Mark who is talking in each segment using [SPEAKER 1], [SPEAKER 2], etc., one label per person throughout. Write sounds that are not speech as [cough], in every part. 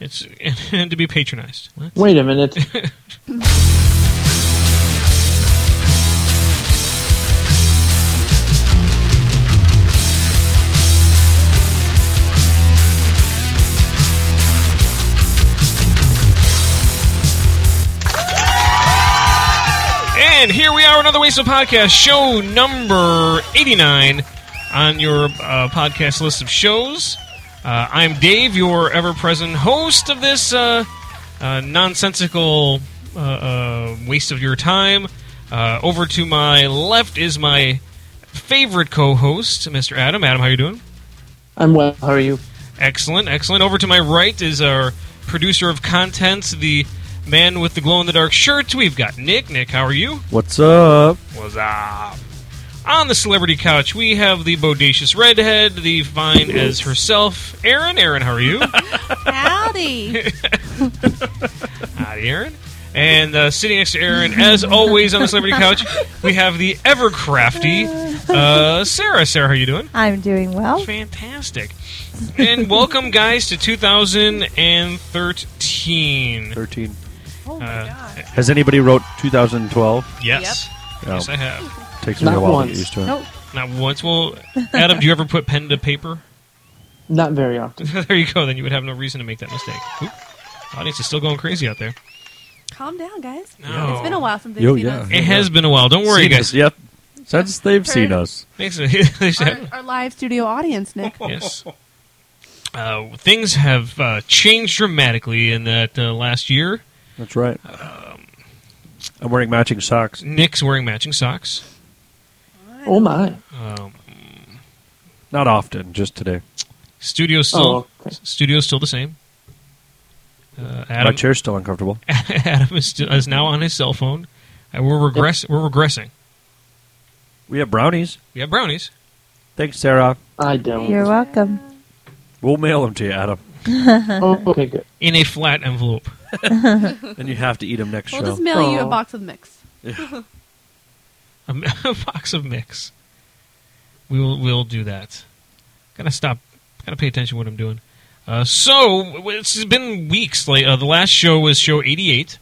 [SPEAKER 1] It's [laughs] and to be patronized. What?
[SPEAKER 2] Wait a minute.
[SPEAKER 1] And here we are, another Waste of Podcast, show number 89 on your uh, podcast list of shows. Uh, I'm Dave, your ever present host of this uh, uh, nonsensical uh, uh, waste of your time. Uh, over to my left is my favorite co host, Mr. Adam. Adam, how you doing?
[SPEAKER 2] I'm well. How are you?
[SPEAKER 1] Excellent, excellent. Over to my right is our producer of contents, the man with the glow in the dark shirt. We've got Nick. Nick, how are you?
[SPEAKER 3] What's up?
[SPEAKER 1] What's up? On the celebrity couch, we have the bodacious redhead, the fine as herself, Aaron. Aaron, how are [laughs] you?
[SPEAKER 4] Howdy.
[SPEAKER 1] Hi, Aaron. And uh, sitting next to Aaron, as always on the celebrity couch, we have the ever crafty uh, Sarah. Sarah, how you doing?
[SPEAKER 4] I'm doing well.
[SPEAKER 1] Fantastic. And welcome, guys, to 2013.
[SPEAKER 3] 13.
[SPEAKER 4] Oh
[SPEAKER 1] Uh,
[SPEAKER 4] my god.
[SPEAKER 3] Has anybody wrote 2012?
[SPEAKER 1] Yes. Yes, I have.
[SPEAKER 3] Um,
[SPEAKER 4] [laughs]
[SPEAKER 3] Takes me
[SPEAKER 2] Not
[SPEAKER 3] a while
[SPEAKER 2] once.
[SPEAKER 3] to get used to it.
[SPEAKER 4] Nope.
[SPEAKER 1] Not once. Well, Adam, do you ever put pen to paper? [laughs]
[SPEAKER 2] Not very often.
[SPEAKER 1] there you go. Then you would have no reason to make that mistake. Oop. Audience is still going crazy out there.
[SPEAKER 4] Calm down, guys.
[SPEAKER 1] No.
[SPEAKER 4] It's been a while since they've
[SPEAKER 3] Yo,
[SPEAKER 4] seen
[SPEAKER 1] [laughs]
[SPEAKER 3] yeah.
[SPEAKER 4] us.
[SPEAKER 1] It has been a while. Don't worry,
[SPEAKER 3] Seen us,
[SPEAKER 1] guys.
[SPEAKER 3] Yep. Since they've seen us.
[SPEAKER 1] Thanks. [laughs] Thanks,
[SPEAKER 4] Our,
[SPEAKER 1] Adam.
[SPEAKER 4] our live studio audience, Nick.
[SPEAKER 1] yes. Uh, things have uh, changed dramatically in that uh, last year.
[SPEAKER 3] That's right. Um, I'm wearing matching socks.
[SPEAKER 1] Nick's wearing matching socks.
[SPEAKER 2] Oh my.
[SPEAKER 1] Um,
[SPEAKER 3] Not often, just today.
[SPEAKER 1] studio's still
[SPEAKER 2] Oh, okay.
[SPEAKER 1] studio's still the same. Uh,
[SPEAKER 3] My
[SPEAKER 1] Adam
[SPEAKER 3] chair's still uncomfortable.
[SPEAKER 1] [laughs] Adam is, still, is now on his cell phone. Uh, we're regress. We're regressing.
[SPEAKER 3] We have brownies.
[SPEAKER 1] We have brownies.
[SPEAKER 3] Thanks, Sarah.
[SPEAKER 2] I
[SPEAKER 3] Oh
[SPEAKER 2] don't.
[SPEAKER 4] You're welcome.
[SPEAKER 3] We'll mail them to you,
[SPEAKER 4] [laughs]
[SPEAKER 3] Adam.
[SPEAKER 2] Oh, okay, good.
[SPEAKER 1] in a flat envelope.
[SPEAKER 3] And you have to eat them next
[SPEAKER 4] We'll
[SPEAKER 3] show.
[SPEAKER 4] just mail you a
[SPEAKER 2] Oh.
[SPEAKER 4] box of mix.
[SPEAKER 1] A, m- [laughs] a box of mix. We will we'll do that. Gotta stop. Gotta pay attention to what I'm doing. Uh, so w- it's been weeks. Like uh, the last show was show 88,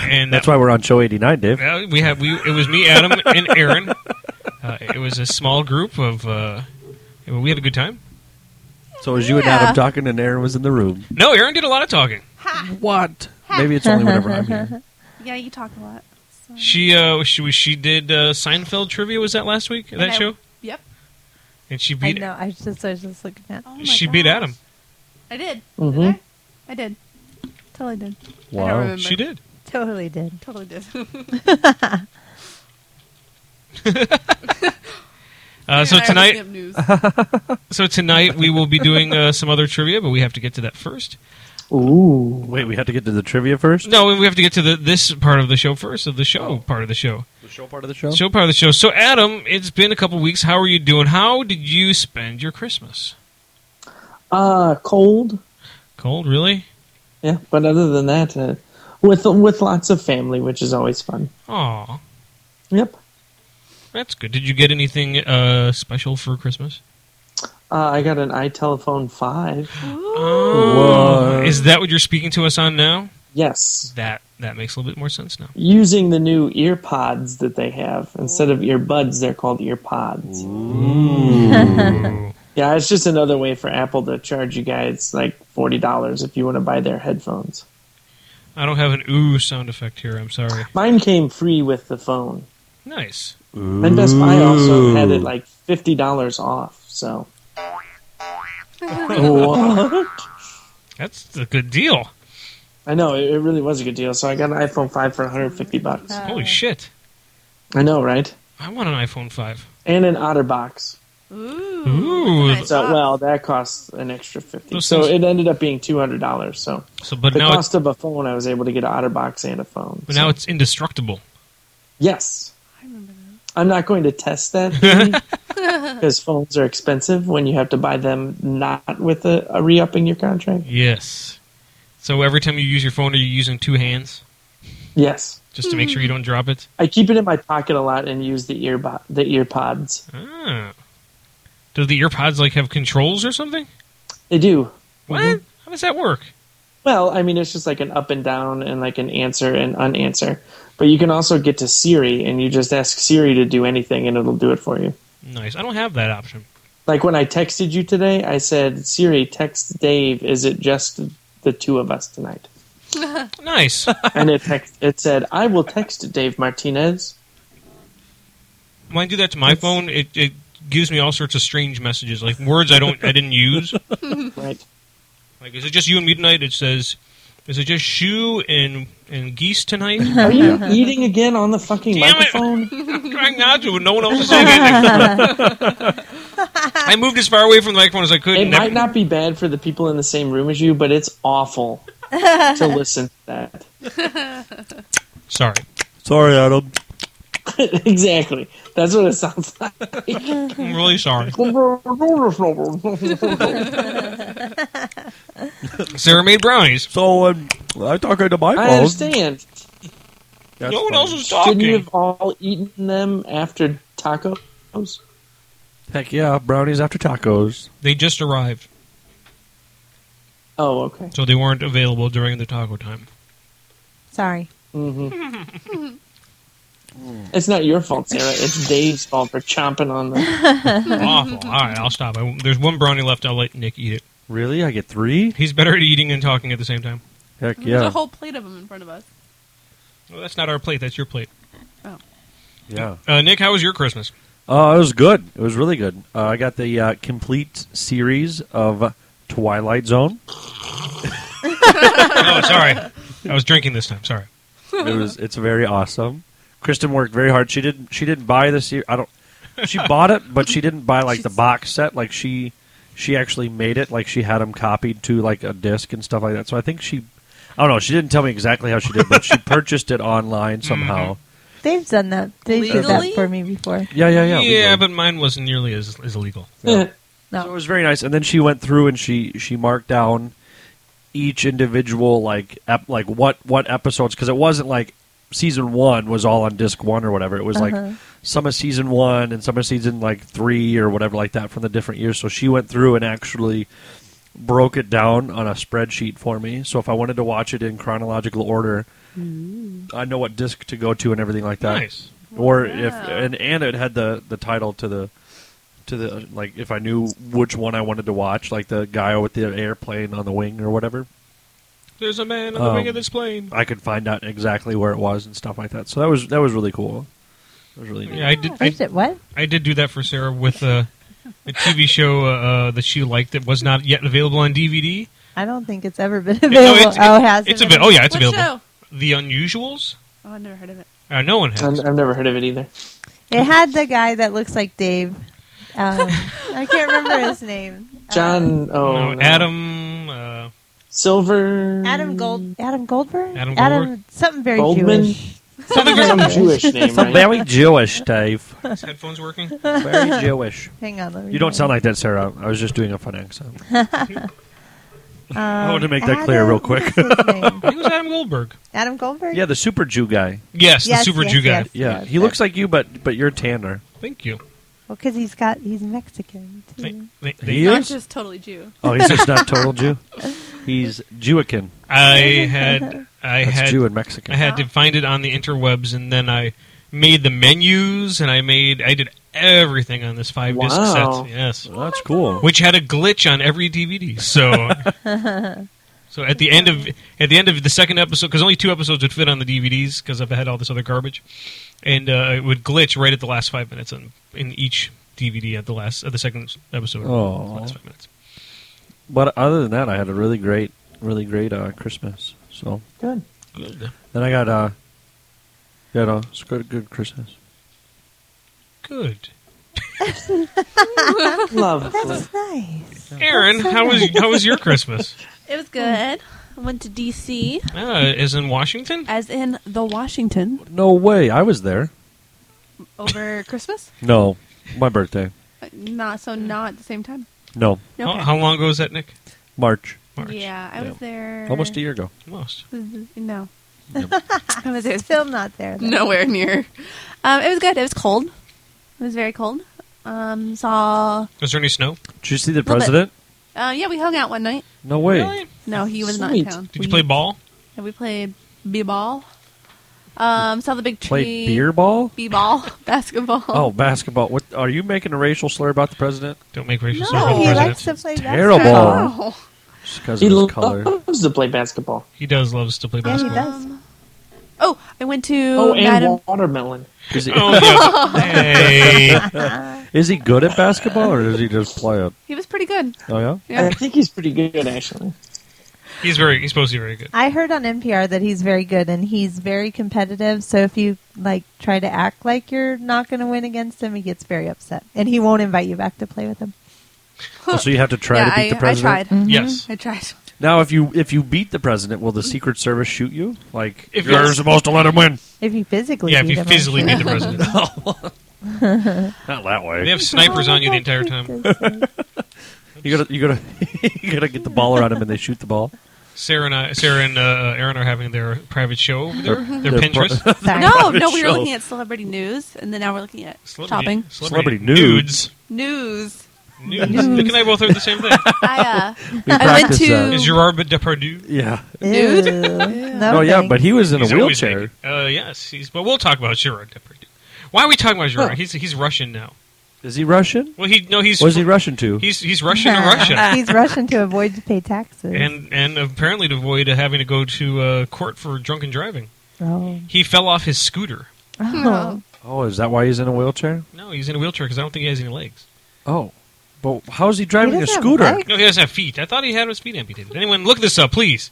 [SPEAKER 1] and
[SPEAKER 3] That's
[SPEAKER 1] uh,
[SPEAKER 3] why we're on show 89, Dave.
[SPEAKER 1] uh, we have we. It was me, Adam, and Aaron. Uh, it was a small group of. Uh, we had a good time.
[SPEAKER 3] So it was you and
[SPEAKER 4] Yeah.
[SPEAKER 3] Adam talking, and Aaron was in the room.
[SPEAKER 1] No, Aaron did a lot of talking.
[SPEAKER 3] What? Maybe it's only whenever I'm
[SPEAKER 4] [laughs]
[SPEAKER 3] here.
[SPEAKER 4] Yeah, you talk a lot. So.
[SPEAKER 1] She uh, she she did uh, Seinfeld trivia. Was that last week? That
[SPEAKER 4] And I-
[SPEAKER 1] show?
[SPEAKER 4] Yep.
[SPEAKER 1] And she
[SPEAKER 5] I
[SPEAKER 1] beat
[SPEAKER 5] know. I was just, I was just looking at.
[SPEAKER 4] Oh my
[SPEAKER 1] she beat
[SPEAKER 4] gosh.
[SPEAKER 1] Adam.
[SPEAKER 4] I did.
[SPEAKER 3] Mm-hmm.
[SPEAKER 2] Mhm.
[SPEAKER 4] Did I? I did. Totally did. I don't
[SPEAKER 3] Wow.
[SPEAKER 4] remember.
[SPEAKER 1] She did.
[SPEAKER 3] [laughs]
[SPEAKER 5] Totally did.
[SPEAKER 1] [laughs]
[SPEAKER 4] Totally did.
[SPEAKER 1] Oh, Uh, so
[SPEAKER 4] [laughs] I was
[SPEAKER 1] tonight,
[SPEAKER 4] looking
[SPEAKER 3] [laughs]
[SPEAKER 4] up news.
[SPEAKER 1] So tonight we will be doing uh, some other trivia, but we have to get to that first.
[SPEAKER 2] Ooh.
[SPEAKER 3] Wait, we had to get to the trivia first?
[SPEAKER 1] No, we have to get to the this part of the show first, of the show part of the show,
[SPEAKER 3] The show part of the show?
[SPEAKER 1] show part of the show. So Adam, it's been a couple weeks. How are you doing? How did you spend your Christmas?
[SPEAKER 2] Uh, cold.
[SPEAKER 1] Cold, really?
[SPEAKER 2] Yeah, but other than that, uh, with with lots of family, which is always fun.
[SPEAKER 1] Oh,
[SPEAKER 2] Yep.
[SPEAKER 1] that's good. Did you get anything uh, special for Christmas?
[SPEAKER 2] Uh, I got an iTelephone five.
[SPEAKER 1] [laughs] Oh,
[SPEAKER 3] What?
[SPEAKER 1] is that what you're speaking to us on now?
[SPEAKER 2] Yes.
[SPEAKER 1] That that makes a little bit more sense now.
[SPEAKER 2] Using the new ear pods that they have instead of earbuds, they're called ear pods. [laughs] Yeah, it's just another way for Apple to charge you guys like forty dollars if you want to buy their headphones.
[SPEAKER 1] I don't have an ooh sound effect here. I'm sorry.
[SPEAKER 2] Mine came free with the phone.
[SPEAKER 1] Nice.
[SPEAKER 2] And Best Buy also had it like fifty dollars off. So What?
[SPEAKER 1] That's a good deal.
[SPEAKER 2] I know it, it really was a good deal. So I got an iPhone five for one hundred fifty bucks.
[SPEAKER 5] Uh,
[SPEAKER 1] Holy shit!
[SPEAKER 2] I know, right?
[SPEAKER 1] I want an iPhone five.
[SPEAKER 2] And an OtterBox.
[SPEAKER 4] Ooh.
[SPEAKER 1] Ooh,
[SPEAKER 4] Nice.
[SPEAKER 2] So well, that costs an extra fifty.
[SPEAKER 1] Those
[SPEAKER 2] So
[SPEAKER 1] things-
[SPEAKER 2] it ended up being two hundred dollars. So
[SPEAKER 1] So, but
[SPEAKER 2] the
[SPEAKER 1] now, it's,
[SPEAKER 2] cost of a phone, I was able to get an OtterBox and a phone.
[SPEAKER 1] but
[SPEAKER 2] So-
[SPEAKER 1] now it's indestructible.
[SPEAKER 2] yes,
[SPEAKER 4] I remember
[SPEAKER 2] I'm not going to
[SPEAKER 1] [laughs]
[SPEAKER 2] test that because phones are expensive when you have to buy them not with a, a re-upping your contract.
[SPEAKER 1] Yes. So every time you use your phone, are you using two hands
[SPEAKER 2] Yes,
[SPEAKER 1] just to make sure you don't drop it?
[SPEAKER 2] I keep it in my pocket a lot and use the ear bo- the ear pods.
[SPEAKER 1] Ah. Do the earpods like have controls or something?
[SPEAKER 2] They do.
[SPEAKER 1] What? How does that work?
[SPEAKER 2] Well, I mean, it's just like an up and down and like an answer and unanswer. But you can also get to Siri and you just ask Siri to do anything and it'll do it for you.
[SPEAKER 1] Nice. I don't have that option.
[SPEAKER 2] Like when I texted you today, I said, Siri, text Dave, is it just the two of us tonight?
[SPEAKER 1] Nice.
[SPEAKER 2] And it, text, it said, I will text Dave Martinez.
[SPEAKER 1] when I do that to my phone, it, it gives me all sorts of strange messages, like words I don't I didn't use.
[SPEAKER 2] Right.
[SPEAKER 1] Like, is it just you and me tonight? It says, is it just shoe and and geese tonight?
[SPEAKER 2] Are you eating again on the fucking
[SPEAKER 1] Damn it.
[SPEAKER 2] microphone?
[SPEAKER 1] [laughs] I'm trying not to, but no one else is saying anything. I moved as far away from the microphone as I could.
[SPEAKER 2] It
[SPEAKER 1] and that-
[SPEAKER 2] might not be bad for the people in the same room as you, but it's awful to listen to that. [laughs]
[SPEAKER 1] Sorry.
[SPEAKER 3] Sorry, Adam.
[SPEAKER 2] exactly. That's what it sounds like. [laughs]
[SPEAKER 1] I'm really
[SPEAKER 3] [laughs]
[SPEAKER 1] sorry. Sarah made brownies.
[SPEAKER 3] So um, I talk into my phone.
[SPEAKER 2] I understand.
[SPEAKER 3] That's
[SPEAKER 1] no one
[SPEAKER 3] funny.
[SPEAKER 1] else is
[SPEAKER 2] Shouldn't you
[SPEAKER 1] talking.
[SPEAKER 2] have all eaten them after tacos?
[SPEAKER 3] Heck yeah, brownies after tacos.
[SPEAKER 1] They just arrived,
[SPEAKER 2] Oh, okay.
[SPEAKER 1] so they weren't available during the taco
[SPEAKER 3] [laughs]
[SPEAKER 1] time.
[SPEAKER 5] Sorry.
[SPEAKER 2] hmm it's not your fault, Sarah. It's Dave's fault for chomping on them.
[SPEAKER 1] Awful. All right, I'll stop. I, there's one brownie left. I'll let Nick eat it.
[SPEAKER 3] Really? I get three?
[SPEAKER 1] He's better at eating and talking at the same time.
[SPEAKER 3] Heck
[SPEAKER 4] There's a
[SPEAKER 3] yeah.
[SPEAKER 4] whole plate of them in front of us. Oh.
[SPEAKER 1] Well, that's not our plate. That's your plate.
[SPEAKER 3] yeah.
[SPEAKER 1] Uh, Nick, how was your
[SPEAKER 3] [laughs]
[SPEAKER 1] Christmas?
[SPEAKER 3] Uh, it was good. It was really good. Uh, I got the uh, complete series of Twilight Zone.
[SPEAKER 1] oh, sorry. I was drinking this time. Sorry.
[SPEAKER 3] It was. It's very awesome. Kristen worked very hard. She didn't. She didn't buy the series. I don't. She bought it, but she didn't buy like the box set. Like she, she actually made it. Like she had them copied to like a disc and stuff like that. So I think she. I don't know. She didn't tell me exactly how she did, but she purchased it online somehow.
[SPEAKER 5] They've done that. They did
[SPEAKER 4] Legally?
[SPEAKER 5] that for me before.
[SPEAKER 3] Yeah, yeah, yeah. we did.
[SPEAKER 1] but mine wasn't nearly as, as illegal.
[SPEAKER 3] Yeah. So it
[SPEAKER 5] No.
[SPEAKER 3] was very nice. And then she went through and she she marked down each individual like ep- like what what episodes because it wasn't like season one was all on disc one or whatever. It was
[SPEAKER 5] Uh-huh.
[SPEAKER 3] like some of season one and some of season like three or whatever like that from the different years. So she went through and actually broke it down on a spreadsheet for me. So if I wanted to watch it in chronological order, I know what disc to go to and everything like that
[SPEAKER 1] Nice.
[SPEAKER 3] or if
[SPEAKER 4] Wow.
[SPEAKER 3] and and it had the the title to the to the like if I knew which one I wanted to watch, like the guy with the airplane on the wing or whatever,
[SPEAKER 1] There's a man on the
[SPEAKER 3] Um,
[SPEAKER 1] wing of this plane.
[SPEAKER 3] I could find out exactly where it was and stuff like that. So that was that was really cool. It was really neat.
[SPEAKER 1] Yeah, I did. I,
[SPEAKER 5] Is it what?
[SPEAKER 1] I did do that for Sarah with uh, a TV show uh, that she liked that was not yet available on DVD.
[SPEAKER 5] I don't think it's ever been
[SPEAKER 1] No,
[SPEAKER 5] available.
[SPEAKER 1] it's-
[SPEAKER 5] oh, it has.
[SPEAKER 1] It's
[SPEAKER 5] it
[SPEAKER 1] available. Oh yeah, it's
[SPEAKER 4] what
[SPEAKER 1] available.
[SPEAKER 4] show?
[SPEAKER 1] The Unusuals.
[SPEAKER 4] Oh, I've never heard of it.
[SPEAKER 1] Uh, no one
[SPEAKER 2] I've
[SPEAKER 1] has.
[SPEAKER 2] I've never heard of it either.
[SPEAKER 5] It had the guy that looks like Dave. Um, I can't remember
[SPEAKER 3] [laughs]
[SPEAKER 5] his name. Uh,
[SPEAKER 2] John, oh,
[SPEAKER 1] No,
[SPEAKER 2] no.
[SPEAKER 1] Adam. Uh,
[SPEAKER 2] Silver,
[SPEAKER 5] Uh, Adam Gold. Adam Goldberg.
[SPEAKER 1] Adam Goldberg?
[SPEAKER 5] Something very
[SPEAKER 2] Goldman?
[SPEAKER 5] Jewish.
[SPEAKER 1] Something
[SPEAKER 2] some
[SPEAKER 5] very
[SPEAKER 2] Jewish name,
[SPEAKER 3] So
[SPEAKER 2] right?
[SPEAKER 3] very Jewish, Dave.
[SPEAKER 1] his headphones working?
[SPEAKER 3] [laughs] Very Jewish.
[SPEAKER 5] Hang on. Let me
[SPEAKER 3] You don't sound like that, Sarah. I was just doing a fun accent. I wanted
[SPEAKER 5] Um,
[SPEAKER 3] to make that clear real quick. [laughs]
[SPEAKER 1] I think it was Adam Goldberg.
[SPEAKER 5] Adam Goldberg.
[SPEAKER 3] Yeah, the super Jew guy.
[SPEAKER 1] Yes,
[SPEAKER 5] Yes,
[SPEAKER 1] the super
[SPEAKER 5] yes,
[SPEAKER 1] Jew guy.
[SPEAKER 5] yes.
[SPEAKER 3] Yeah,
[SPEAKER 5] Yeah,
[SPEAKER 3] he looks like you, but but you're tanner.
[SPEAKER 1] Thank you.
[SPEAKER 5] Well, because he's got he's Mexican
[SPEAKER 1] Th-
[SPEAKER 5] too.
[SPEAKER 1] th-
[SPEAKER 3] He
[SPEAKER 1] th-
[SPEAKER 4] I'm
[SPEAKER 3] is?
[SPEAKER 4] just totally Jew.
[SPEAKER 3] Oh, he's just not total Jew. He's Jewican.
[SPEAKER 1] I had. I
[SPEAKER 3] That's
[SPEAKER 1] had.
[SPEAKER 3] Jew and Mexican.
[SPEAKER 1] I had to find it on the interwebs, and then I made the menus, and I made I did everything on this five disc
[SPEAKER 2] Wow.
[SPEAKER 1] set. Yes,
[SPEAKER 3] Well, that's cool.
[SPEAKER 1] which had a glitch on every DVD. So, so at the end of at the end of the second episode, because only two episodes would fit on the DVDs, because I've had all this other garbage, and uh, it would glitch right at the last five minutes on, in each DVD at the last at the second episode.
[SPEAKER 3] Aw.
[SPEAKER 1] Last five minutes.
[SPEAKER 3] But other than that, I had a really great, really great uh, Christmas. So
[SPEAKER 2] Good.
[SPEAKER 1] Good,
[SPEAKER 3] then I got uh, got a it's good, good Christmas.
[SPEAKER 1] good.
[SPEAKER 2] Lovely.
[SPEAKER 5] That's nice.
[SPEAKER 1] Aaron, how was how was your Christmas?
[SPEAKER 4] It was good. I went to D.C.
[SPEAKER 1] Uh, is in Washington.
[SPEAKER 4] as in the Washington
[SPEAKER 3] No way, I was there.
[SPEAKER 4] over Christmas.
[SPEAKER 3] No, my birthday.
[SPEAKER 4] Uh, Not so not at the same time.
[SPEAKER 3] No,
[SPEAKER 1] How,
[SPEAKER 4] No.
[SPEAKER 1] Oh, how long ago was that, Nick?
[SPEAKER 3] March.
[SPEAKER 1] March.
[SPEAKER 4] Yeah, I
[SPEAKER 3] Yeah.
[SPEAKER 4] was there
[SPEAKER 3] Almost a year ago.
[SPEAKER 1] Most.
[SPEAKER 4] [laughs] No,
[SPEAKER 5] [laughs] I was still not there. though.
[SPEAKER 4] nowhere near. Um, it was good. It was cold. It was very cold. Um, saw.
[SPEAKER 1] Was there any snow?
[SPEAKER 3] Did you see the
[SPEAKER 4] Little bit.
[SPEAKER 3] president?
[SPEAKER 4] Uh, yeah, we hung out one night.
[SPEAKER 3] No way.
[SPEAKER 1] Really?
[SPEAKER 4] No, he was not in
[SPEAKER 2] Sweet.
[SPEAKER 4] town.
[SPEAKER 1] Did you play ball?
[SPEAKER 4] And we played b ball. Um, saw the big tree.
[SPEAKER 3] Play beer ball?
[SPEAKER 4] B ball [laughs] basketball.
[SPEAKER 3] Oh, basketball. What are you making a racial slur about the president?
[SPEAKER 1] Don't make racial
[SPEAKER 4] No,
[SPEAKER 1] slur about
[SPEAKER 5] he
[SPEAKER 1] the
[SPEAKER 5] likes
[SPEAKER 1] president.
[SPEAKER 5] to play
[SPEAKER 3] Terrible.
[SPEAKER 5] basketball.
[SPEAKER 4] Oh. [laughs]
[SPEAKER 3] Just because
[SPEAKER 2] He
[SPEAKER 3] of his [laughs] color.
[SPEAKER 2] loves to play basketball.
[SPEAKER 1] He does loves to play
[SPEAKER 5] Yeah, he
[SPEAKER 1] basketball.
[SPEAKER 5] does.
[SPEAKER 4] Oh, I went to
[SPEAKER 2] Oh, and
[SPEAKER 4] Madame.
[SPEAKER 2] watermelon.
[SPEAKER 3] Is he,
[SPEAKER 1] Oh, [laughs] yeah. hey. [laughs]
[SPEAKER 3] is he good at basketball or does he just play it?
[SPEAKER 4] He was pretty good.
[SPEAKER 3] Oh yeah.
[SPEAKER 4] Yeah.
[SPEAKER 2] I think he's pretty good actually.
[SPEAKER 1] He's very. He's supposed to be very good.
[SPEAKER 5] I heard on NPR that he's very good and he's very competitive. So if you like try to act like you're not going to win against him, he gets very upset and he won't invite you back to play with him.
[SPEAKER 3] So you have to try
[SPEAKER 4] yeah,
[SPEAKER 3] to beat
[SPEAKER 4] I,
[SPEAKER 3] the president.
[SPEAKER 4] I tried.
[SPEAKER 1] Yes.
[SPEAKER 4] I tried.
[SPEAKER 3] Now, if you if you beat the president, will the Secret Service shoot you? Like
[SPEAKER 1] If
[SPEAKER 3] you're
[SPEAKER 1] you're-
[SPEAKER 3] supposed to let him win?
[SPEAKER 5] If you physically,
[SPEAKER 1] Yeah, if
[SPEAKER 5] beat
[SPEAKER 1] you
[SPEAKER 5] him,
[SPEAKER 1] physically
[SPEAKER 5] actually.
[SPEAKER 1] beat the president,
[SPEAKER 3] [laughs] Not that
[SPEAKER 1] they
[SPEAKER 3] way.
[SPEAKER 1] have snipers on you the entire time.
[SPEAKER 3] You gotta you gotta [laughs] you gotta get the ball around him and they shoot the ball.
[SPEAKER 1] Sarah and I, Sarah and uh, Aaron are having their private show over there. Their,
[SPEAKER 3] Their pro- [laughs]
[SPEAKER 1] Pinterest
[SPEAKER 5] [laughs] Sorry.
[SPEAKER 4] No,
[SPEAKER 3] private
[SPEAKER 4] no, we were
[SPEAKER 3] show.
[SPEAKER 4] looking at celebrity news, and then now we're looking at shopping.
[SPEAKER 3] Celebrity nudes.
[SPEAKER 4] News.
[SPEAKER 1] Nudes. Nick and I both heard the same thing.
[SPEAKER 4] [laughs]
[SPEAKER 1] [laughs]
[SPEAKER 4] I,
[SPEAKER 3] [laughs]
[SPEAKER 4] uh,
[SPEAKER 3] We
[SPEAKER 4] I went
[SPEAKER 3] practice
[SPEAKER 4] to.
[SPEAKER 3] that.
[SPEAKER 1] Is Gerard Depardieu?
[SPEAKER 3] Yeah.
[SPEAKER 5] Ew.
[SPEAKER 3] Oh
[SPEAKER 5] No,
[SPEAKER 3] yeah,
[SPEAKER 5] thanks.
[SPEAKER 3] but he was in
[SPEAKER 1] He's
[SPEAKER 3] a
[SPEAKER 1] always
[SPEAKER 3] wheelchair.
[SPEAKER 1] naked. Uh, yes, he's. But we'll talk about Gerard Depardieu. Why are we talking about Gerard?
[SPEAKER 3] Oh.
[SPEAKER 1] He's he's Russian now.
[SPEAKER 3] Is he Russian?
[SPEAKER 1] Well, he no, he's
[SPEAKER 3] What is he Russian to?
[SPEAKER 1] he's Oh, he's Russian to [laughs] Russia,
[SPEAKER 5] he's Russian to avoid to pay taxes.
[SPEAKER 1] and and apparently to avoid having to go to uh, court for drunken driving.
[SPEAKER 5] oh.
[SPEAKER 1] He fell off his scooter.
[SPEAKER 5] Oh.
[SPEAKER 3] Oh, is that why he's in a wheelchair?
[SPEAKER 1] No, he's in a wheelchair because I don't think he has any legs.
[SPEAKER 3] Oh, but how is he driving a
[SPEAKER 5] doesn't have
[SPEAKER 3] scooter?
[SPEAKER 5] legs.
[SPEAKER 1] No, he doesn't have feet. I thought he had his feet amputated. Anyone look this up, please.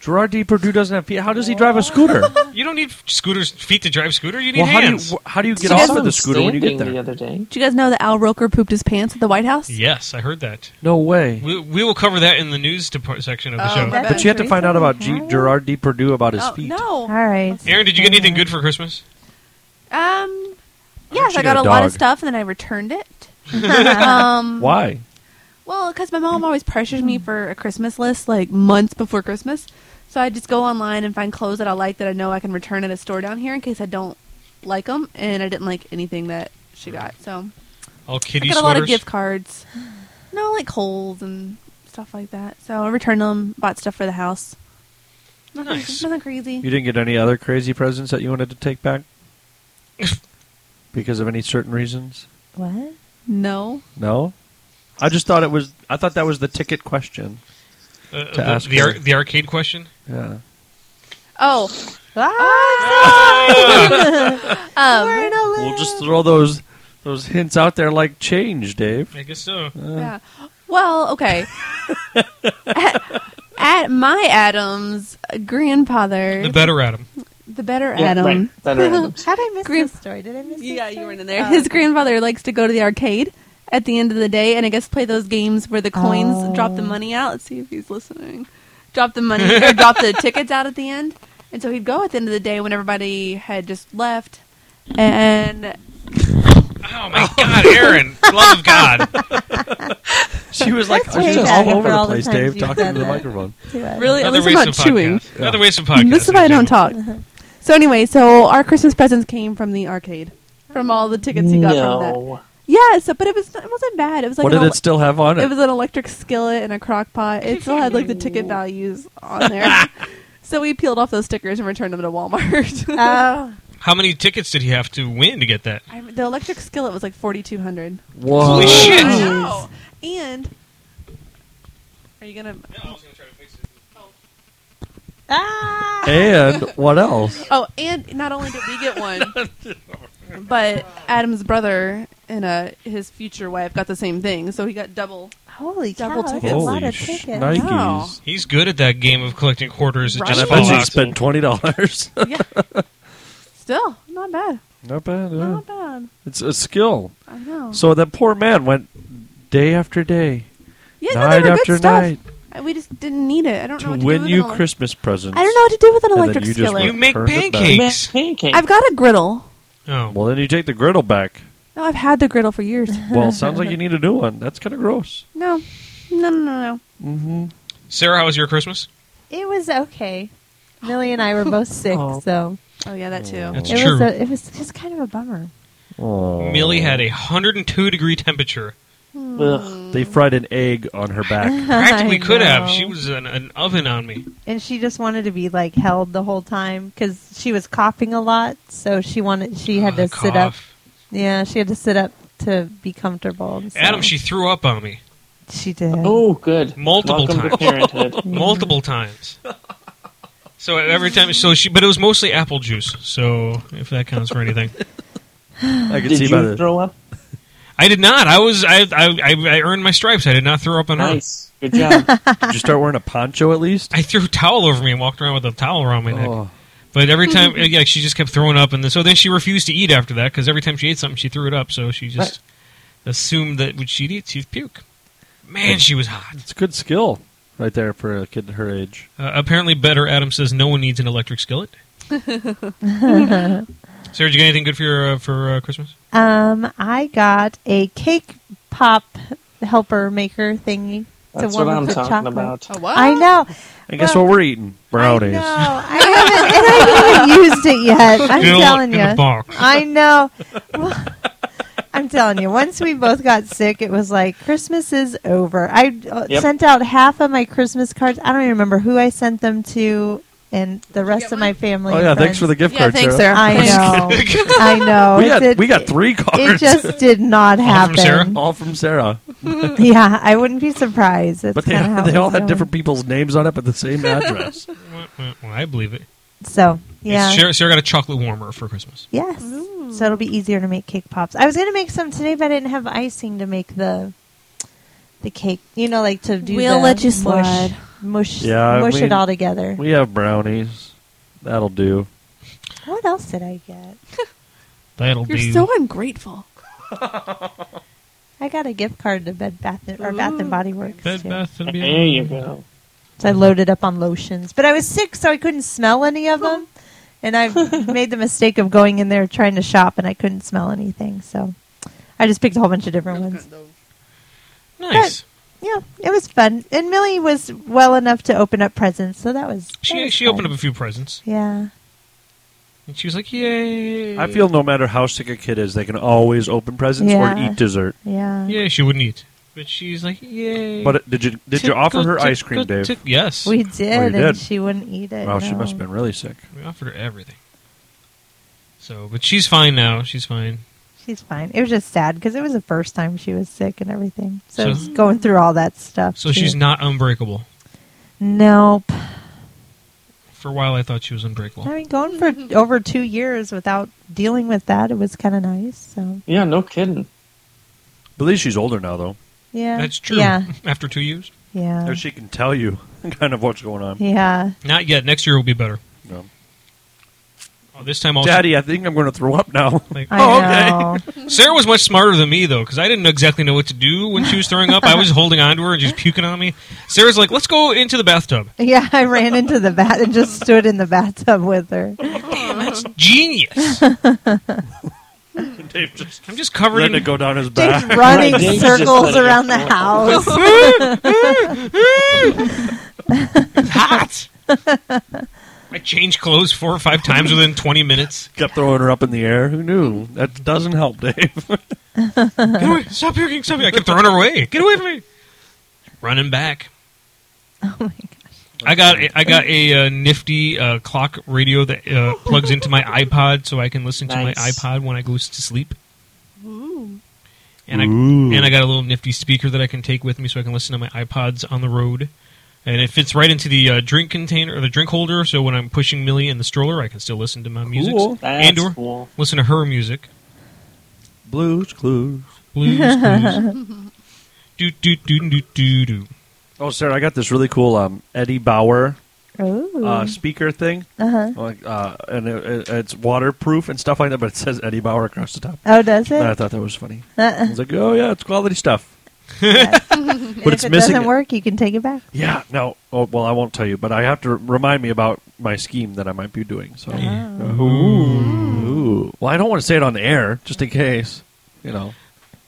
[SPEAKER 3] Gerard D. Purdue doesn't have feet. How does he drive a scooter?
[SPEAKER 1] You don't need scooters feet to drive scooter. You need
[SPEAKER 3] well, how do you
[SPEAKER 1] hands.
[SPEAKER 3] wh- how do you get
[SPEAKER 5] So
[SPEAKER 3] off
[SPEAKER 5] that's
[SPEAKER 3] of the scooter when you get
[SPEAKER 2] Standing The
[SPEAKER 3] there?
[SPEAKER 2] other day.
[SPEAKER 4] Did you guys know that Al Roker pooped his pants at the White House?
[SPEAKER 1] Yes, I heard that.
[SPEAKER 3] No way.
[SPEAKER 1] We, we will cover that in the news depart- section of the
[SPEAKER 4] Oh,
[SPEAKER 1] show.
[SPEAKER 4] that-
[SPEAKER 3] But you have to find out about G- Gerard D. Purdue about his
[SPEAKER 4] Oh,
[SPEAKER 3] feet.
[SPEAKER 4] no.
[SPEAKER 1] [laughs]
[SPEAKER 5] All right. [laughs]
[SPEAKER 1] Aaron, did you get anything good for Christmas?
[SPEAKER 4] Um, yes,
[SPEAKER 3] she
[SPEAKER 4] I got,
[SPEAKER 3] got a
[SPEAKER 4] a lot
[SPEAKER 3] dog.
[SPEAKER 4] of stuff, and then I returned it.
[SPEAKER 3] [laughs]
[SPEAKER 4] um,
[SPEAKER 3] Why?
[SPEAKER 4] Well, because my mom always pressures me for a Christmas list like months before Christmas, so I just go online and find clothes that I like that I know I can return at a store down here in case I don't like them, and I didn't like anything that she got, so
[SPEAKER 1] All
[SPEAKER 4] I
[SPEAKER 1] kitty
[SPEAKER 4] got a
[SPEAKER 1] sweaters.
[SPEAKER 4] lot of gift cards. [gasps] No, like holes and stuff like that. So I returned them, bought stuff for the house. Nothing,
[SPEAKER 1] Nice.
[SPEAKER 4] nothing crazy.
[SPEAKER 3] You didn't get any other crazy presents that you wanted to take back? because of any certain reasons?
[SPEAKER 5] What?
[SPEAKER 4] No.
[SPEAKER 3] No? I just thought it was I thought that was the ticket question.
[SPEAKER 1] Uh,
[SPEAKER 3] to ask
[SPEAKER 1] the, the, ar-
[SPEAKER 3] her.
[SPEAKER 1] the arcade question.
[SPEAKER 3] Yeah.
[SPEAKER 4] Oh, Ah,
[SPEAKER 5] Um, We're in a
[SPEAKER 3] We'll just throw those those hints out there like change, Dave.
[SPEAKER 1] I guess so.
[SPEAKER 4] Yeah. um, Well, okay. at, at my Adams grandfather,
[SPEAKER 1] The better Adam. Oh,
[SPEAKER 4] the better
[SPEAKER 2] Yeah,
[SPEAKER 4] Adam.
[SPEAKER 2] right. Better
[SPEAKER 4] [laughs]
[SPEAKER 5] [laughs]
[SPEAKER 2] Adams.
[SPEAKER 5] How did I miss
[SPEAKER 4] Green-
[SPEAKER 5] this story? Did I miss
[SPEAKER 4] Yeah, you
[SPEAKER 5] this story?
[SPEAKER 4] weren't in there.
[SPEAKER 5] Oh,
[SPEAKER 4] His grandfather likes to go to the arcade at the end of the day, and I guess play those games where the coins drop the money out. Let's see if he's listening. Drop the money or drop the tickets out at the end, and so he'd go at the end of the day when everybody had just left, and
[SPEAKER 1] Oh my God,
[SPEAKER 4] [laughs]
[SPEAKER 1] Aaron! Love of God.
[SPEAKER 3] She was like
[SPEAKER 5] That's
[SPEAKER 3] she was
[SPEAKER 5] way
[SPEAKER 3] all
[SPEAKER 5] back
[SPEAKER 3] over
[SPEAKER 5] for
[SPEAKER 3] the
[SPEAKER 5] all the
[SPEAKER 3] place,
[SPEAKER 5] times
[SPEAKER 3] Dave,
[SPEAKER 5] you've
[SPEAKER 3] talking
[SPEAKER 5] done
[SPEAKER 3] to the
[SPEAKER 5] that.
[SPEAKER 3] mostly
[SPEAKER 5] too
[SPEAKER 4] [laughs]
[SPEAKER 5] bad.
[SPEAKER 4] really, at
[SPEAKER 1] Another
[SPEAKER 4] least I'm
[SPEAKER 1] waste
[SPEAKER 4] not
[SPEAKER 1] of
[SPEAKER 4] chewing.
[SPEAKER 1] podcast. Another waste of podcast.
[SPEAKER 4] Most of I don't
[SPEAKER 1] Jim.
[SPEAKER 4] talk. So anyway, so our Christmas presents came from the arcade, from all the tickets he got from that.
[SPEAKER 2] No.
[SPEAKER 4] Yeah, so but it was it wasn't bad. It was like
[SPEAKER 3] What
[SPEAKER 4] an
[SPEAKER 5] oh,
[SPEAKER 3] did
[SPEAKER 4] ele-
[SPEAKER 3] it still have on it?
[SPEAKER 4] it was an electric skillet and a crock pot. It still had like the ticket values
[SPEAKER 1] [laughs]
[SPEAKER 4] on there. so we peeled off those stickers and returned them to Walmart.
[SPEAKER 5] [laughs]
[SPEAKER 4] [laughs]
[SPEAKER 5] Oh,
[SPEAKER 1] How many tickets did he have to win to get that?
[SPEAKER 4] I, the electric skillet was like forty two hundred.
[SPEAKER 3] Whoa.
[SPEAKER 1] Holy shit!
[SPEAKER 5] [laughs]
[SPEAKER 4] And are you gonna?
[SPEAKER 5] ah,
[SPEAKER 3] And what
[SPEAKER 5] [laughs]
[SPEAKER 3] else?
[SPEAKER 4] Oh, and not only did we
[SPEAKER 3] [laughs]
[SPEAKER 4] get one, but Adam's brother and uh, his future wife got the same thing, so he got double.
[SPEAKER 5] holy cow!
[SPEAKER 4] Double
[SPEAKER 5] that's
[SPEAKER 4] tickets.
[SPEAKER 5] a lot
[SPEAKER 3] Holy
[SPEAKER 5] of
[SPEAKER 3] sh-
[SPEAKER 5] tickets.
[SPEAKER 3] Nikes.
[SPEAKER 4] Wow.
[SPEAKER 1] He's good at that game of collecting quarters. It
[SPEAKER 4] Right.
[SPEAKER 3] And
[SPEAKER 1] just
[SPEAKER 3] I
[SPEAKER 4] Just
[SPEAKER 1] falls
[SPEAKER 3] bet
[SPEAKER 1] out.
[SPEAKER 3] she spent twenty dollars.
[SPEAKER 4] Yeah. Still not bad.
[SPEAKER 3] Not bad. yeah.
[SPEAKER 4] Not bad.
[SPEAKER 3] It's a skill.
[SPEAKER 4] I know.
[SPEAKER 3] So that poor man went day after day,
[SPEAKER 4] yeah, no, they
[SPEAKER 3] night
[SPEAKER 4] were good
[SPEAKER 3] after
[SPEAKER 4] stuff.
[SPEAKER 3] night,
[SPEAKER 4] I- We just didn't need it. I don't
[SPEAKER 3] to
[SPEAKER 4] know what to do
[SPEAKER 3] win
[SPEAKER 4] with
[SPEAKER 3] you
[SPEAKER 4] an elec-
[SPEAKER 3] Christmas presents.
[SPEAKER 4] I don't know what to do with an
[SPEAKER 3] And then
[SPEAKER 4] electric
[SPEAKER 3] you just
[SPEAKER 4] skillet.
[SPEAKER 1] You make
[SPEAKER 3] Turned it back.
[SPEAKER 1] pancakes.
[SPEAKER 2] Pancake.
[SPEAKER 4] I've got a griddle.
[SPEAKER 1] Oh,
[SPEAKER 3] Well, then you take the griddle back.
[SPEAKER 4] No, I've had the griddle
[SPEAKER 3] [laughs]
[SPEAKER 4] for years.
[SPEAKER 3] Well, it sounds like
[SPEAKER 4] [laughs]
[SPEAKER 3] you need a new one. That's kind of gross.
[SPEAKER 4] No, no, no, no.
[SPEAKER 3] Mm-hmm.
[SPEAKER 1] Sarah, how was your Christmas?
[SPEAKER 5] It
[SPEAKER 4] [gasps]
[SPEAKER 5] was okay. Millie and I were both sick,
[SPEAKER 2] Oh.
[SPEAKER 5] so
[SPEAKER 4] Oh yeah, that too.
[SPEAKER 1] That's
[SPEAKER 5] it
[SPEAKER 1] true. [laughs]
[SPEAKER 5] was a, it was just kind of a bummer.
[SPEAKER 3] Oh.
[SPEAKER 1] Millie had a 102 degree temperature
[SPEAKER 2] Ugh.
[SPEAKER 3] They fried an egg on her back.
[SPEAKER 1] Practically
[SPEAKER 5] [laughs] I
[SPEAKER 1] could have.
[SPEAKER 5] know.
[SPEAKER 1] She was an, an oven on me.
[SPEAKER 5] and she just wanted to be like held the whole time because she was coughing a lot, so she wanted she had
[SPEAKER 1] Oh,
[SPEAKER 5] to
[SPEAKER 1] the
[SPEAKER 5] sit up.
[SPEAKER 1] cough.
[SPEAKER 5] Yeah, she had to sit up to be comfortable. and so-
[SPEAKER 1] Adam, she threw up on me
[SPEAKER 5] she did.
[SPEAKER 2] Oh, good.
[SPEAKER 1] Multiple
[SPEAKER 2] Welcome
[SPEAKER 1] times.
[SPEAKER 2] to parenthood.
[SPEAKER 5] Mm-hmm.
[SPEAKER 1] multiple times. So every time, so she, but it was mostly apple juice. So if that counts for
[SPEAKER 5] [laughs]
[SPEAKER 1] anything,
[SPEAKER 3] I could
[SPEAKER 2] Did
[SPEAKER 3] see by
[SPEAKER 2] you
[SPEAKER 3] the
[SPEAKER 2] throw up?
[SPEAKER 1] I did not. I was, I, I, I I earned my stripes. I did not throw up on her.
[SPEAKER 2] Nice. Good
[SPEAKER 4] [laughs]
[SPEAKER 2] job.
[SPEAKER 3] Did you start wearing a poncho at least?
[SPEAKER 1] I threw a towel over me and walked around with a towel around my neck.
[SPEAKER 3] Oh.
[SPEAKER 1] But every time, yeah, she just kept throwing up, and then, so then she refused to eat after that because every time she ate something, she threw it up. So she just assumed that when she'd eat, she'd puke. Man, she was hot.
[SPEAKER 3] It's a good skill right there for a kid her age.
[SPEAKER 1] Uh, apparently, better. Adam says no one needs an electric skillet. Sarah, did you get anything good for your, uh, for uh, Christmas?
[SPEAKER 5] Um, I got a cake pop helper maker thingy. to
[SPEAKER 2] That's
[SPEAKER 5] warm
[SPEAKER 2] what
[SPEAKER 5] up
[SPEAKER 2] I'm
[SPEAKER 5] the
[SPEAKER 2] talking
[SPEAKER 5] chocolate.
[SPEAKER 2] about.
[SPEAKER 4] Oh, what?
[SPEAKER 5] I know.
[SPEAKER 3] And guess
[SPEAKER 5] Well,
[SPEAKER 3] what we're eating? Brownies.
[SPEAKER 5] I know. I haven't, and I
[SPEAKER 3] [laughs]
[SPEAKER 5] haven't used it yet. I'm
[SPEAKER 1] Still
[SPEAKER 5] telling
[SPEAKER 1] in the
[SPEAKER 5] you. [laughs]
[SPEAKER 1] box.
[SPEAKER 5] I know. Well, I'm telling you. Once we both got sick, it was like Christmas is over. I uh,
[SPEAKER 2] Yep.
[SPEAKER 5] sent out half of my Christmas cards. I don't even remember who I sent them to, and the rest
[SPEAKER 4] get
[SPEAKER 5] of my
[SPEAKER 4] mine?
[SPEAKER 5] family.
[SPEAKER 3] Oh
[SPEAKER 5] and
[SPEAKER 3] yeah, thanks
[SPEAKER 5] friends.
[SPEAKER 3] for the gift
[SPEAKER 4] yeah,
[SPEAKER 3] card,
[SPEAKER 4] thanks,
[SPEAKER 3] Sarah. [laughs]
[SPEAKER 4] Sarah.
[SPEAKER 5] I
[SPEAKER 4] Thanks.
[SPEAKER 5] know. I know.
[SPEAKER 3] We
[SPEAKER 5] It
[SPEAKER 3] got
[SPEAKER 5] did-
[SPEAKER 3] we got three
[SPEAKER 5] It
[SPEAKER 3] cards.
[SPEAKER 5] just did not
[SPEAKER 1] All from
[SPEAKER 5] happen.
[SPEAKER 1] Sarah?
[SPEAKER 3] [laughs] all from Sarah,
[SPEAKER 5] [laughs] yeah, I wouldn't be surprised. That's
[SPEAKER 3] but [laughs] they
[SPEAKER 5] kinda how it
[SPEAKER 3] they all
[SPEAKER 5] was
[SPEAKER 3] had
[SPEAKER 5] going.
[SPEAKER 3] different people's names on it, but the same
[SPEAKER 5] [laughs]
[SPEAKER 3] address.
[SPEAKER 1] Well, well, well, [laughs] I believe it.
[SPEAKER 5] So yeah,
[SPEAKER 1] Sarah, Sarah got a chocolate warmer for Christmas.
[SPEAKER 5] yes. So it'll be easier to make cake pops. I was gonna make some today, but I didn't have icing to make the the cake. You know, like to do.
[SPEAKER 4] We'll
[SPEAKER 5] the
[SPEAKER 4] let you
[SPEAKER 5] mush-
[SPEAKER 4] slide.
[SPEAKER 5] Mush,
[SPEAKER 3] Yeah, I
[SPEAKER 5] mush
[SPEAKER 3] mean-
[SPEAKER 5] it all together.
[SPEAKER 3] we have brownies. That'll do.
[SPEAKER 5] What else did I get?
[SPEAKER 1] That'll
[SPEAKER 4] You're
[SPEAKER 1] do.
[SPEAKER 4] so ungrateful.
[SPEAKER 5] I got a gift card to Bed Bath and, or Bath and Body Works.
[SPEAKER 1] Bed
[SPEAKER 5] too.
[SPEAKER 1] Bath and Beyond.
[SPEAKER 2] there you go.
[SPEAKER 5] So
[SPEAKER 1] Mm-hmm.
[SPEAKER 5] I loaded up on lotions, but I was sick, so I couldn't smell any of them.
[SPEAKER 1] [laughs]
[SPEAKER 5] And I made the mistake of going in there trying to shop, and I couldn't smell anything. So I just picked a whole bunch of different ones.
[SPEAKER 1] Nice.
[SPEAKER 5] Yeah, it was fun. And Millie was well enough to open up presents, so that was. that
[SPEAKER 1] She
[SPEAKER 5] was
[SPEAKER 1] she
[SPEAKER 5] fun.
[SPEAKER 1] opened up a few presents
[SPEAKER 5] Yeah.
[SPEAKER 1] and she was like, "Yay!"
[SPEAKER 3] I feel no matter how sick a kid is, they can always open presents
[SPEAKER 5] Yeah.
[SPEAKER 3] or eat dessert.
[SPEAKER 5] Yeah.
[SPEAKER 1] Yeah, she wouldn't eat, but she's like, "Yay!"
[SPEAKER 3] But it- did you did you
[SPEAKER 1] Tickle,
[SPEAKER 3] offer her ice
[SPEAKER 1] tickle,
[SPEAKER 3] cream, Dave?
[SPEAKER 1] tick- yes,
[SPEAKER 5] We
[SPEAKER 1] we,
[SPEAKER 5] did,
[SPEAKER 3] Oh, you
[SPEAKER 5] and
[SPEAKER 3] did.
[SPEAKER 5] she wouldn't eat it.
[SPEAKER 3] Wow, she
[SPEAKER 5] no.
[SPEAKER 3] must have been really sick.
[SPEAKER 1] offered her everything. So, but she's fine now. She's fine.
[SPEAKER 5] She's fine. It was just sad because it was the first time she was sick and everything. So,
[SPEAKER 1] So-
[SPEAKER 5] it's going through all that stuff.
[SPEAKER 1] So she's not unbreakable.
[SPEAKER 5] Nope.
[SPEAKER 1] For a while, I thought she was unbreakable.
[SPEAKER 5] I mean, going for over two years without dealing with that, it was kind of nice. So
[SPEAKER 2] Yeah, no kidding.
[SPEAKER 3] At least she's older now, though,
[SPEAKER 5] yeah,
[SPEAKER 1] That's true.
[SPEAKER 5] Yeah,
[SPEAKER 1] [laughs] After two years,
[SPEAKER 5] yeah,
[SPEAKER 3] so she can tell you [laughs] kind of what's going on.
[SPEAKER 5] yeah.
[SPEAKER 1] not yet. Next year will be better.
[SPEAKER 3] No.
[SPEAKER 1] Oh, this time, also,
[SPEAKER 3] Daddy, I think I'm going to throw
[SPEAKER 5] [laughs]
[SPEAKER 3] up now.
[SPEAKER 1] Like,
[SPEAKER 5] I
[SPEAKER 3] Oh, okay.
[SPEAKER 1] [laughs]
[SPEAKER 5] know.
[SPEAKER 1] Sarah was much smarter than me though, because I didn't exactly know what to do when she was throwing up. I was [laughs] holding on to her and just puking on me. Sarah's like, "Let's go into the bathtub."
[SPEAKER 5] Yeah, I ran into the bat and just stood in the bathtub with her.
[SPEAKER 1] Genius.
[SPEAKER 3] [laughs] Dave just
[SPEAKER 1] I'm just covered
[SPEAKER 3] letting
[SPEAKER 1] in
[SPEAKER 3] it go down his
[SPEAKER 5] Just
[SPEAKER 3] back. [laughs]
[SPEAKER 5] running
[SPEAKER 2] Right, James just
[SPEAKER 5] circles
[SPEAKER 2] let it
[SPEAKER 5] around the
[SPEAKER 2] go.
[SPEAKER 5] house.
[SPEAKER 1] [laughs]
[SPEAKER 5] Oh
[SPEAKER 1] hot. I changed clothes four or five times within 20 minutes.
[SPEAKER 3] Kept throwing her up in the air. Who knew? That doesn't help, Dave. [laughs]
[SPEAKER 1] Get away! Stop puking! Stop puking! I kept throwing her away. Get away from me! Running back.
[SPEAKER 5] Oh my god.
[SPEAKER 1] I got a, I got a uh, nifty uh, clock radio that uh, plugs into my iPod, so I can listen to my
[SPEAKER 2] Nice.
[SPEAKER 1] iPod when I go s- to sleep. And I
[SPEAKER 3] Ooh.
[SPEAKER 1] and I got a little nifty speaker that I can take with me, so I can listen to my iPods on the road. And it fits right into the uh, drink container or the drink holder, so when I'm pushing Millie in the stroller, I can still listen to my music
[SPEAKER 3] Cool.
[SPEAKER 2] That's
[SPEAKER 1] and or
[SPEAKER 2] cool.
[SPEAKER 1] listen to her music.
[SPEAKER 3] Blues Clues.
[SPEAKER 1] Blues, blues. do do do do do do.
[SPEAKER 3] Oh, Sarah, I got this really cool um, Eddie Bauer
[SPEAKER 5] Ooh.
[SPEAKER 3] uh, speaker thing,
[SPEAKER 5] Mm-hmm. Uh-huh.
[SPEAKER 3] like, uh, and it, it- it's waterproof and stuff like that. But it says Eddie Bauer across the top.
[SPEAKER 5] Oh, does it? Uh-uh.
[SPEAKER 3] And I thought that was
[SPEAKER 5] [laughs]
[SPEAKER 3] funny. I was like, oh yeah, it's quality stuff.
[SPEAKER 5] And
[SPEAKER 3] but
[SPEAKER 5] if
[SPEAKER 3] it's
[SPEAKER 5] it
[SPEAKER 3] missing
[SPEAKER 5] doesn't
[SPEAKER 3] it.
[SPEAKER 5] work, you can take it back.
[SPEAKER 3] Yeah, no. Oh, well, I won't tell you, but I have to r- remind me about my scheme that I might be doing. So,
[SPEAKER 5] Oh.
[SPEAKER 3] Ooh. well, I don't want to say it on the air, just in case, you know.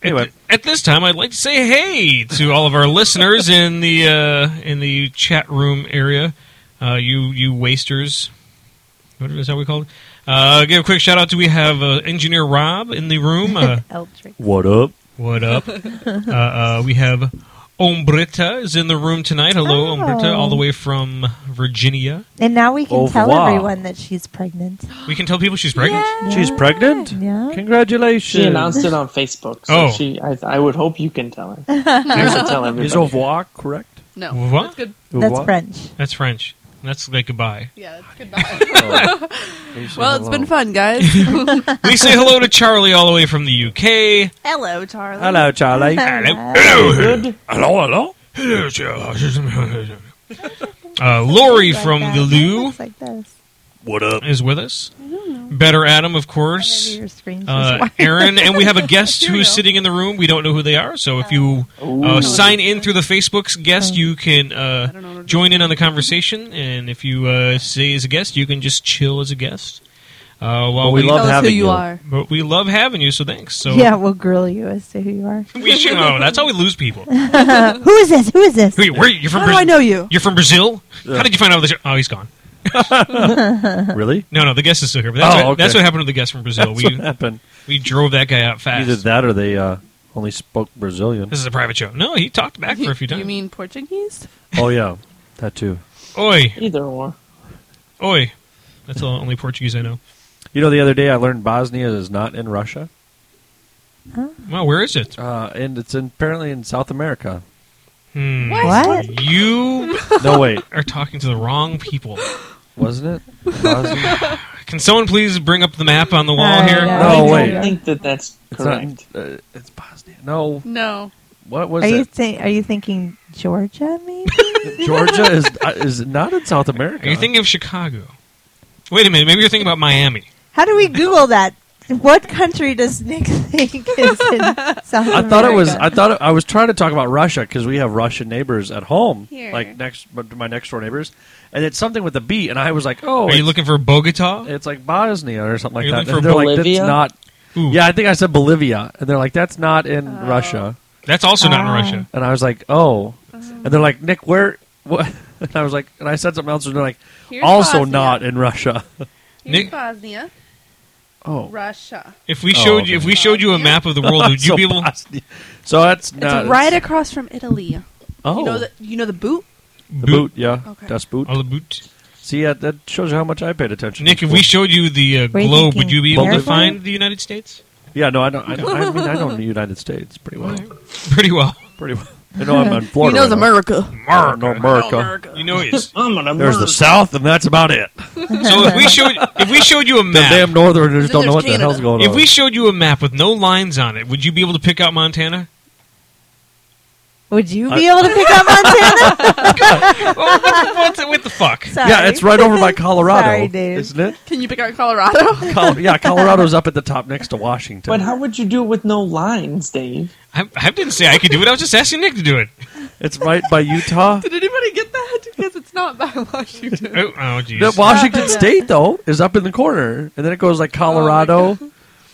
[SPEAKER 3] Anyway,
[SPEAKER 1] At, at this time, I'd like to say hey to all of our listeners in the uh, in the chat room area. Uh, you you wasters, what is that we called? Uh, give a quick shout out to we have uh, engineer Rob in the room. Uh,
[SPEAKER 5] Eldrick.
[SPEAKER 3] what up?
[SPEAKER 1] What
[SPEAKER 4] [laughs]
[SPEAKER 1] up? uh, uh, we have Ombrita is in the room tonight. Hello,
[SPEAKER 5] Oh.
[SPEAKER 1] Ombrita, all the way from Virginia.
[SPEAKER 5] And now we can
[SPEAKER 3] Au
[SPEAKER 5] tell
[SPEAKER 3] revoir.
[SPEAKER 5] everyone that she's pregnant.
[SPEAKER 1] We can tell people she's pregnant.
[SPEAKER 3] She's pregnant.
[SPEAKER 5] Yeah.
[SPEAKER 3] Congratulations.
[SPEAKER 2] She announced it on Facebook, so
[SPEAKER 1] Oh.
[SPEAKER 2] she. I, I would hope you can tell
[SPEAKER 4] [laughs]
[SPEAKER 2] her. I should tell
[SPEAKER 3] Is
[SPEAKER 2] everybody.
[SPEAKER 3] au revoir correct?
[SPEAKER 4] No,
[SPEAKER 1] What?
[SPEAKER 4] that's good.
[SPEAKER 3] Au
[SPEAKER 5] That's
[SPEAKER 3] revoir?
[SPEAKER 5] French.
[SPEAKER 1] That's French. That's like goodbye. [laughs]
[SPEAKER 4] Yeah,
[SPEAKER 3] [laughs]
[SPEAKER 4] that's goodbye. [laughs] well, it's been fun, guys. [laughs]
[SPEAKER 1] We say hello to Charlie all the way from the UK.
[SPEAKER 4] Hello, Charlie.
[SPEAKER 3] Hello,
[SPEAKER 5] [laughs]
[SPEAKER 3] Charlie.
[SPEAKER 2] Good.
[SPEAKER 3] hello, hello.
[SPEAKER 1] Hello, Charlie. Uh, Lori from
[SPEAKER 5] Like
[SPEAKER 1] the
[SPEAKER 5] that.
[SPEAKER 1] Lou
[SPEAKER 5] Looks like this.
[SPEAKER 3] What up?
[SPEAKER 1] is with us. Better Adam, of
[SPEAKER 5] Maybe
[SPEAKER 1] course.
[SPEAKER 5] your screen shows
[SPEAKER 1] Uh,
[SPEAKER 5] why.
[SPEAKER 1] Aaron, and we have
[SPEAKER 4] [laughs]
[SPEAKER 1] a guest
[SPEAKER 4] Here we
[SPEAKER 1] who's
[SPEAKER 4] go.
[SPEAKER 1] sitting in the room. We don't know who they are, so if you uh,
[SPEAKER 3] Oh,
[SPEAKER 2] Ooh.
[SPEAKER 1] sign in through the Facebook's guest, you can
[SPEAKER 4] I don't know what
[SPEAKER 1] uh,
[SPEAKER 4] to do.
[SPEAKER 1] join in on the conversation. And if you uh, say as a guest, you can just chill as a guest. Uh, while
[SPEAKER 3] Well, we
[SPEAKER 1] we
[SPEAKER 3] love
[SPEAKER 4] Tell us who
[SPEAKER 3] having
[SPEAKER 4] you
[SPEAKER 3] you.
[SPEAKER 4] are.
[SPEAKER 1] but we love having you, so thanks. So
[SPEAKER 5] yeah, we'll grill you as to who you are.
[SPEAKER 1] we should know. That's how we lose
[SPEAKER 4] [laughs]
[SPEAKER 1] people. Who
[SPEAKER 5] who is this? Who is this?
[SPEAKER 1] you- where you- you're from?
[SPEAKER 4] How do
[SPEAKER 1] Brazil?
[SPEAKER 4] I know you?
[SPEAKER 1] You're from Brazil.
[SPEAKER 3] Yeah.
[SPEAKER 1] How did you find out this? Oh, he's gone.
[SPEAKER 5] Uh-huh.
[SPEAKER 3] Really?
[SPEAKER 1] No, no, the guest is still here. But that's,
[SPEAKER 3] Oh,
[SPEAKER 1] what,
[SPEAKER 3] okay.
[SPEAKER 1] that's what happened to the guest from Brazil.
[SPEAKER 3] That's
[SPEAKER 1] we
[SPEAKER 3] what happened.
[SPEAKER 1] we drove that guy out fast.
[SPEAKER 3] Either that or they uh, only spoke
[SPEAKER 1] [laughs]
[SPEAKER 3] Brazilian.
[SPEAKER 1] This is a private show. No, he talked back for a few times.
[SPEAKER 4] You mean Portuguese?
[SPEAKER 3] oh yeah, that too.
[SPEAKER 1] Oi,
[SPEAKER 2] Either or.
[SPEAKER 1] oi. That's the only Portuguese I know.
[SPEAKER 3] You know, the other day I learned Bosnia is not in Russia,
[SPEAKER 1] Well, where is it?
[SPEAKER 3] uh, and it's in, apparently in South America.
[SPEAKER 1] Hmm.
[SPEAKER 5] What?
[SPEAKER 1] You
[SPEAKER 3] No wait,
[SPEAKER 1] are talking to the wrong people.
[SPEAKER 3] wasn't it? Bosnia?
[SPEAKER 1] Can someone please bring up the map on the wall
[SPEAKER 5] Oh,
[SPEAKER 1] here?
[SPEAKER 5] yeah.
[SPEAKER 3] No,
[SPEAKER 2] I
[SPEAKER 3] wait.
[SPEAKER 2] don't think that that's
[SPEAKER 3] It's not.
[SPEAKER 2] correct.
[SPEAKER 3] Uh, it's Bosnia. No,
[SPEAKER 4] No.
[SPEAKER 3] what was
[SPEAKER 5] Are you
[SPEAKER 3] it?
[SPEAKER 5] saying? Are you thinking Georgia? Maybe. [laughs]
[SPEAKER 3] Georgia is uh, is not in South America.
[SPEAKER 1] Are you thinking of Chicago? Wait a minute. Maybe you're thinking about Miami.
[SPEAKER 5] How do we Google that? What country does Nick think is in South
[SPEAKER 3] I thought it was. I thought it, I was trying to talk about Russia because we have Russian neighbors at home,
[SPEAKER 4] Here.
[SPEAKER 3] like next but to my next door neighbors, and it's something with a B. And I was like, oh,
[SPEAKER 1] Are you
[SPEAKER 3] it's,
[SPEAKER 1] looking for Bogota?
[SPEAKER 3] it's like Bosnia or something
[SPEAKER 1] Are you
[SPEAKER 3] like that.
[SPEAKER 1] looking
[SPEAKER 3] And
[SPEAKER 1] for
[SPEAKER 3] they're like,
[SPEAKER 2] Bolivia?
[SPEAKER 3] that's not.
[SPEAKER 1] Ooh,
[SPEAKER 3] Yeah, I think I said Bolivia, and they're like, that's not in
[SPEAKER 4] Oh.
[SPEAKER 3] Russia.
[SPEAKER 1] That's also not in
[SPEAKER 5] Ah.
[SPEAKER 1] Russia.
[SPEAKER 3] And I was like, oh, and they're like, Nick, where? What? [laughs] And I was like, and I said something else, and they're like,
[SPEAKER 4] Here's
[SPEAKER 3] also
[SPEAKER 4] Bosnia.
[SPEAKER 3] not in
[SPEAKER 4] [laughs]
[SPEAKER 3] Russia.
[SPEAKER 4] Here's
[SPEAKER 1] Nick-
[SPEAKER 4] Bosnia.
[SPEAKER 3] oh, [laughs]
[SPEAKER 4] Russia.
[SPEAKER 1] If we
[SPEAKER 3] Oh,
[SPEAKER 1] showed you,
[SPEAKER 3] okay.
[SPEAKER 1] if we showed you a map of the world,
[SPEAKER 3] [laughs]
[SPEAKER 1] would you
[SPEAKER 3] so
[SPEAKER 1] be able?
[SPEAKER 3] Bosnia. So that's
[SPEAKER 4] It's
[SPEAKER 3] not,
[SPEAKER 4] right across from Italy.
[SPEAKER 3] Oh,
[SPEAKER 4] You know the you know the boot?
[SPEAKER 3] the boot, yeah,
[SPEAKER 4] Okay.
[SPEAKER 3] that's boot.
[SPEAKER 1] All Oh, the boot.
[SPEAKER 3] See, that, that shows you how much I paid attention.
[SPEAKER 1] Nick,
[SPEAKER 3] to
[SPEAKER 1] if
[SPEAKER 3] sports.
[SPEAKER 1] we showed you the uh,
[SPEAKER 5] Were you
[SPEAKER 1] globe, would
[SPEAKER 5] thinking
[SPEAKER 1] you be able to
[SPEAKER 5] airplane?
[SPEAKER 1] find the United States? [laughs]
[SPEAKER 3] Yeah, no, I don't. I, I mean, I know the United States pretty well.
[SPEAKER 1] Pretty well.
[SPEAKER 3] Pretty well. I know I'm in Florida.
[SPEAKER 4] [laughs] he knows
[SPEAKER 3] right now.
[SPEAKER 4] America.
[SPEAKER 3] I know America.
[SPEAKER 1] You know it is.
[SPEAKER 2] I'm gonna
[SPEAKER 3] There's the South, and that's about it.
[SPEAKER 1] So if we showed if we showed you a
[SPEAKER 3] The damn
[SPEAKER 1] map,
[SPEAKER 3] Northerners
[SPEAKER 4] Then
[SPEAKER 3] don't know what
[SPEAKER 4] there's
[SPEAKER 3] the
[SPEAKER 4] Canada.
[SPEAKER 3] hell's going on.
[SPEAKER 1] if we showed you a map with no lines on it, would you be able to pick out Montana?
[SPEAKER 5] [laughs] Would you be able to pick up Montana?
[SPEAKER 1] Well,
[SPEAKER 5] [laughs]
[SPEAKER 1] Oh, what, the, what, the, what the fuck?
[SPEAKER 5] Sorry.
[SPEAKER 3] yeah, it's right
[SPEAKER 4] [laughs]
[SPEAKER 3] over by Colorado,
[SPEAKER 5] [laughs] Sorry, dude.
[SPEAKER 3] isn't it?
[SPEAKER 4] Can you pick out Colorado? [laughs]
[SPEAKER 3] Col- yeah, Colorado's up at the top next to Washington.
[SPEAKER 2] But how would you do it with no lines, Dave?
[SPEAKER 1] I, I didn't say I could do it. I was just asking Nick to do it.
[SPEAKER 3] it's right
[SPEAKER 1] [laughs]
[SPEAKER 3] by Utah.
[SPEAKER 4] Did anybody get that? [laughs] Because it's not by [laughs] Washington.
[SPEAKER 1] Oh, oh
[SPEAKER 3] The
[SPEAKER 4] [laughs]
[SPEAKER 1] jeez.
[SPEAKER 3] Washington State though is up in the corner, and then it goes like
[SPEAKER 4] Oh,
[SPEAKER 3] Colorado,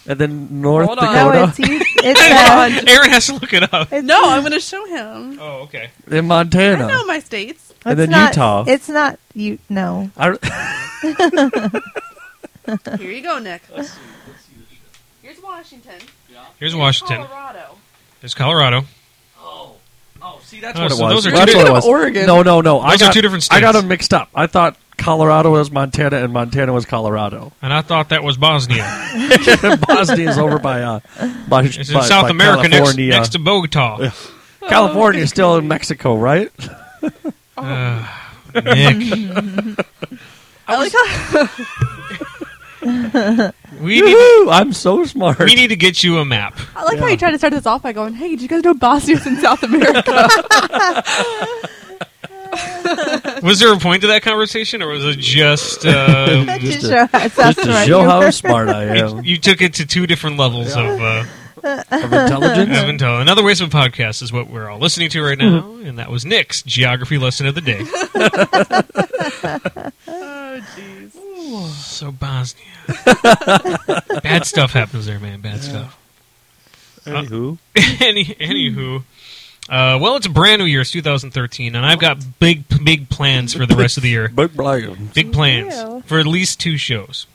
[SPEAKER 3] and then North
[SPEAKER 4] Hold on.
[SPEAKER 3] [laughs]
[SPEAKER 5] No,
[SPEAKER 3] Dakota,
[SPEAKER 5] it's you. It's uh,
[SPEAKER 1] Aaron has to look it up.
[SPEAKER 5] it's,
[SPEAKER 4] no, I'm going to show him.
[SPEAKER 1] Oh, okay.
[SPEAKER 3] then
[SPEAKER 4] I
[SPEAKER 3] Montana.
[SPEAKER 4] know my
[SPEAKER 5] [laughs]
[SPEAKER 4] states.
[SPEAKER 5] it's
[SPEAKER 3] then
[SPEAKER 5] not,
[SPEAKER 3] Utah.
[SPEAKER 5] It's not you. No.
[SPEAKER 3] I-
[SPEAKER 4] Here you go, Nick. Here's Washington.
[SPEAKER 1] Here's Washington.
[SPEAKER 4] Colorado.
[SPEAKER 1] There's Colorado.
[SPEAKER 3] Oh, See, that's
[SPEAKER 1] Oh,
[SPEAKER 3] what
[SPEAKER 1] so
[SPEAKER 3] it was.
[SPEAKER 1] those are
[SPEAKER 3] That's
[SPEAKER 1] two
[SPEAKER 3] what it
[SPEAKER 4] different-
[SPEAKER 3] was.
[SPEAKER 4] Oregon.
[SPEAKER 3] No, no, no. I
[SPEAKER 1] Those are
[SPEAKER 3] got-
[SPEAKER 1] two different
[SPEAKER 3] I got
[SPEAKER 1] states.
[SPEAKER 3] them mixed up. I thought Colorado was Montana and Montana was
[SPEAKER 1] [laughs]
[SPEAKER 3] Colorado. [laughs]
[SPEAKER 1] And I thought that was Bosnia.
[SPEAKER 3] Bosnia is over by uh, by,
[SPEAKER 1] It's in
[SPEAKER 3] by-
[SPEAKER 1] South
[SPEAKER 3] by
[SPEAKER 1] America next,
[SPEAKER 3] California.
[SPEAKER 1] next to
[SPEAKER 3] [laughs]
[SPEAKER 1] Bogota.
[SPEAKER 3] California is still in Mexico, right? [laughs]
[SPEAKER 1] Uh, Nick,
[SPEAKER 4] [laughs] I like how-
[SPEAKER 1] [laughs] we need,
[SPEAKER 3] Woo! I'm so smart.
[SPEAKER 1] we
[SPEAKER 3] [laughs]
[SPEAKER 1] need to get you a map.
[SPEAKER 4] I like how you tried to start this off by going, "Hey, did you guys know Bosnia's in South America?" [laughs]
[SPEAKER 1] Was there a point to that conversation, or was it just um,
[SPEAKER 5] That
[SPEAKER 3] Just
[SPEAKER 5] just
[SPEAKER 3] a-
[SPEAKER 5] show how,
[SPEAKER 3] Just to show how smart I
[SPEAKER 1] you, [laughs]
[SPEAKER 3] am
[SPEAKER 1] you took it to two different levels of? Uh,
[SPEAKER 3] of intelligence.
[SPEAKER 1] Evan Tell. Another Waste of Podcast is what we're all listening to right now,
[SPEAKER 2] Mm-hmm.
[SPEAKER 1] and that was Nick's geography lesson of the
[SPEAKER 2] [laughs]
[SPEAKER 1] day.
[SPEAKER 4] oh, jeez.
[SPEAKER 1] so
[SPEAKER 2] [laughs]
[SPEAKER 1] Bosnia. Bad stuff happens there, man. Bad stuff. [laughs]
[SPEAKER 3] Anywho,
[SPEAKER 1] Any, anywho. Uh, well, it's a brand new year. It's 2013, and I've got big, big plans for the rest of the year.
[SPEAKER 3] but blame.
[SPEAKER 1] Big plans
[SPEAKER 5] Ew.
[SPEAKER 1] for at least two shows.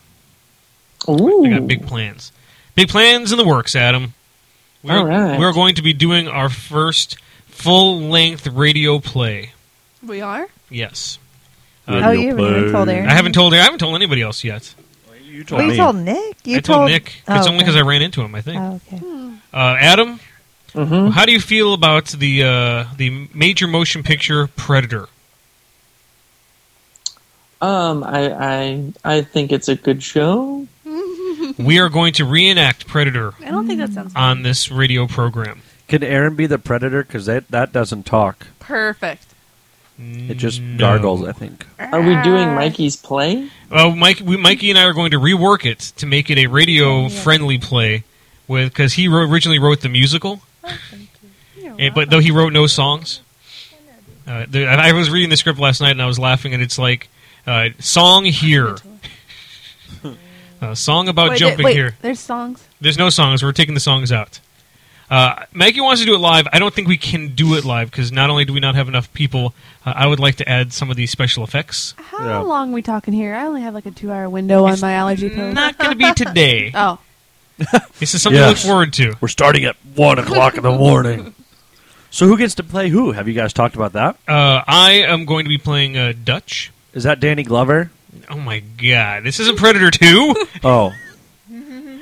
[SPEAKER 1] I
[SPEAKER 2] Ooh.
[SPEAKER 1] got big plans. Big plans in the works, Adam. We're,
[SPEAKER 2] All right.
[SPEAKER 1] we're going to be doing our first full length radio play.
[SPEAKER 4] We are.
[SPEAKER 1] Yes.
[SPEAKER 5] oh, you haven't even told Aaron.
[SPEAKER 1] I haven't told I haven't told anybody else yet.
[SPEAKER 3] You told
[SPEAKER 5] Well, you
[SPEAKER 3] me.
[SPEAKER 5] told Nick. You
[SPEAKER 1] I told, Nick.
[SPEAKER 5] Oh,
[SPEAKER 1] It's only
[SPEAKER 5] okay.
[SPEAKER 1] because I ran into him. I think.
[SPEAKER 5] Oh, okay.
[SPEAKER 1] Uh, Adam,
[SPEAKER 2] hmm
[SPEAKER 1] how do you feel about the uh, the major motion picture Predator?
[SPEAKER 2] Um, I, I I think it's a good show.
[SPEAKER 1] we are going to reenact Predator
[SPEAKER 4] I don't think that sounds
[SPEAKER 1] on this radio program.
[SPEAKER 3] Can Aaron be the predator? Because that that doesn't talk.
[SPEAKER 4] perfect.
[SPEAKER 3] It just gargles. I think.
[SPEAKER 2] Are we doing Mikey's play?
[SPEAKER 1] Well, Mike, we, Mikey and I are going to rework it to make it a radio-friendly play, with because he wrote, originally wrote the musical, and- Eh, but though he wrote no songs. Uh, the, I I was reading the script last night and I was laughing, and it's like uh, song
[SPEAKER 4] [laughs]
[SPEAKER 1] here, uh, song about
[SPEAKER 4] Wait,
[SPEAKER 1] jumping
[SPEAKER 4] wait,
[SPEAKER 1] here.
[SPEAKER 4] There's songs.
[SPEAKER 1] There's no songs. We're taking the songs out. Uh, Maggie wants to do it live. I don't think we can do it live because not only do we not have enough people, uh, I would like to add some of these special effects.
[SPEAKER 4] How
[SPEAKER 3] Yeah.
[SPEAKER 4] long we talking here? I only have like a two-hour window on my allergy pills.
[SPEAKER 1] Not going to be today.
[SPEAKER 4] [laughs] oh,
[SPEAKER 1] This is something
[SPEAKER 3] Yes.
[SPEAKER 1] to look forward to.
[SPEAKER 3] We're starting at one o'clock in the morning. So who gets to play who? Have you guys talked about that?
[SPEAKER 1] Uh, I am going to be playing uh, Dutch.
[SPEAKER 3] Is that Danny Glover?
[SPEAKER 1] Oh my god, this isn't Predator
[SPEAKER 4] [laughs]
[SPEAKER 1] 2.
[SPEAKER 3] Oh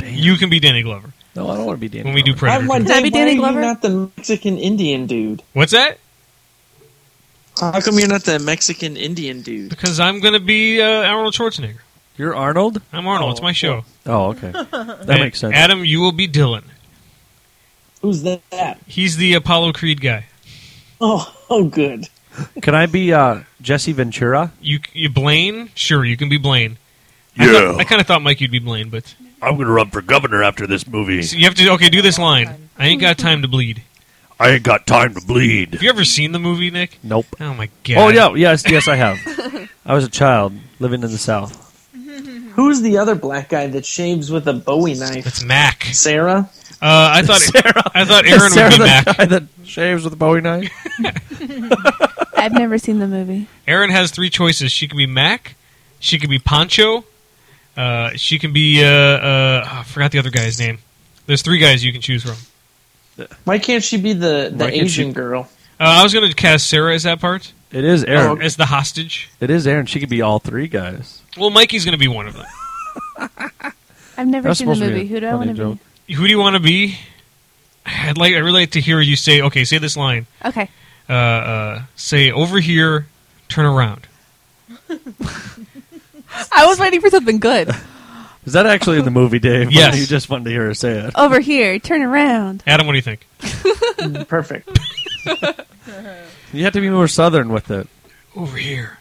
[SPEAKER 1] you can be Danny Glover
[SPEAKER 3] no, I don't want to be Danny.
[SPEAKER 1] when we do
[SPEAKER 3] Glover.
[SPEAKER 1] Predator.
[SPEAKER 2] I'm like,
[SPEAKER 1] two.
[SPEAKER 4] Can I
[SPEAKER 2] why
[SPEAKER 4] be Danny
[SPEAKER 2] are you
[SPEAKER 4] Glover?
[SPEAKER 2] not the Mexican Indian dude?
[SPEAKER 1] What's that?
[SPEAKER 2] How come you're not the Mexican Indian dude?
[SPEAKER 1] Because I'm going to be uh, Arnold Schwarzenegger.
[SPEAKER 3] You're Arnold.
[SPEAKER 1] I'm Arnold. it's my show.
[SPEAKER 3] Oh, okay. That
[SPEAKER 1] And
[SPEAKER 3] makes sense.
[SPEAKER 1] Adam, you will be Dylan.
[SPEAKER 2] Who's that?
[SPEAKER 1] He's the Apollo Creed guy.
[SPEAKER 2] Oh, [laughs] oh, good.
[SPEAKER 3] Can I be uh, Jesse Ventura?
[SPEAKER 1] You, you Blaine? Sure, you can be Blaine. I,
[SPEAKER 6] Yeah.
[SPEAKER 1] thought- I kind of thought Mike you'd be Blaine, but
[SPEAKER 6] I'm gonna run for governor after this movie.
[SPEAKER 1] so you have to okay do this line. I ain't got time to bleed.
[SPEAKER 6] I ain't got time to bleed.
[SPEAKER 1] Have [laughs] you ever seen the movie, Nick?
[SPEAKER 3] Nope.
[SPEAKER 1] Oh my god!
[SPEAKER 3] Oh yeah, yes, yes, I have. I was a child living in the South.
[SPEAKER 2] Who's the other black guy that shaves with a Bowie knife?
[SPEAKER 1] that's Mac.
[SPEAKER 2] Sarah.
[SPEAKER 1] Uh, I thought
[SPEAKER 3] [laughs] Sarah-
[SPEAKER 1] I thought Aaron
[SPEAKER 3] Sarah
[SPEAKER 1] would be
[SPEAKER 3] the
[SPEAKER 1] Mac.
[SPEAKER 3] guy that shaves with a Bowie knife.
[SPEAKER 4] I've never seen the movie.
[SPEAKER 1] Aaron has three choices. She can be Mac. She can be Poncho. Uh, she can be uh, uh, oh, I forgot the other guy's name. There's three guys you can choose from.
[SPEAKER 2] Why can't she be the, the
[SPEAKER 3] Why can't
[SPEAKER 2] Asian
[SPEAKER 3] she-
[SPEAKER 4] [laughs]
[SPEAKER 2] girl?
[SPEAKER 1] Uh, I was going to cast Sarah as that part,
[SPEAKER 3] It is Aaron.
[SPEAKER 1] or as the hostage.
[SPEAKER 3] It is Aaron. She could be all three guys.
[SPEAKER 1] Well, Mikey's going to be one of them.
[SPEAKER 4] I've never
[SPEAKER 3] That's
[SPEAKER 4] seen the
[SPEAKER 3] supposed to be
[SPEAKER 4] movie.
[SPEAKER 3] a
[SPEAKER 4] Who do I
[SPEAKER 3] funny
[SPEAKER 4] want to
[SPEAKER 3] joke.
[SPEAKER 4] be?
[SPEAKER 1] Who do you want to be? I'd like. I would really like to hear you say. Okay, say this line.
[SPEAKER 4] Okay,
[SPEAKER 1] Uh, uh, say over here, turn around.
[SPEAKER 4] I was waiting for something good.
[SPEAKER 3] Is that actually in the movie, Dave? [laughs]
[SPEAKER 1] Yes.
[SPEAKER 3] you just wanted to hear her say it.
[SPEAKER 4] [laughs] Over here, turn around.
[SPEAKER 1] Adam, what do you think?
[SPEAKER 2] Perfect.
[SPEAKER 3] You have to be more southern with it.
[SPEAKER 1] Over here,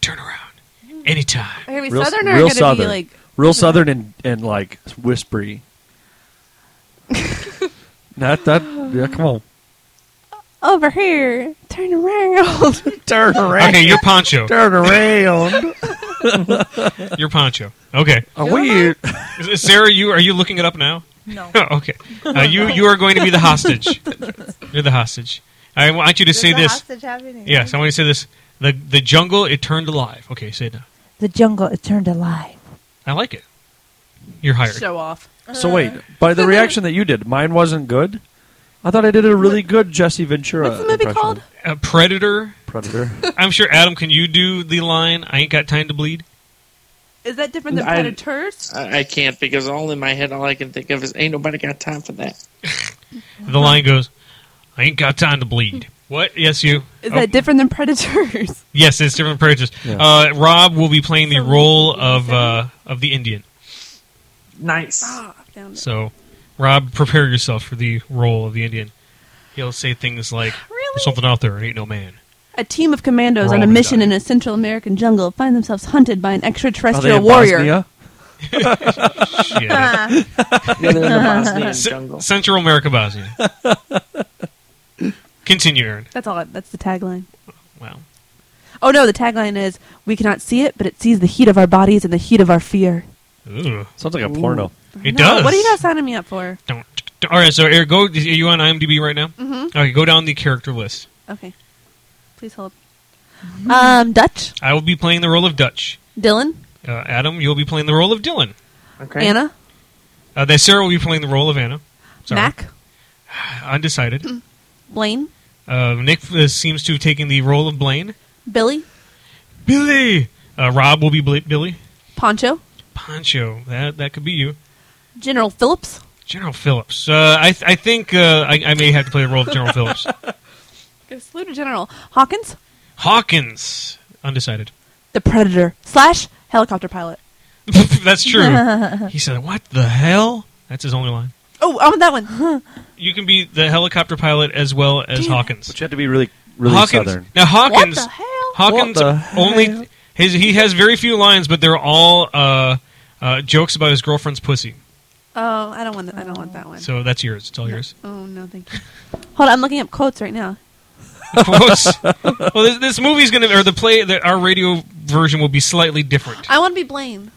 [SPEAKER 1] turn around. Anytime.
[SPEAKER 4] Are we
[SPEAKER 3] Real-
[SPEAKER 4] southern or
[SPEAKER 3] real
[SPEAKER 4] going to be
[SPEAKER 3] Southern.
[SPEAKER 4] like?
[SPEAKER 3] Real southern and, and like whispery. Not that. Yeah, come on.
[SPEAKER 4] Over here, turn [laughs] around.
[SPEAKER 3] Turn around.
[SPEAKER 1] Okay, you're Poncho.
[SPEAKER 3] Turn around.
[SPEAKER 1] You're Poncho. Okay.
[SPEAKER 3] Are we?
[SPEAKER 1] Is- Sarah, you are you looking it up now?
[SPEAKER 7] No.
[SPEAKER 1] [laughs] Oh, okay. Uh, you you are going to be the hostage. You're the hostage. I want you to say this. Yes, I want you to say this. The the jungle it turned alive. Okay, say it now.
[SPEAKER 5] The jungle it turned [laughs] alive.
[SPEAKER 1] I like it. You're hired.
[SPEAKER 7] Show off.
[SPEAKER 3] So wait, by the reaction that you did, mine wasn't good. I thought I did a really good Jesse Ventura.
[SPEAKER 4] What's the movie
[SPEAKER 3] impression.
[SPEAKER 4] called?
[SPEAKER 1] Uh, predator.
[SPEAKER 3] Predator.
[SPEAKER 1] I'm sure Adam. Can you do the line? I ain't got time to bleed.
[SPEAKER 4] Is that different than
[SPEAKER 2] I-
[SPEAKER 4] predators?
[SPEAKER 2] I, I can't because all in my head, all I can think of is ain't nobody got time for that.
[SPEAKER 1] The line goes. I ain't got time to bleed. What? Yes, you.
[SPEAKER 4] Is
[SPEAKER 1] Oh,
[SPEAKER 4] that different than predators?
[SPEAKER 1] yes, it's different predators.
[SPEAKER 3] Yeah.
[SPEAKER 1] Uh, Rob will be playing the role of uh, of the Indian.
[SPEAKER 2] Nice.
[SPEAKER 4] [laughs] Ah, I found it.
[SPEAKER 1] So, Rob, prepare yourself for the role of the Indian. He'll say things like,
[SPEAKER 4] Really?
[SPEAKER 1] "There's something out there, and ain't no man."
[SPEAKER 4] A team of commandos
[SPEAKER 1] We're
[SPEAKER 4] on
[SPEAKER 1] all
[SPEAKER 4] a
[SPEAKER 1] gonna
[SPEAKER 4] mission
[SPEAKER 1] die.
[SPEAKER 4] in a Central American jungle find themselves hunted by an
[SPEAKER 3] Are they
[SPEAKER 4] extraterrestrial
[SPEAKER 3] in
[SPEAKER 4] warrior.
[SPEAKER 3] Bosnia?
[SPEAKER 5] [laughs]
[SPEAKER 1] Yeah.
[SPEAKER 5] Uh-huh.
[SPEAKER 2] You're in the
[SPEAKER 4] [laughs]
[SPEAKER 2] Bosnian
[SPEAKER 1] C-
[SPEAKER 2] jungle.
[SPEAKER 1] Central America, Bosnia. Continue, Aaron.
[SPEAKER 4] That's all. I- That's the tagline.
[SPEAKER 1] Wow.
[SPEAKER 4] Oh no, the tagline is "We cannot see it, but it sees the heat of our bodies and the heat of our fear."
[SPEAKER 1] Ooh.
[SPEAKER 3] Sounds like a porno.
[SPEAKER 1] It
[SPEAKER 4] No,
[SPEAKER 1] does.
[SPEAKER 4] What are you guys signing me up for?
[SPEAKER 1] Don't, don't- all right, so Eric, go. Are you on IMDb right now?
[SPEAKER 4] Mhm.
[SPEAKER 1] Okay, go down the character list.
[SPEAKER 4] Okay, please hold. Um, Dutch,
[SPEAKER 1] I will be playing the role of Dutch.
[SPEAKER 4] Dylan,
[SPEAKER 1] Uh, Adam, you'll be playing the role of Dylan.
[SPEAKER 2] Okay.
[SPEAKER 4] Anna,
[SPEAKER 1] Uh, then Sarah will be playing the role of Anna. Sorry.
[SPEAKER 4] Mac,
[SPEAKER 1] Undecided.
[SPEAKER 4] Blaine,
[SPEAKER 1] Uh, Nick uh, seems to have taken the role of Blaine.
[SPEAKER 4] Billy,
[SPEAKER 1] Billy. Uh, Rob will be Bla- Billy.
[SPEAKER 4] Poncho,
[SPEAKER 1] Pancho. That that could be you.
[SPEAKER 4] General Phillips,
[SPEAKER 1] General Phillips. Uh, I th- I think uh, I, I may have to play the role of General Phillips.
[SPEAKER 4] Go salute a General Hawkins,
[SPEAKER 1] Hawkins. Undecided. [laughs]
[SPEAKER 4] the Predator slash helicopter pilot.
[SPEAKER 1] That's true. he said, "What the hell?" That's his only line.
[SPEAKER 4] Oh, I want that one.
[SPEAKER 1] You can be the helicopter pilot as well as
[SPEAKER 4] Damn it.
[SPEAKER 1] Hawkins.
[SPEAKER 3] But you had to be really, really
[SPEAKER 1] Hawkins.
[SPEAKER 3] southern.
[SPEAKER 1] Now
[SPEAKER 4] what
[SPEAKER 1] Hawkins.
[SPEAKER 4] the hell?
[SPEAKER 1] Hawkins
[SPEAKER 3] What the hell?
[SPEAKER 1] only his he has very few lines, but they're all uh, uh, jokes about his girlfriend's pussy.
[SPEAKER 4] Oh, I don't want that. I don't want that one.
[SPEAKER 1] So that's yours. It's all yours.
[SPEAKER 4] Oh no, thank you. [laughs] Hold on, I'm looking up quotes right now.
[SPEAKER 1] Quotes. [laughs] well, this, this movie's gonna or the play that our radio version will be slightly different.
[SPEAKER 4] I want to be Blaine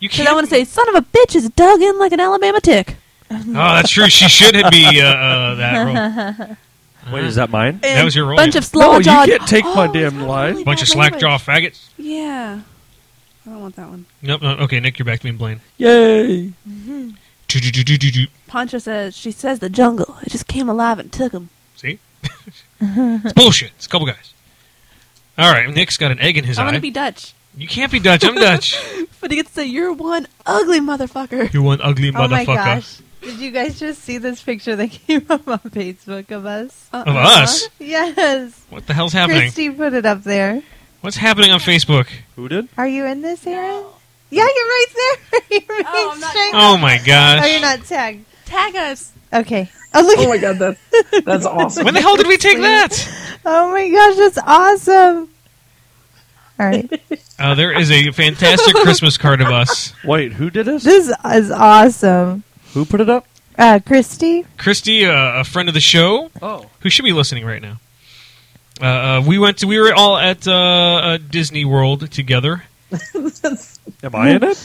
[SPEAKER 1] You
[SPEAKER 4] because
[SPEAKER 1] can't.
[SPEAKER 4] I want to say, "Son of a bitch is dug in like an Alabama tick."
[SPEAKER 1] Oh, that's true. She should be uh, uh, that role.
[SPEAKER 3] [laughs] Wait, is that mine?
[SPEAKER 1] That was your role.
[SPEAKER 4] Bunch
[SPEAKER 1] yeah.
[SPEAKER 4] of slaw jawed. Oh,
[SPEAKER 3] can't take my
[SPEAKER 4] [gasps] it's
[SPEAKER 3] damn
[SPEAKER 4] not
[SPEAKER 3] line.
[SPEAKER 4] really
[SPEAKER 1] bunch of
[SPEAKER 4] bad
[SPEAKER 1] slack jaw
[SPEAKER 4] language.
[SPEAKER 1] faggots.
[SPEAKER 4] Yeah, I don't want that one.
[SPEAKER 1] Nope, no, okay, Nick, you're back to being Blaine.
[SPEAKER 3] Yay!
[SPEAKER 1] Do-do-do-do-do-do.
[SPEAKER 4] Pancho says she says the jungle. It just came alive and took him.
[SPEAKER 1] See, it's bullshit. It's a couple guys. All right, Nick's got an egg in his
[SPEAKER 4] I want
[SPEAKER 1] eye.
[SPEAKER 4] to be Dutch, [laughs]
[SPEAKER 1] you can't be Dutch. I'm Dutch.
[SPEAKER 4] but he gets to say, "You're one ugly motherfucker."
[SPEAKER 1] you one ugly
[SPEAKER 5] Oh
[SPEAKER 1] motherfucker.
[SPEAKER 5] my gosh. Did you guys just see this picture that [laughs] came up on Facebook of us?
[SPEAKER 4] Uh-uh.
[SPEAKER 1] Of us?
[SPEAKER 5] Yes.
[SPEAKER 1] What the hell's happening?
[SPEAKER 5] Christy put it up there.
[SPEAKER 1] What's happening on Facebook?
[SPEAKER 3] Who did?
[SPEAKER 5] Are you in this, Aaron? Yeah, you're right there. [laughs] you're
[SPEAKER 4] Oh, I'm not-
[SPEAKER 5] straight up.
[SPEAKER 1] Oh my gosh!
[SPEAKER 5] Oh, you're not tagged.
[SPEAKER 4] Tag us.
[SPEAKER 5] Okay. Oh, look.
[SPEAKER 2] Oh my god, that
[SPEAKER 5] [laughs]
[SPEAKER 2] that's awesome. [laughs]
[SPEAKER 1] When the hell did we take that?
[SPEAKER 5] Oh my gosh, that's awesome. All right.
[SPEAKER 2] [laughs]
[SPEAKER 1] Uh, there is a fantastic Christmas card of
[SPEAKER 3] [laughs]
[SPEAKER 1] us.
[SPEAKER 3] Wait, who did this?
[SPEAKER 5] this is awesome.
[SPEAKER 3] Who put it up?
[SPEAKER 5] Uh, Christy?
[SPEAKER 1] Christy, uh, a friend of the show,
[SPEAKER 3] Oh,
[SPEAKER 1] who should be listening right now. Uh, uh, we went. To, we were all at uh, uh, Disney World together.
[SPEAKER 3] am I in it?
[SPEAKER 1] I think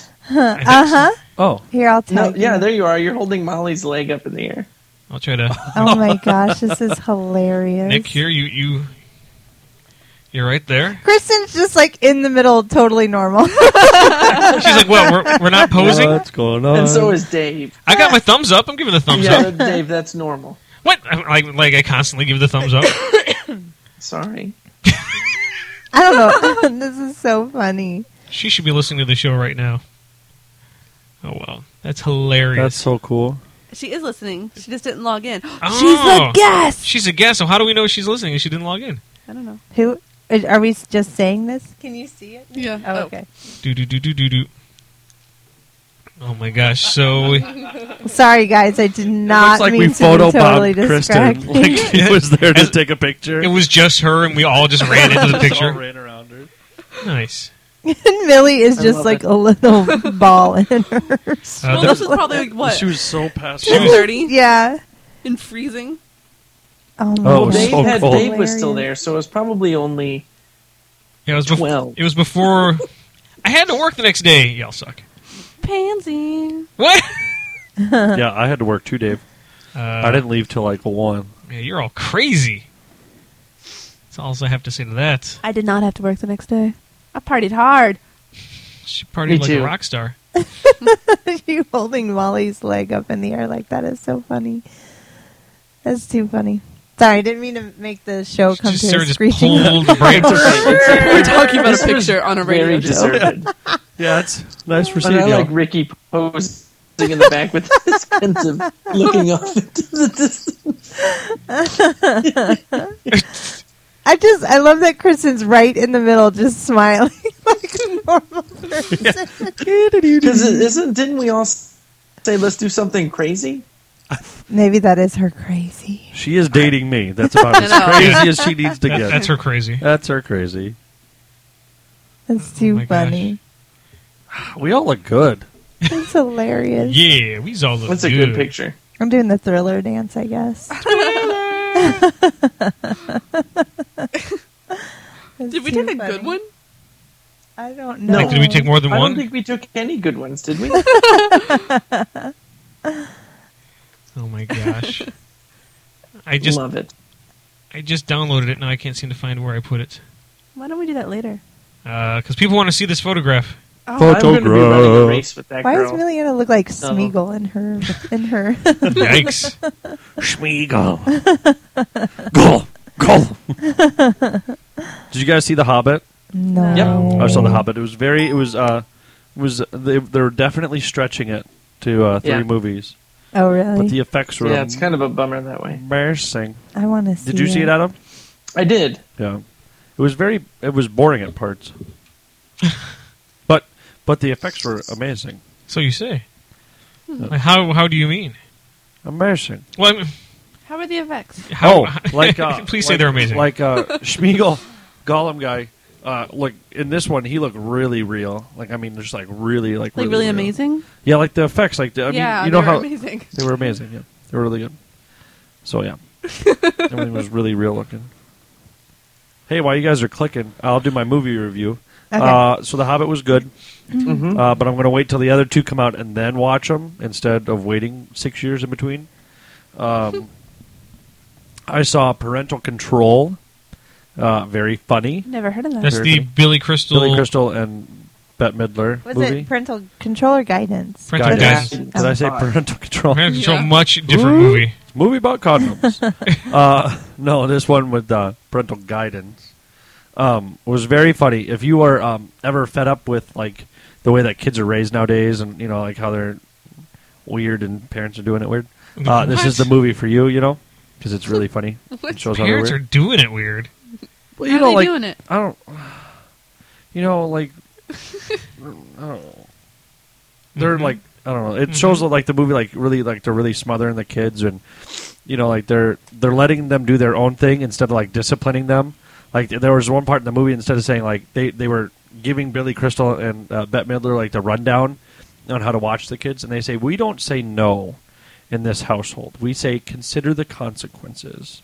[SPEAKER 5] Uh huh.
[SPEAKER 3] Oh,
[SPEAKER 5] Here, I'll tag
[SPEAKER 2] No,
[SPEAKER 5] you.
[SPEAKER 2] yeah, there you are. You're holding Molly's leg up in the air.
[SPEAKER 1] I'll try to. [laughs]
[SPEAKER 5] Oh my gosh, this is hilarious.
[SPEAKER 1] Nick, here you you. You're right there.
[SPEAKER 5] Kristen's just like in the middle, totally normal. [laughs]
[SPEAKER 1] She's like, "What? We're, we're not posing."
[SPEAKER 3] what's going on?
[SPEAKER 2] and so is Dave.
[SPEAKER 1] I got my thumbs up. I'm giving the thumbs
[SPEAKER 2] yeah,
[SPEAKER 1] up.
[SPEAKER 2] Dave, that's normal.
[SPEAKER 1] What? I'm Like, like I constantly give the thumbs up.
[SPEAKER 2] Sorry.
[SPEAKER 5] I don't know. [laughs] this is so funny.
[SPEAKER 1] She should be listening to the show right now. Oh well, that's hilarious.
[SPEAKER 3] that's so cool.
[SPEAKER 4] She is listening. She just didn't log in. [gasps]
[SPEAKER 1] Oh.
[SPEAKER 3] Mm.
[SPEAKER 4] She's a guest.
[SPEAKER 1] She's a guest, so how do we know she's listening if she didn't log in?
[SPEAKER 4] I don't know.
[SPEAKER 5] Who are we just saying this? Can you see it?
[SPEAKER 4] Yeah.
[SPEAKER 5] Oh, okay.
[SPEAKER 1] Do do do do do do. Oh my gosh! So
[SPEAKER 5] Sorry, guys. I did not
[SPEAKER 3] Looks like we
[SPEAKER 5] mean to
[SPEAKER 3] photobombed
[SPEAKER 5] be totally
[SPEAKER 3] Kristen.
[SPEAKER 5] distracting.
[SPEAKER 3] [laughs] Like she was there
[SPEAKER 1] As-
[SPEAKER 3] to take a picture.
[SPEAKER 1] it was just her, and we all just ran
[SPEAKER 2] [laughs]
[SPEAKER 3] [laughs]
[SPEAKER 1] into the picture.
[SPEAKER 3] ran around her.
[SPEAKER 1] Nice.
[SPEAKER 5] and [laughs] Millie is
[SPEAKER 2] I
[SPEAKER 5] just
[SPEAKER 2] love
[SPEAKER 5] like
[SPEAKER 2] it.
[SPEAKER 5] a little
[SPEAKER 4] [laughs]
[SPEAKER 5] ball in her. [laughs]
[SPEAKER 1] Uh,
[SPEAKER 4] well,
[SPEAKER 1] there-
[SPEAKER 4] this was probably [laughs] like, what
[SPEAKER 3] She was so passed
[SPEAKER 1] She
[SPEAKER 4] two
[SPEAKER 1] was-
[SPEAKER 3] out.
[SPEAKER 4] thirty
[SPEAKER 5] Yeah.
[SPEAKER 4] and freezing.
[SPEAKER 5] Oh, my
[SPEAKER 3] Oh, it was
[SPEAKER 5] gosh.
[SPEAKER 2] Dave,
[SPEAKER 3] so
[SPEAKER 2] had,
[SPEAKER 3] cold.
[SPEAKER 2] Dave was still there, so it was probably only
[SPEAKER 1] Yeah, it was before.
[SPEAKER 2] Twelve.
[SPEAKER 1] It was
[SPEAKER 2] [laughs]
[SPEAKER 1] before. I had to work the next day. Y'all suck.
[SPEAKER 4] Pansy.
[SPEAKER 2] [laughs]
[SPEAKER 1] What?
[SPEAKER 3] Yeah, I had to work too, Dave.
[SPEAKER 1] Uh,
[SPEAKER 3] I didn't leave till like one.
[SPEAKER 1] yeah, you're all crazy. That's all I have to say to that.
[SPEAKER 4] I did not have to work the next day. I partied hard.
[SPEAKER 1] She
[SPEAKER 2] Me
[SPEAKER 1] partied like a
[SPEAKER 2] too.
[SPEAKER 1] rock star.
[SPEAKER 5] [laughs] you holding Molly's leg up in the air like that is so funny. That's too funny. Sorry, I didn't mean to make the show come
[SPEAKER 1] Just
[SPEAKER 5] to
[SPEAKER 1] Sarah
[SPEAKER 5] a
[SPEAKER 1] just
[SPEAKER 5] screeching.
[SPEAKER 2] [laughs]
[SPEAKER 1] pulled the
[SPEAKER 3] [laughs]
[SPEAKER 1] brakes.
[SPEAKER 4] [laughs] We're talking [laughs] about
[SPEAKER 2] This
[SPEAKER 4] a
[SPEAKER 2] was
[SPEAKER 4] picture on a radio
[SPEAKER 2] very [laughs]
[SPEAKER 4] show.
[SPEAKER 2] deserved.
[SPEAKER 3] Yeah, it's nice for
[SPEAKER 2] and I like Ricky posing in the back with [laughs] his hands of looking off into the distance.
[SPEAKER 5] I just, I love that Kristen's right in the middle, just smiling [laughs] like a
[SPEAKER 3] [laughs]
[SPEAKER 5] normal person.
[SPEAKER 2] Because isn't didn't we all s- say let's do something crazy?
[SPEAKER 5] Maybe that is her crazy.
[SPEAKER 3] She is dating me. That's
[SPEAKER 2] [laughs]
[SPEAKER 3] about
[SPEAKER 4] I
[SPEAKER 3] as
[SPEAKER 4] know.
[SPEAKER 3] crazy as she needs to
[SPEAKER 1] That-
[SPEAKER 3] get.
[SPEAKER 1] that's her crazy.
[SPEAKER 3] That's her crazy.
[SPEAKER 5] That's
[SPEAKER 1] Oh
[SPEAKER 5] too
[SPEAKER 1] my gosh.
[SPEAKER 5] funny.
[SPEAKER 3] We all look good.
[SPEAKER 5] That's hilarious.
[SPEAKER 1] Yeah, we all look
[SPEAKER 2] That's a good picture.
[SPEAKER 5] I'm doing the thriller dance, I guess. That's
[SPEAKER 4] Did we
[SPEAKER 5] too
[SPEAKER 4] take a good
[SPEAKER 5] funny.
[SPEAKER 4] one?
[SPEAKER 5] I don't know.
[SPEAKER 2] No.
[SPEAKER 1] Like, did we take more than
[SPEAKER 2] I
[SPEAKER 1] one?
[SPEAKER 2] don't think we took any good ones, did we?
[SPEAKER 1] Oh my
[SPEAKER 2] [laughs]
[SPEAKER 1] gosh. I just
[SPEAKER 2] Love it.
[SPEAKER 1] I just downloaded it. Now I can't seem to find where I put it Uh,
[SPEAKER 4] Why don't we do that later?
[SPEAKER 2] [laughs]
[SPEAKER 1] because people want to see this photograph.
[SPEAKER 2] Oh, I'm going to be running a
[SPEAKER 6] Photograph.
[SPEAKER 2] race with that
[SPEAKER 5] Why
[SPEAKER 2] girl.
[SPEAKER 5] does Miliana look like Smeagol in her
[SPEAKER 3] [laughs]
[SPEAKER 5] in her?
[SPEAKER 1] Yikes.
[SPEAKER 3] Schmeagol.
[SPEAKER 6] Go, go.
[SPEAKER 2] [laughs]
[SPEAKER 3] Did you guys see The Hobbit?
[SPEAKER 5] no.
[SPEAKER 3] I saw The
[SPEAKER 2] Oh.
[SPEAKER 3] Hobbit. It was very. It was. Uh, was they, they were definitely stretching it to uh, three
[SPEAKER 2] Yeah.
[SPEAKER 3] movies,
[SPEAKER 5] Oh
[SPEAKER 3] but
[SPEAKER 5] really?
[SPEAKER 3] the effects were
[SPEAKER 2] Yeah, it's kind of a bummer that way.
[SPEAKER 3] embarrassing.
[SPEAKER 5] I want to see.
[SPEAKER 3] Did you see it, Adam?
[SPEAKER 2] I did.
[SPEAKER 3] Yeah, it was very. It was boring
[SPEAKER 2] [laughs]
[SPEAKER 3] at parts, but but the effects were amazing.
[SPEAKER 1] So you say. Like, how how do you mean?
[SPEAKER 3] Amazing.
[SPEAKER 1] Well, I mean,
[SPEAKER 4] How are the effects?
[SPEAKER 1] how,
[SPEAKER 3] oh, like uh,
[SPEAKER 1] [laughs] please say
[SPEAKER 3] like-
[SPEAKER 1] they're amazing. [laughs]
[SPEAKER 3] Like uh, Schmiegel, Gollum guy. Uh, look in this one, he looked really real. Like I mean, just like really, like
[SPEAKER 4] Like really
[SPEAKER 3] real.
[SPEAKER 4] amazing?
[SPEAKER 3] Yeah, like the effects. Like the, I mean,
[SPEAKER 4] yeah,
[SPEAKER 3] you know
[SPEAKER 4] they were
[SPEAKER 3] how
[SPEAKER 4] [laughs] amazing.
[SPEAKER 3] they were amazing. Yeah, they were really good. So
[SPEAKER 4] [laughs]
[SPEAKER 3] yeah, everything was really real looking. Hey, while you guys are clicking, I'll do my movie review.
[SPEAKER 5] Okay.
[SPEAKER 3] Uh, so The Hobbit was good,
[SPEAKER 2] Mm-hmm.
[SPEAKER 3] uh, but I'm going to wait till the other two come out and then watch them instead of waiting six years in between.
[SPEAKER 5] [laughs]
[SPEAKER 3] Um, I saw Parental Control, uh, very funny.
[SPEAKER 4] Never heard of that.
[SPEAKER 1] That's the Billy Crystal.
[SPEAKER 3] Billy Crystal and Bette Midler
[SPEAKER 5] Was
[SPEAKER 3] movie.
[SPEAKER 5] it parental controller guidance?
[SPEAKER 1] Parental
[SPEAKER 3] Guidance.
[SPEAKER 2] guidance.
[SPEAKER 3] Did I say Parental Control?
[SPEAKER 1] Man, it's a
[SPEAKER 4] Yeah.
[SPEAKER 1] much different
[SPEAKER 3] Ooh.
[SPEAKER 1] movie.
[SPEAKER 3] movie about condoms. uh, no, this one with uh, parental guidance um, was very funny. If you are um, ever fed up with like the way that kids are raised nowadays, and you know like how they're weird and parents are doing it weird, uh, this is
[SPEAKER 1] [laughs]
[SPEAKER 3] the
[SPEAKER 1] What?
[SPEAKER 3] movie for you. You know, because
[SPEAKER 1] [laughs]
[SPEAKER 3] it's really funny.
[SPEAKER 4] What?
[SPEAKER 3] shows how they're
[SPEAKER 1] Parents are
[SPEAKER 3] weird.
[SPEAKER 1] doing it weird.
[SPEAKER 3] Well, you
[SPEAKER 4] How are
[SPEAKER 3] know,
[SPEAKER 4] they
[SPEAKER 3] like
[SPEAKER 4] doing it?
[SPEAKER 3] I don't, [sighs] you know, like I don't know. They're
[SPEAKER 1] Mhm.
[SPEAKER 3] like I don't know. It shows like the movie like really like they're really smothering the kids and you know like they're they're letting them do their own thing instead of like disciplining them. Like there was one part in the movie instead of saying like they they were giving Billy Crystal and uh, Bette Midler like the rundown on how to watch the kids and they say we don't say no in this household. We say consider the consequences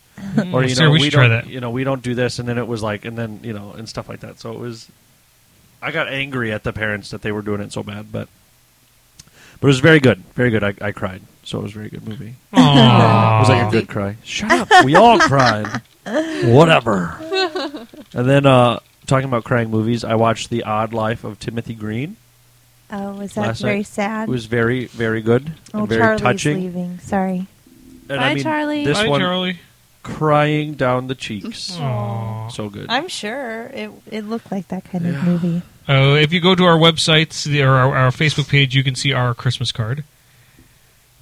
[SPEAKER 3] or you
[SPEAKER 1] Sir,
[SPEAKER 3] know
[SPEAKER 1] we
[SPEAKER 3] we,
[SPEAKER 1] should
[SPEAKER 3] don't
[SPEAKER 1] try that.
[SPEAKER 3] you know we don't do this and then it was like and then you know and stuff like that so it was i got angry at the parents that they were doing it so bad but but it was very good very good i, I cried so it was a very good movie it
[SPEAKER 1] Aw.
[SPEAKER 3] [laughs] was like a good cry shut up we all cried whatever and then uh talking about crying movies i watched the odd life of timothy green
[SPEAKER 5] Oh, was that
[SPEAKER 3] Last
[SPEAKER 5] very
[SPEAKER 3] night
[SPEAKER 5] sad?
[SPEAKER 3] it was very very good
[SPEAKER 5] oh,
[SPEAKER 3] and very
[SPEAKER 5] Charlie's
[SPEAKER 3] touching
[SPEAKER 5] leaving. Sorry.
[SPEAKER 3] and
[SPEAKER 4] Bye,
[SPEAKER 3] i mean
[SPEAKER 4] Charlie.
[SPEAKER 3] this
[SPEAKER 1] Hi,
[SPEAKER 3] one
[SPEAKER 1] Charlie.
[SPEAKER 3] crying down the cheeks
[SPEAKER 1] Aw.
[SPEAKER 3] so good
[SPEAKER 5] I'm sure it it looked like that kind
[SPEAKER 3] Yeah.
[SPEAKER 5] of movie.
[SPEAKER 1] Uh, if you go to our websites or our, our Facebook page, you can see our Christmas card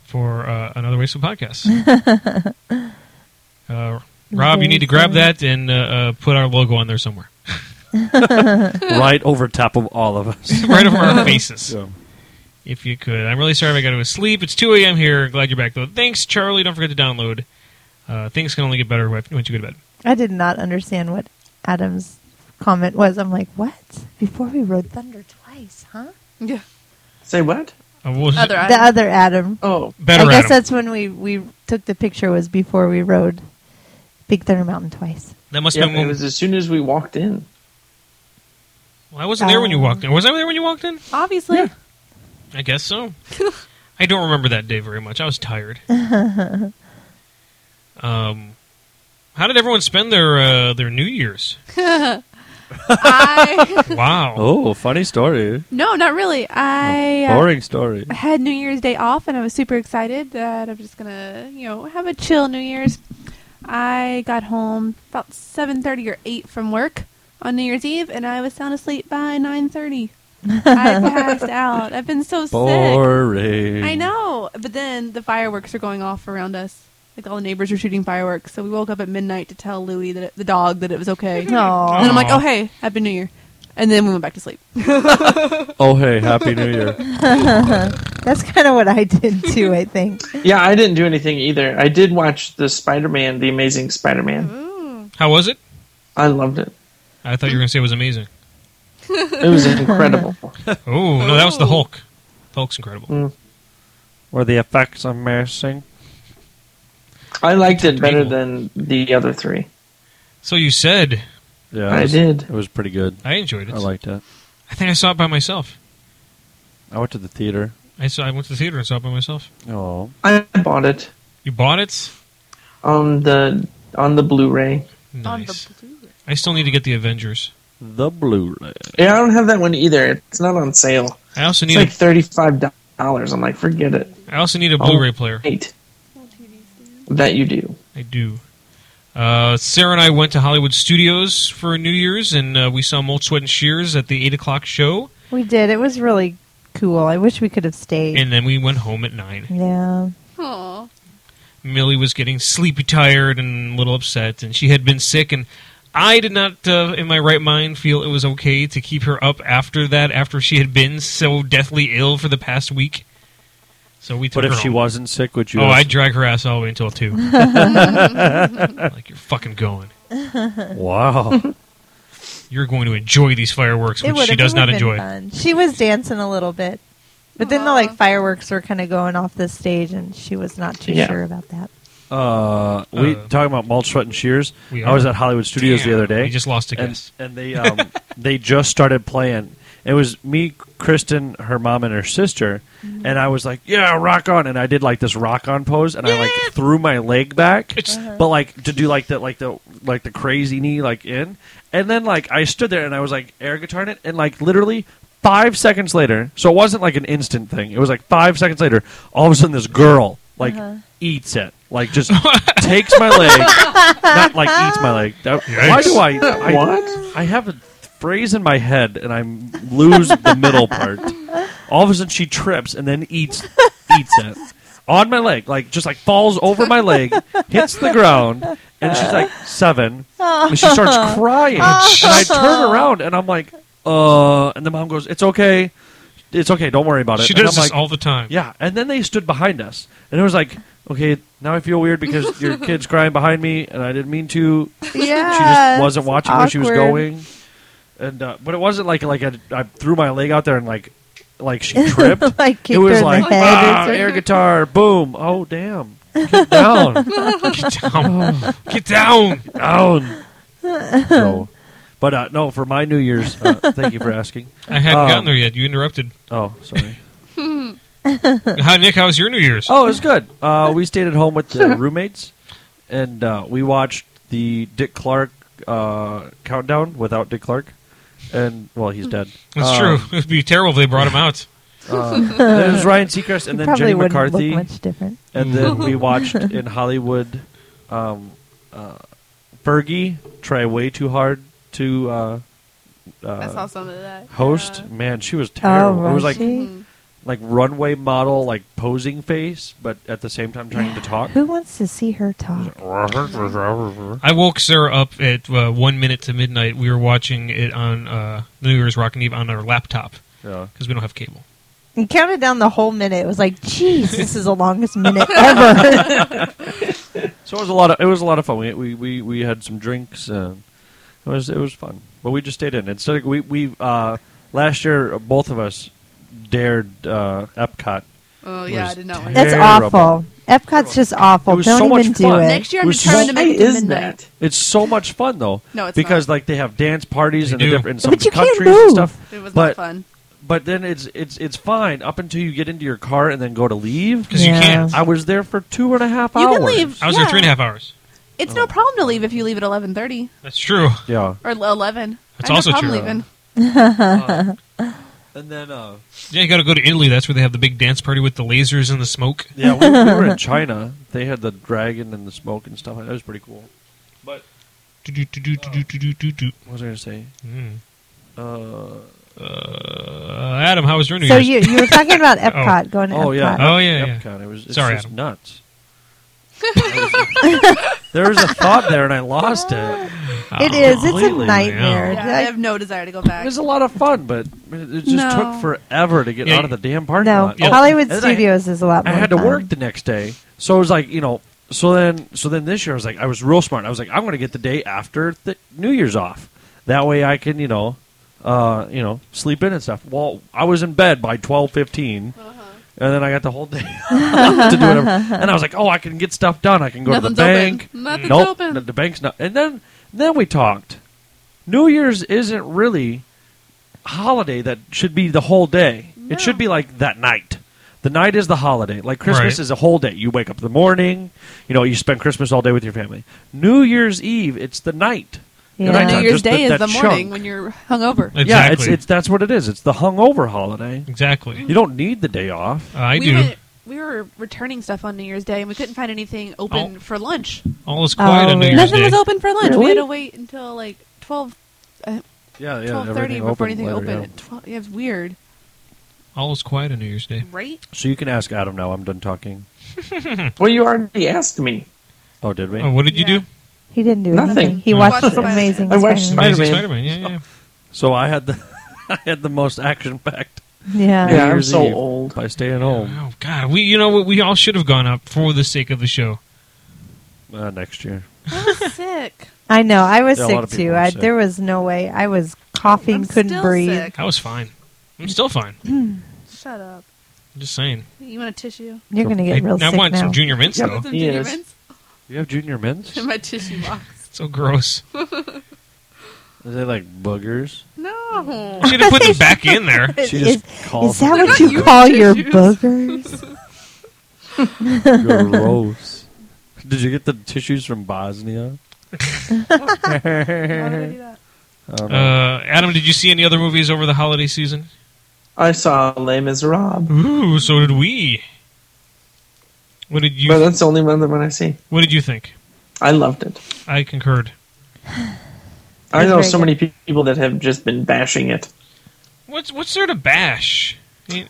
[SPEAKER 1] for uh, another wasteful
[SPEAKER 3] [laughs]
[SPEAKER 1] podcast. uh, Rob, you need to grab that and uh, uh, put our logo on there somewhere, [laughs]
[SPEAKER 3] right over top of all of [laughs] us.
[SPEAKER 1] right over our faces,
[SPEAKER 3] So,
[SPEAKER 1] if you could. I'm really sorry if I got to sleep. It's 2 a.m. here. Glad you're back though. Thanks, Charlie. Don't forget to download. Uh, things can only get better when once you go to bed.
[SPEAKER 5] I did not understand what Adam's comment was. I'm like, what? Before we rode thunder twice, huh?
[SPEAKER 4] Yeah.
[SPEAKER 2] Say what?
[SPEAKER 1] Uh, what was
[SPEAKER 4] Other
[SPEAKER 1] it?
[SPEAKER 5] The
[SPEAKER 4] Adam.
[SPEAKER 5] other Adam.
[SPEAKER 2] Oh,
[SPEAKER 1] better
[SPEAKER 5] I guess
[SPEAKER 1] Adam.
[SPEAKER 5] that's when we we took the picture was before we rode Big Thunder Mountain twice.
[SPEAKER 1] That must
[SPEAKER 2] yeah,
[SPEAKER 1] have been.
[SPEAKER 2] it
[SPEAKER 1] When,
[SPEAKER 2] was as soon as we walked in.
[SPEAKER 1] well, I wasn't there when you walked in. Was I there when you walked in?
[SPEAKER 4] Obviously.
[SPEAKER 1] I guess so. I don't remember that day very much. I was tired. um, how did everyone spend their uh, their New Year's?
[SPEAKER 4] [laughs] I
[SPEAKER 1] Wow.
[SPEAKER 3] [laughs] oh, funny story.
[SPEAKER 4] No, not really. I uh,
[SPEAKER 3] Boring story.
[SPEAKER 4] I had New Year's Day off, and I was super excited that I'm just gonna, you know, have a chill New Year's. I got home about 7:30 or 8 from work on New Year's Eve, and I was sound asleep by 9:30.
[SPEAKER 3] [laughs]
[SPEAKER 4] I passed out. I've been so sick.
[SPEAKER 3] Boring.
[SPEAKER 4] I know, but then the fireworks are going off around us. Like all the neighbors are shooting fireworks, so we woke up at midnight to tell Louie that it, the dog that it was okay.
[SPEAKER 3] [laughs]
[SPEAKER 5] Aw.
[SPEAKER 4] And I'm like,
[SPEAKER 1] Aw.
[SPEAKER 4] oh hey, happy New Year. And then we went back to sleep.
[SPEAKER 3] Oh, hey, happy New Year. [laughs]
[SPEAKER 5] That's [laughs] kind of what I did too. I [laughs] think.
[SPEAKER 2] Yeah, I didn't do anything either. I did watch the Spider-Man, the Amazing Spider-Man.
[SPEAKER 1] How was it?
[SPEAKER 2] I loved it.
[SPEAKER 1] I thought you were going to say it was amazing.
[SPEAKER 2] It was incredible.
[SPEAKER 1] Oh no, that was the Hulk. The Hulk's incredible.
[SPEAKER 3] Were the effects amazing?
[SPEAKER 2] I liked it better than the other three.
[SPEAKER 1] So you said
[SPEAKER 3] Yeah,
[SPEAKER 2] I
[SPEAKER 3] it was-
[SPEAKER 2] did.
[SPEAKER 3] It was pretty good.
[SPEAKER 1] I enjoyed it.
[SPEAKER 3] I liked it.
[SPEAKER 1] I think I saw it by myself.
[SPEAKER 3] I went to the theater.
[SPEAKER 1] I saw. I went to the theater and saw it by myself.
[SPEAKER 3] Oh,
[SPEAKER 2] I bought it
[SPEAKER 1] You bought it.
[SPEAKER 2] on the on the Blu-ray.
[SPEAKER 1] Nice. I still need to get the Avengers.
[SPEAKER 3] the Blu-ray.
[SPEAKER 2] Yeah, I don't have that one either. It's not on sale.
[SPEAKER 1] I also
[SPEAKER 2] It's
[SPEAKER 1] need
[SPEAKER 2] like
[SPEAKER 1] a,
[SPEAKER 2] thirty five dollars. I'm like, forget it.
[SPEAKER 1] I also need a Blu-ray player.
[SPEAKER 2] Eight. That you do.
[SPEAKER 1] I do. Uh, Sarah and I went to Hollywood Studios for New Year's, and uh, we saw Molt Sweat and Shears at the eight o'clock show,
[SPEAKER 5] We did. It was really cool. I wish we could have stayed.
[SPEAKER 1] and then we went home at nine.
[SPEAKER 5] yeah.
[SPEAKER 4] Aw.
[SPEAKER 1] Millie was getting sleepy tired and a little upset, and she had been sick. And I did not, uh, in my right mind, feel it was okay to keep her up after that, after she had been so deathly ill for the past week. So we took
[SPEAKER 3] But if
[SPEAKER 1] her
[SPEAKER 3] she
[SPEAKER 1] home.
[SPEAKER 3] wasn't sick, would you?
[SPEAKER 1] Oh,
[SPEAKER 3] have-
[SPEAKER 1] I'd drag her ass all the way until
[SPEAKER 5] [laughs]
[SPEAKER 1] two. [laughs] like you're fucking going.
[SPEAKER 3] wow. [laughs]
[SPEAKER 1] You're going to enjoy these fireworks,
[SPEAKER 5] It
[SPEAKER 1] which
[SPEAKER 5] would
[SPEAKER 1] she does not
[SPEAKER 5] been
[SPEAKER 1] enjoy.
[SPEAKER 5] Fun. She was dancing a little bit. But then the like fireworks were kind of going off the stage, and she was not too
[SPEAKER 2] Yeah.
[SPEAKER 5] sure about that.
[SPEAKER 3] Uh, we
[SPEAKER 1] Uh,
[SPEAKER 3] talking about mulch, sweat, and shears.
[SPEAKER 1] we
[SPEAKER 3] I was
[SPEAKER 1] are.
[SPEAKER 3] at Hollywood Studios
[SPEAKER 1] Damn,
[SPEAKER 3] the other day.
[SPEAKER 1] we just lost a
[SPEAKER 3] and,
[SPEAKER 1] guest.
[SPEAKER 3] and they um, they just started playing. It was me, Kristen, her mom, and her sister, and I was like, "Yeah, rock on!" And I did like this rock on pose, and I like threw my leg back,
[SPEAKER 1] It's-
[SPEAKER 3] but like to do like the like the like the crazy knee like in, and then like I stood there and I was like air guitaring it, and like literally. Five seconds later, so it wasn't like an instant thing. It was like five seconds later. All of a sudden, this girl like eats it, like just takes my leg, not like eats my leg. That- Why do I, I
[SPEAKER 2] What?
[SPEAKER 3] I have a phrase in my head, and I lose the middle part. All of a sudden, she trips and then eats eats it on my leg, like just like falls over my leg, hits the ground, and she's like seven, and she starts crying. And I turn around, and I'm like, uh, and the mom goes, "It's okay, it's okay, don't worry about it."
[SPEAKER 1] She
[SPEAKER 3] And
[SPEAKER 1] does
[SPEAKER 3] I'm
[SPEAKER 1] this
[SPEAKER 3] like,
[SPEAKER 1] all the time.
[SPEAKER 3] yeah, and then they stood behind us, and it was like, okay, now I feel weird because your kid's crying behind me, and I didn't mean to.
[SPEAKER 5] Yeah,
[SPEAKER 3] She just wasn't watching where she was
[SPEAKER 5] awkward.
[SPEAKER 3] going, and uh, but it wasn't like like I, I threw my leg out there and like like she tripped.
[SPEAKER 5] like
[SPEAKER 3] it
[SPEAKER 5] [laughs] kicked her
[SPEAKER 3] was
[SPEAKER 5] in
[SPEAKER 3] like
[SPEAKER 5] the head.
[SPEAKER 3] ah, air guitar, boom, oh damn, get
[SPEAKER 5] [laughs]
[SPEAKER 3] down,
[SPEAKER 1] [laughs] Get down. Get down.
[SPEAKER 3] down.
[SPEAKER 5] [laughs]
[SPEAKER 3] So, but uh, no, for my New Year's, uh, thank you for asking.
[SPEAKER 1] I hadn't
[SPEAKER 3] Um,
[SPEAKER 1] gotten there yet. You interrupted.
[SPEAKER 3] Oh, sorry.
[SPEAKER 1] Hi, Nick. How was your New Year's?
[SPEAKER 3] Oh, it was good. Uh, we stayed at home with the
[SPEAKER 5] [laughs]
[SPEAKER 3] roommates, and uh, we watched the Dick Clark uh, countdown without Dick Clark. And well, he's dead.
[SPEAKER 1] That's
[SPEAKER 3] Um,
[SPEAKER 1] true. [laughs] It'd be terrible if they brought him out.
[SPEAKER 3] Uh, it was Ryan Seacrest, and then
[SPEAKER 5] probably
[SPEAKER 3] Jenny
[SPEAKER 5] wouldn't
[SPEAKER 3] McCarthy,
[SPEAKER 5] look much different.
[SPEAKER 3] and then we
[SPEAKER 5] [laughs]
[SPEAKER 3] watched in Hollywood. Um, uh, Fergie try way too hard to uh,
[SPEAKER 4] I saw
[SPEAKER 3] uh,
[SPEAKER 4] some of that.
[SPEAKER 3] host.
[SPEAKER 4] Yeah.
[SPEAKER 3] Man, she was terrible.
[SPEAKER 5] oh,
[SPEAKER 3] it was like
[SPEAKER 5] she?
[SPEAKER 4] Mhm.
[SPEAKER 3] like runway model, like posing face, but at the same time trying to talk.
[SPEAKER 5] Who wants to see her talk?
[SPEAKER 1] I woke Sarah up at uh, one minute to midnight. We were watching it on uh, New Year's Rockin' Eve on our laptop
[SPEAKER 3] Yeah.
[SPEAKER 1] because we don't have cable.
[SPEAKER 5] You counted down the whole minute. It was like, jeez, this is
[SPEAKER 3] [laughs]
[SPEAKER 5] the longest minute ever.
[SPEAKER 3] So it was a lot of it was a lot of fun. We we we, we had some drinks. And it was it was fun, but we just stayed in. Instead, we we uh, last year both of us dared uh, Epcot.
[SPEAKER 4] Oh yeah, I
[SPEAKER 3] was
[SPEAKER 4] did not.
[SPEAKER 3] terrible.
[SPEAKER 5] [laughs] That's awful. Epcot's just awful.
[SPEAKER 3] It was
[SPEAKER 5] Don't
[SPEAKER 3] so much
[SPEAKER 5] even do
[SPEAKER 3] fun.
[SPEAKER 5] it.
[SPEAKER 4] Next
[SPEAKER 3] It
[SPEAKER 4] year, I'm
[SPEAKER 3] was
[SPEAKER 4] determined
[SPEAKER 3] so-
[SPEAKER 4] to make it to
[SPEAKER 2] is
[SPEAKER 4] midnight.
[SPEAKER 2] that?
[SPEAKER 3] It's so much fun though.
[SPEAKER 4] No, it's
[SPEAKER 3] because
[SPEAKER 4] not.
[SPEAKER 3] like they have dance parties
[SPEAKER 1] They
[SPEAKER 3] in, the
[SPEAKER 1] do.
[SPEAKER 3] different, in some
[SPEAKER 5] But you can't
[SPEAKER 3] countries
[SPEAKER 5] move.
[SPEAKER 3] and stuff.
[SPEAKER 4] It was
[SPEAKER 3] but,
[SPEAKER 4] not fun.
[SPEAKER 3] But then it's it's it's fine up until you get into your car and then go to leave.
[SPEAKER 1] 'Cause you
[SPEAKER 5] Yeah.
[SPEAKER 1] can't.
[SPEAKER 3] I was there for two and a half
[SPEAKER 4] You
[SPEAKER 3] hours.
[SPEAKER 4] can leave.
[SPEAKER 1] I was
[SPEAKER 4] yeah.
[SPEAKER 1] there three and a half hours.
[SPEAKER 4] It's
[SPEAKER 3] Oh.
[SPEAKER 4] no problem to leave if you leave at eleven thirty
[SPEAKER 1] That's true.
[SPEAKER 3] Yeah.
[SPEAKER 4] or eleven.
[SPEAKER 1] That's
[SPEAKER 4] I had
[SPEAKER 1] also
[SPEAKER 4] no problem
[SPEAKER 1] true.
[SPEAKER 4] Leaving.
[SPEAKER 3] Uh, and then uh,
[SPEAKER 1] Yeah, you got to go to Italy. That's where they have the big dance party with the lasers and the smoke.
[SPEAKER 3] Yeah, we, we were in China. They had the dragon and the smoke and stuff. That was pretty cool. But
[SPEAKER 1] Do, do, do, do, do, do, do, do, do.
[SPEAKER 3] what was I going to say?
[SPEAKER 1] Mm.
[SPEAKER 3] Uh,
[SPEAKER 1] Uh, Adam, how was your New
[SPEAKER 5] So
[SPEAKER 1] Year's?
[SPEAKER 5] you you were talking
[SPEAKER 1] [laughs]
[SPEAKER 5] about Epcot going to
[SPEAKER 3] oh
[SPEAKER 5] Epcot.
[SPEAKER 3] yeah,
[SPEAKER 1] Oh, yeah, yeah.
[SPEAKER 3] Epcot. It was it's
[SPEAKER 1] Sorry,
[SPEAKER 3] just
[SPEAKER 1] Adam.
[SPEAKER 3] nuts. there was a thought there, and I lost it.
[SPEAKER 1] Oh,
[SPEAKER 5] It is. It's a
[SPEAKER 3] Completely, yeah.
[SPEAKER 5] nightmare.
[SPEAKER 4] Yeah, I have no desire to go
[SPEAKER 3] It
[SPEAKER 4] back.
[SPEAKER 3] was a lot of fun, but it just
[SPEAKER 4] No.
[SPEAKER 3] took forever to get
[SPEAKER 1] Yeah,
[SPEAKER 3] out of the damn parking
[SPEAKER 5] No,
[SPEAKER 3] lot.
[SPEAKER 5] Hollywood
[SPEAKER 3] and then I-
[SPEAKER 5] Studios is a lot
[SPEAKER 3] I
[SPEAKER 5] more
[SPEAKER 3] had to
[SPEAKER 5] fun.
[SPEAKER 3] work the next day, so it was like you know. So then, so then this year I was like, I was real smart. I was like, I'm going to get the day after the New Year's off. That way I can you know, uh, you know, sleep in and stuff. Well, I was in bed by twelve fifteen,
[SPEAKER 4] Uh-huh.
[SPEAKER 3] and then I got the whole [laughs] day to do
[SPEAKER 5] [laughs]
[SPEAKER 3] whatever. And I was like, oh, I can get stuff done. I can go
[SPEAKER 4] Nothing's
[SPEAKER 3] to the bank.
[SPEAKER 4] open. Nothing's
[SPEAKER 3] nope,
[SPEAKER 4] open.
[SPEAKER 3] the- the bank's not. And then then we talked. New Year's isn't really a holiday that should be the whole day. It should be like that night. The night is the holiday. Like Christmas
[SPEAKER 1] Right.
[SPEAKER 3] is a whole day. You wake up in the morning, you know, you spend Christmas all day with your family. New Year's Eve, it's the night.
[SPEAKER 5] Yeah.
[SPEAKER 3] Right,
[SPEAKER 4] New
[SPEAKER 3] Todd,
[SPEAKER 4] Year's
[SPEAKER 3] just
[SPEAKER 4] Day
[SPEAKER 3] that-
[SPEAKER 4] is
[SPEAKER 3] that
[SPEAKER 4] the morning
[SPEAKER 3] chunk.
[SPEAKER 4] when you're hungover.
[SPEAKER 1] Exactly.
[SPEAKER 3] Yeah, it's, it's that's what it is. It's the hungover holiday.
[SPEAKER 1] exactly.
[SPEAKER 3] You don't need the day off.
[SPEAKER 1] Uh, I
[SPEAKER 4] we
[SPEAKER 1] do.
[SPEAKER 4] Went, we were returning stuff on New Year's Day and we couldn't find anything open
[SPEAKER 1] Oh.
[SPEAKER 4] for lunch.
[SPEAKER 1] All is quiet
[SPEAKER 5] Oh,
[SPEAKER 1] on New Year's
[SPEAKER 4] Nothing
[SPEAKER 1] Day.
[SPEAKER 4] was open for lunch. We
[SPEAKER 2] Really?
[SPEAKER 4] had to wait until like 12,
[SPEAKER 3] Yeah,
[SPEAKER 4] 12:30 before anything opened. At 12, yeah, it's weird,
[SPEAKER 1] All is quiet on New Year's Day.
[SPEAKER 4] [laughs] right?
[SPEAKER 3] So you can ask Adam now. I'm done talking.
[SPEAKER 2] Well, you already asked me.
[SPEAKER 3] Oh, did we?
[SPEAKER 1] Oh, what did you
[SPEAKER 4] Yeah.
[SPEAKER 1] do?
[SPEAKER 5] He didn't do
[SPEAKER 2] Nothing.
[SPEAKER 5] anything. He
[SPEAKER 1] No.
[SPEAKER 5] watched
[SPEAKER 4] Watched
[SPEAKER 5] the
[SPEAKER 4] Spider-Man.
[SPEAKER 5] amazing.
[SPEAKER 2] I watched
[SPEAKER 5] Spider-Man.
[SPEAKER 1] Amazing
[SPEAKER 2] Spider-Man.
[SPEAKER 1] Spider-Man. Yeah, yeah.
[SPEAKER 3] So I had the [laughs] I had the most action packed
[SPEAKER 5] Yeah.
[SPEAKER 2] Yeah, I'm
[SPEAKER 3] Year's
[SPEAKER 2] so
[SPEAKER 3] Eve.
[SPEAKER 2] old.
[SPEAKER 3] [laughs] by staying home
[SPEAKER 1] Oh God, we you know what we all should have gone up for the sake of the show.
[SPEAKER 3] uh, next year.
[SPEAKER 4] I was sick.
[SPEAKER 5] I know. I was
[SPEAKER 3] Yeah, a lot
[SPEAKER 5] sick
[SPEAKER 3] of people
[SPEAKER 5] too.
[SPEAKER 3] were
[SPEAKER 5] I,
[SPEAKER 3] sick.
[SPEAKER 5] There was no way. I was coughing,
[SPEAKER 4] I'm
[SPEAKER 5] couldn't
[SPEAKER 4] still
[SPEAKER 5] breathe.
[SPEAKER 4] sick.
[SPEAKER 1] I was fine. I'm still fine.
[SPEAKER 4] Shut up.
[SPEAKER 1] I'm just saying.
[SPEAKER 4] You want a tissue?
[SPEAKER 5] You're going to
[SPEAKER 1] I,
[SPEAKER 5] get real
[SPEAKER 1] I
[SPEAKER 5] sick
[SPEAKER 1] want
[SPEAKER 5] now.
[SPEAKER 1] some junior mints
[SPEAKER 2] Yep.
[SPEAKER 1] though.
[SPEAKER 4] Some
[SPEAKER 2] Yes.
[SPEAKER 4] junior mints
[SPEAKER 3] You have junior
[SPEAKER 5] [laughs]
[SPEAKER 3] mints?
[SPEAKER 4] [laughs] in my tissue box.
[SPEAKER 1] So gross.
[SPEAKER 3] Is they like boogers?
[SPEAKER 2] [laughs]
[SPEAKER 4] No.
[SPEAKER 1] She had to put them back in there.
[SPEAKER 3] She
[SPEAKER 5] is,
[SPEAKER 3] just calls
[SPEAKER 5] is that
[SPEAKER 3] them
[SPEAKER 5] what
[SPEAKER 4] They're
[SPEAKER 5] you
[SPEAKER 4] not
[SPEAKER 5] call
[SPEAKER 4] your
[SPEAKER 5] your
[SPEAKER 4] tissues. [laughs]
[SPEAKER 5] boogers?
[SPEAKER 3] gross. Did you get the tissues from Bosnia?
[SPEAKER 4] Why did I do that?
[SPEAKER 3] I don't know.
[SPEAKER 1] Uh, Adam, did you see any other movies over the holiday season?
[SPEAKER 2] I saw Les Miserables,
[SPEAKER 1] Ooh, so did we. What did you
[SPEAKER 2] but that's the only one that one I see.
[SPEAKER 1] What did you think?
[SPEAKER 2] I loved it.
[SPEAKER 1] I concurred.
[SPEAKER 2] I
[SPEAKER 5] It's
[SPEAKER 2] know
[SPEAKER 5] very
[SPEAKER 2] so many pe- people that have just been bashing it.
[SPEAKER 1] What's what's there to bash?
[SPEAKER 2] The,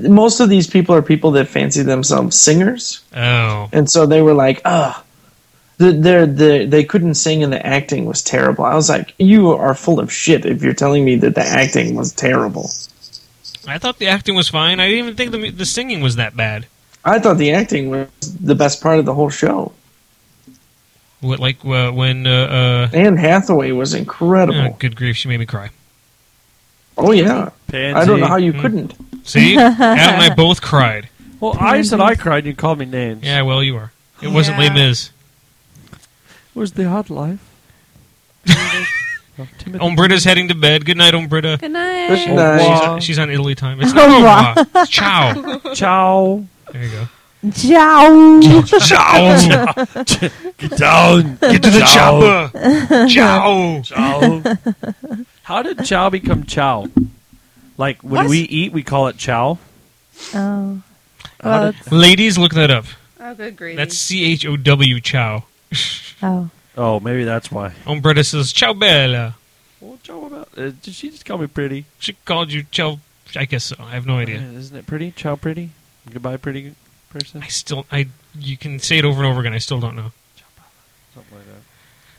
[SPEAKER 2] the- most of these people are people that fancy themselves singers,
[SPEAKER 1] Oh,
[SPEAKER 2] and so they were like, "Ah, the, they're, the, they couldn't sing, and the acting was terrible." I was like, "You are full of shit if you're telling me that the acting was terrible."
[SPEAKER 1] I thought the acting was fine. I didn't even think the mu- the singing was that bad.
[SPEAKER 2] I thought the acting was the best part of the whole show.
[SPEAKER 1] What like uh, when uh, uh
[SPEAKER 2] Anne Hathaway was
[SPEAKER 1] oh,
[SPEAKER 2] incredible.
[SPEAKER 1] good grief, she made me cry.
[SPEAKER 2] Oh yeah,
[SPEAKER 3] Pansy.
[SPEAKER 2] I don't know how you couldn't.
[SPEAKER 1] [laughs] See, Adam and I both cried.
[SPEAKER 3] Well, I said I cried. and You called me names.
[SPEAKER 1] Yeah, well, you are. It wasn't
[SPEAKER 4] Yeah.
[SPEAKER 1] Les Mis.
[SPEAKER 3] It was the hot life. [laughs] Of Timothy. Oh,
[SPEAKER 1] Umbrita's heading to bed. Good night, Umbrita.
[SPEAKER 4] Good
[SPEAKER 2] Good
[SPEAKER 4] night.
[SPEAKER 2] night.
[SPEAKER 1] She's,
[SPEAKER 2] Wow.
[SPEAKER 1] she's on Italy time. [laughs] It's not over. It's [laughs] Ciao.
[SPEAKER 3] Ciao.
[SPEAKER 1] There you go.
[SPEAKER 5] Jow.
[SPEAKER 3] [laughs]
[SPEAKER 1] Ciao.
[SPEAKER 3] Get down.
[SPEAKER 1] Get to the chopper. Ciao. [laughs]
[SPEAKER 3] Chow. [laughs] How did chow become chow? Like when
[SPEAKER 4] What?
[SPEAKER 3] we eat, we call it chow.
[SPEAKER 5] Oh.
[SPEAKER 3] How
[SPEAKER 5] Well,
[SPEAKER 3] did-
[SPEAKER 1] Ladies, look that up.
[SPEAKER 4] Oh, good gravy.
[SPEAKER 1] That's C H O W Ciao.
[SPEAKER 5] oh.
[SPEAKER 3] oh, maybe that's why.
[SPEAKER 1] Umbrita says Ciao Bella.
[SPEAKER 3] Well, chow about? Uh, did she just call me pretty?
[SPEAKER 1] She called you Ciao. I guess so. I have no idea.
[SPEAKER 3] Uh, isn't it pretty? Chow pretty. Goodbye, pretty person.
[SPEAKER 1] I still, I you can say it over and over again. I still don't know.
[SPEAKER 3] Something like that.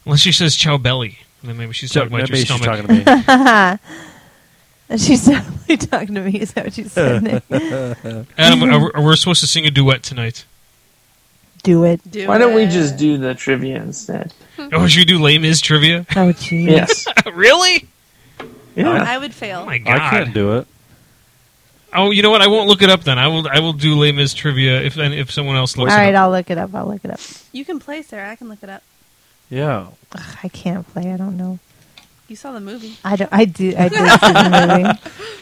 [SPEAKER 1] Unless she says Ciao Belly, and then maybe she's
[SPEAKER 3] So,
[SPEAKER 1] talking about
[SPEAKER 3] maybe
[SPEAKER 1] your
[SPEAKER 3] she's
[SPEAKER 1] stomach.
[SPEAKER 3] talking
[SPEAKER 5] [laughs]
[SPEAKER 3] to
[SPEAKER 1] [laughs]
[SPEAKER 3] me.
[SPEAKER 5] She's definitely talking to me. Is that what she
[SPEAKER 3] [laughs]
[SPEAKER 5] said? Nick?
[SPEAKER 1] Adam, Um, are, we- are we supposed to sing a duet tonight?
[SPEAKER 5] do it.
[SPEAKER 4] Do
[SPEAKER 2] Why don't we
[SPEAKER 4] it.
[SPEAKER 2] just do the trivia [laughs] instead?
[SPEAKER 5] Hmm.
[SPEAKER 1] Oh, should we do lame is trivia? [laughs]
[SPEAKER 5] Oh, geez.
[SPEAKER 2] Yes.
[SPEAKER 1] really?
[SPEAKER 2] Yeah.
[SPEAKER 4] I would fail.
[SPEAKER 1] Oh my god!
[SPEAKER 3] I can't do it.
[SPEAKER 1] Oh, you know what? I won't look it up then. I will. I will do Les Mis trivia if and if someone else
[SPEAKER 5] All
[SPEAKER 1] looks
[SPEAKER 5] right,
[SPEAKER 1] it up.
[SPEAKER 5] I'll look it up. I'll look it up.
[SPEAKER 4] you can play, Sarah. I can look it up.
[SPEAKER 3] Yeah.
[SPEAKER 5] Ugh, I can't play. I don't know.
[SPEAKER 4] You saw the movie.
[SPEAKER 5] I don't. I did. I
[SPEAKER 1] [laughs]
[SPEAKER 5] did see the movie.
[SPEAKER 3] Uh,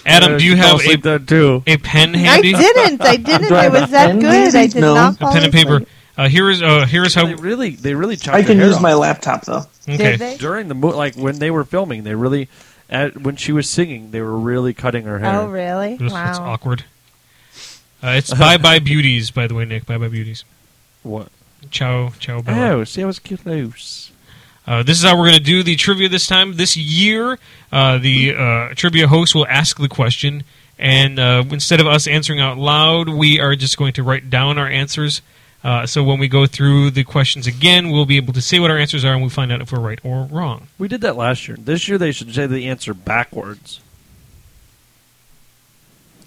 [SPEAKER 1] Adam, do you have a,
[SPEAKER 3] that too?
[SPEAKER 1] a pen
[SPEAKER 5] I
[SPEAKER 1] handy?
[SPEAKER 5] didn't. I didn't.
[SPEAKER 2] Do I
[SPEAKER 5] It
[SPEAKER 2] have a
[SPEAKER 5] was that
[SPEAKER 2] pen,
[SPEAKER 5] good. I
[SPEAKER 2] Daisy?
[SPEAKER 5] did
[SPEAKER 2] No.
[SPEAKER 5] not.
[SPEAKER 2] A
[SPEAKER 5] fall
[SPEAKER 1] A pen and
[SPEAKER 5] asleep.
[SPEAKER 1] paper. Uh, here is uh, here is
[SPEAKER 3] They
[SPEAKER 1] how.
[SPEAKER 3] really, they really chopped
[SPEAKER 2] I
[SPEAKER 3] her
[SPEAKER 2] can
[SPEAKER 3] hair
[SPEAKER 2] use
[SPEAKER 3] off.
[SPEAKER 2] my laptop though.
[SPEAKER 1] Okay.
[SPEAKER 5] Did they?
[SPEAKER 3] during the mo- like when they were filming. They really, at, when she was singing, they were really cutting her hair.
[SPEAKER 5] Oh, really?
[SPEAKER 1] Oof, That's
[SPEAKER 5] wow.
[SPEAKER 1] awkward. Uh, it's Bye Bye Beauties, by the way, Nick. Bye Bye Beauties.
[SPEAKER 3] What?
[SPEAKER 1] Ciao, ciao, Bella.
[SPEAKER 3] Oh, see, I was close.
[SPEAKER 1] Uh, this is how we're going to do the trivia this time. This year, uh, the uh, trivia host will ask the question, and uh, instead of us answering out loud, we are just going to write down our answers. Uh, so when we go through the questions again, we'll be able to say what our answers are, and we'll find out if we're right or wrong.
[SPEAKER 3] We did that last year. This year they should say the answer backwards.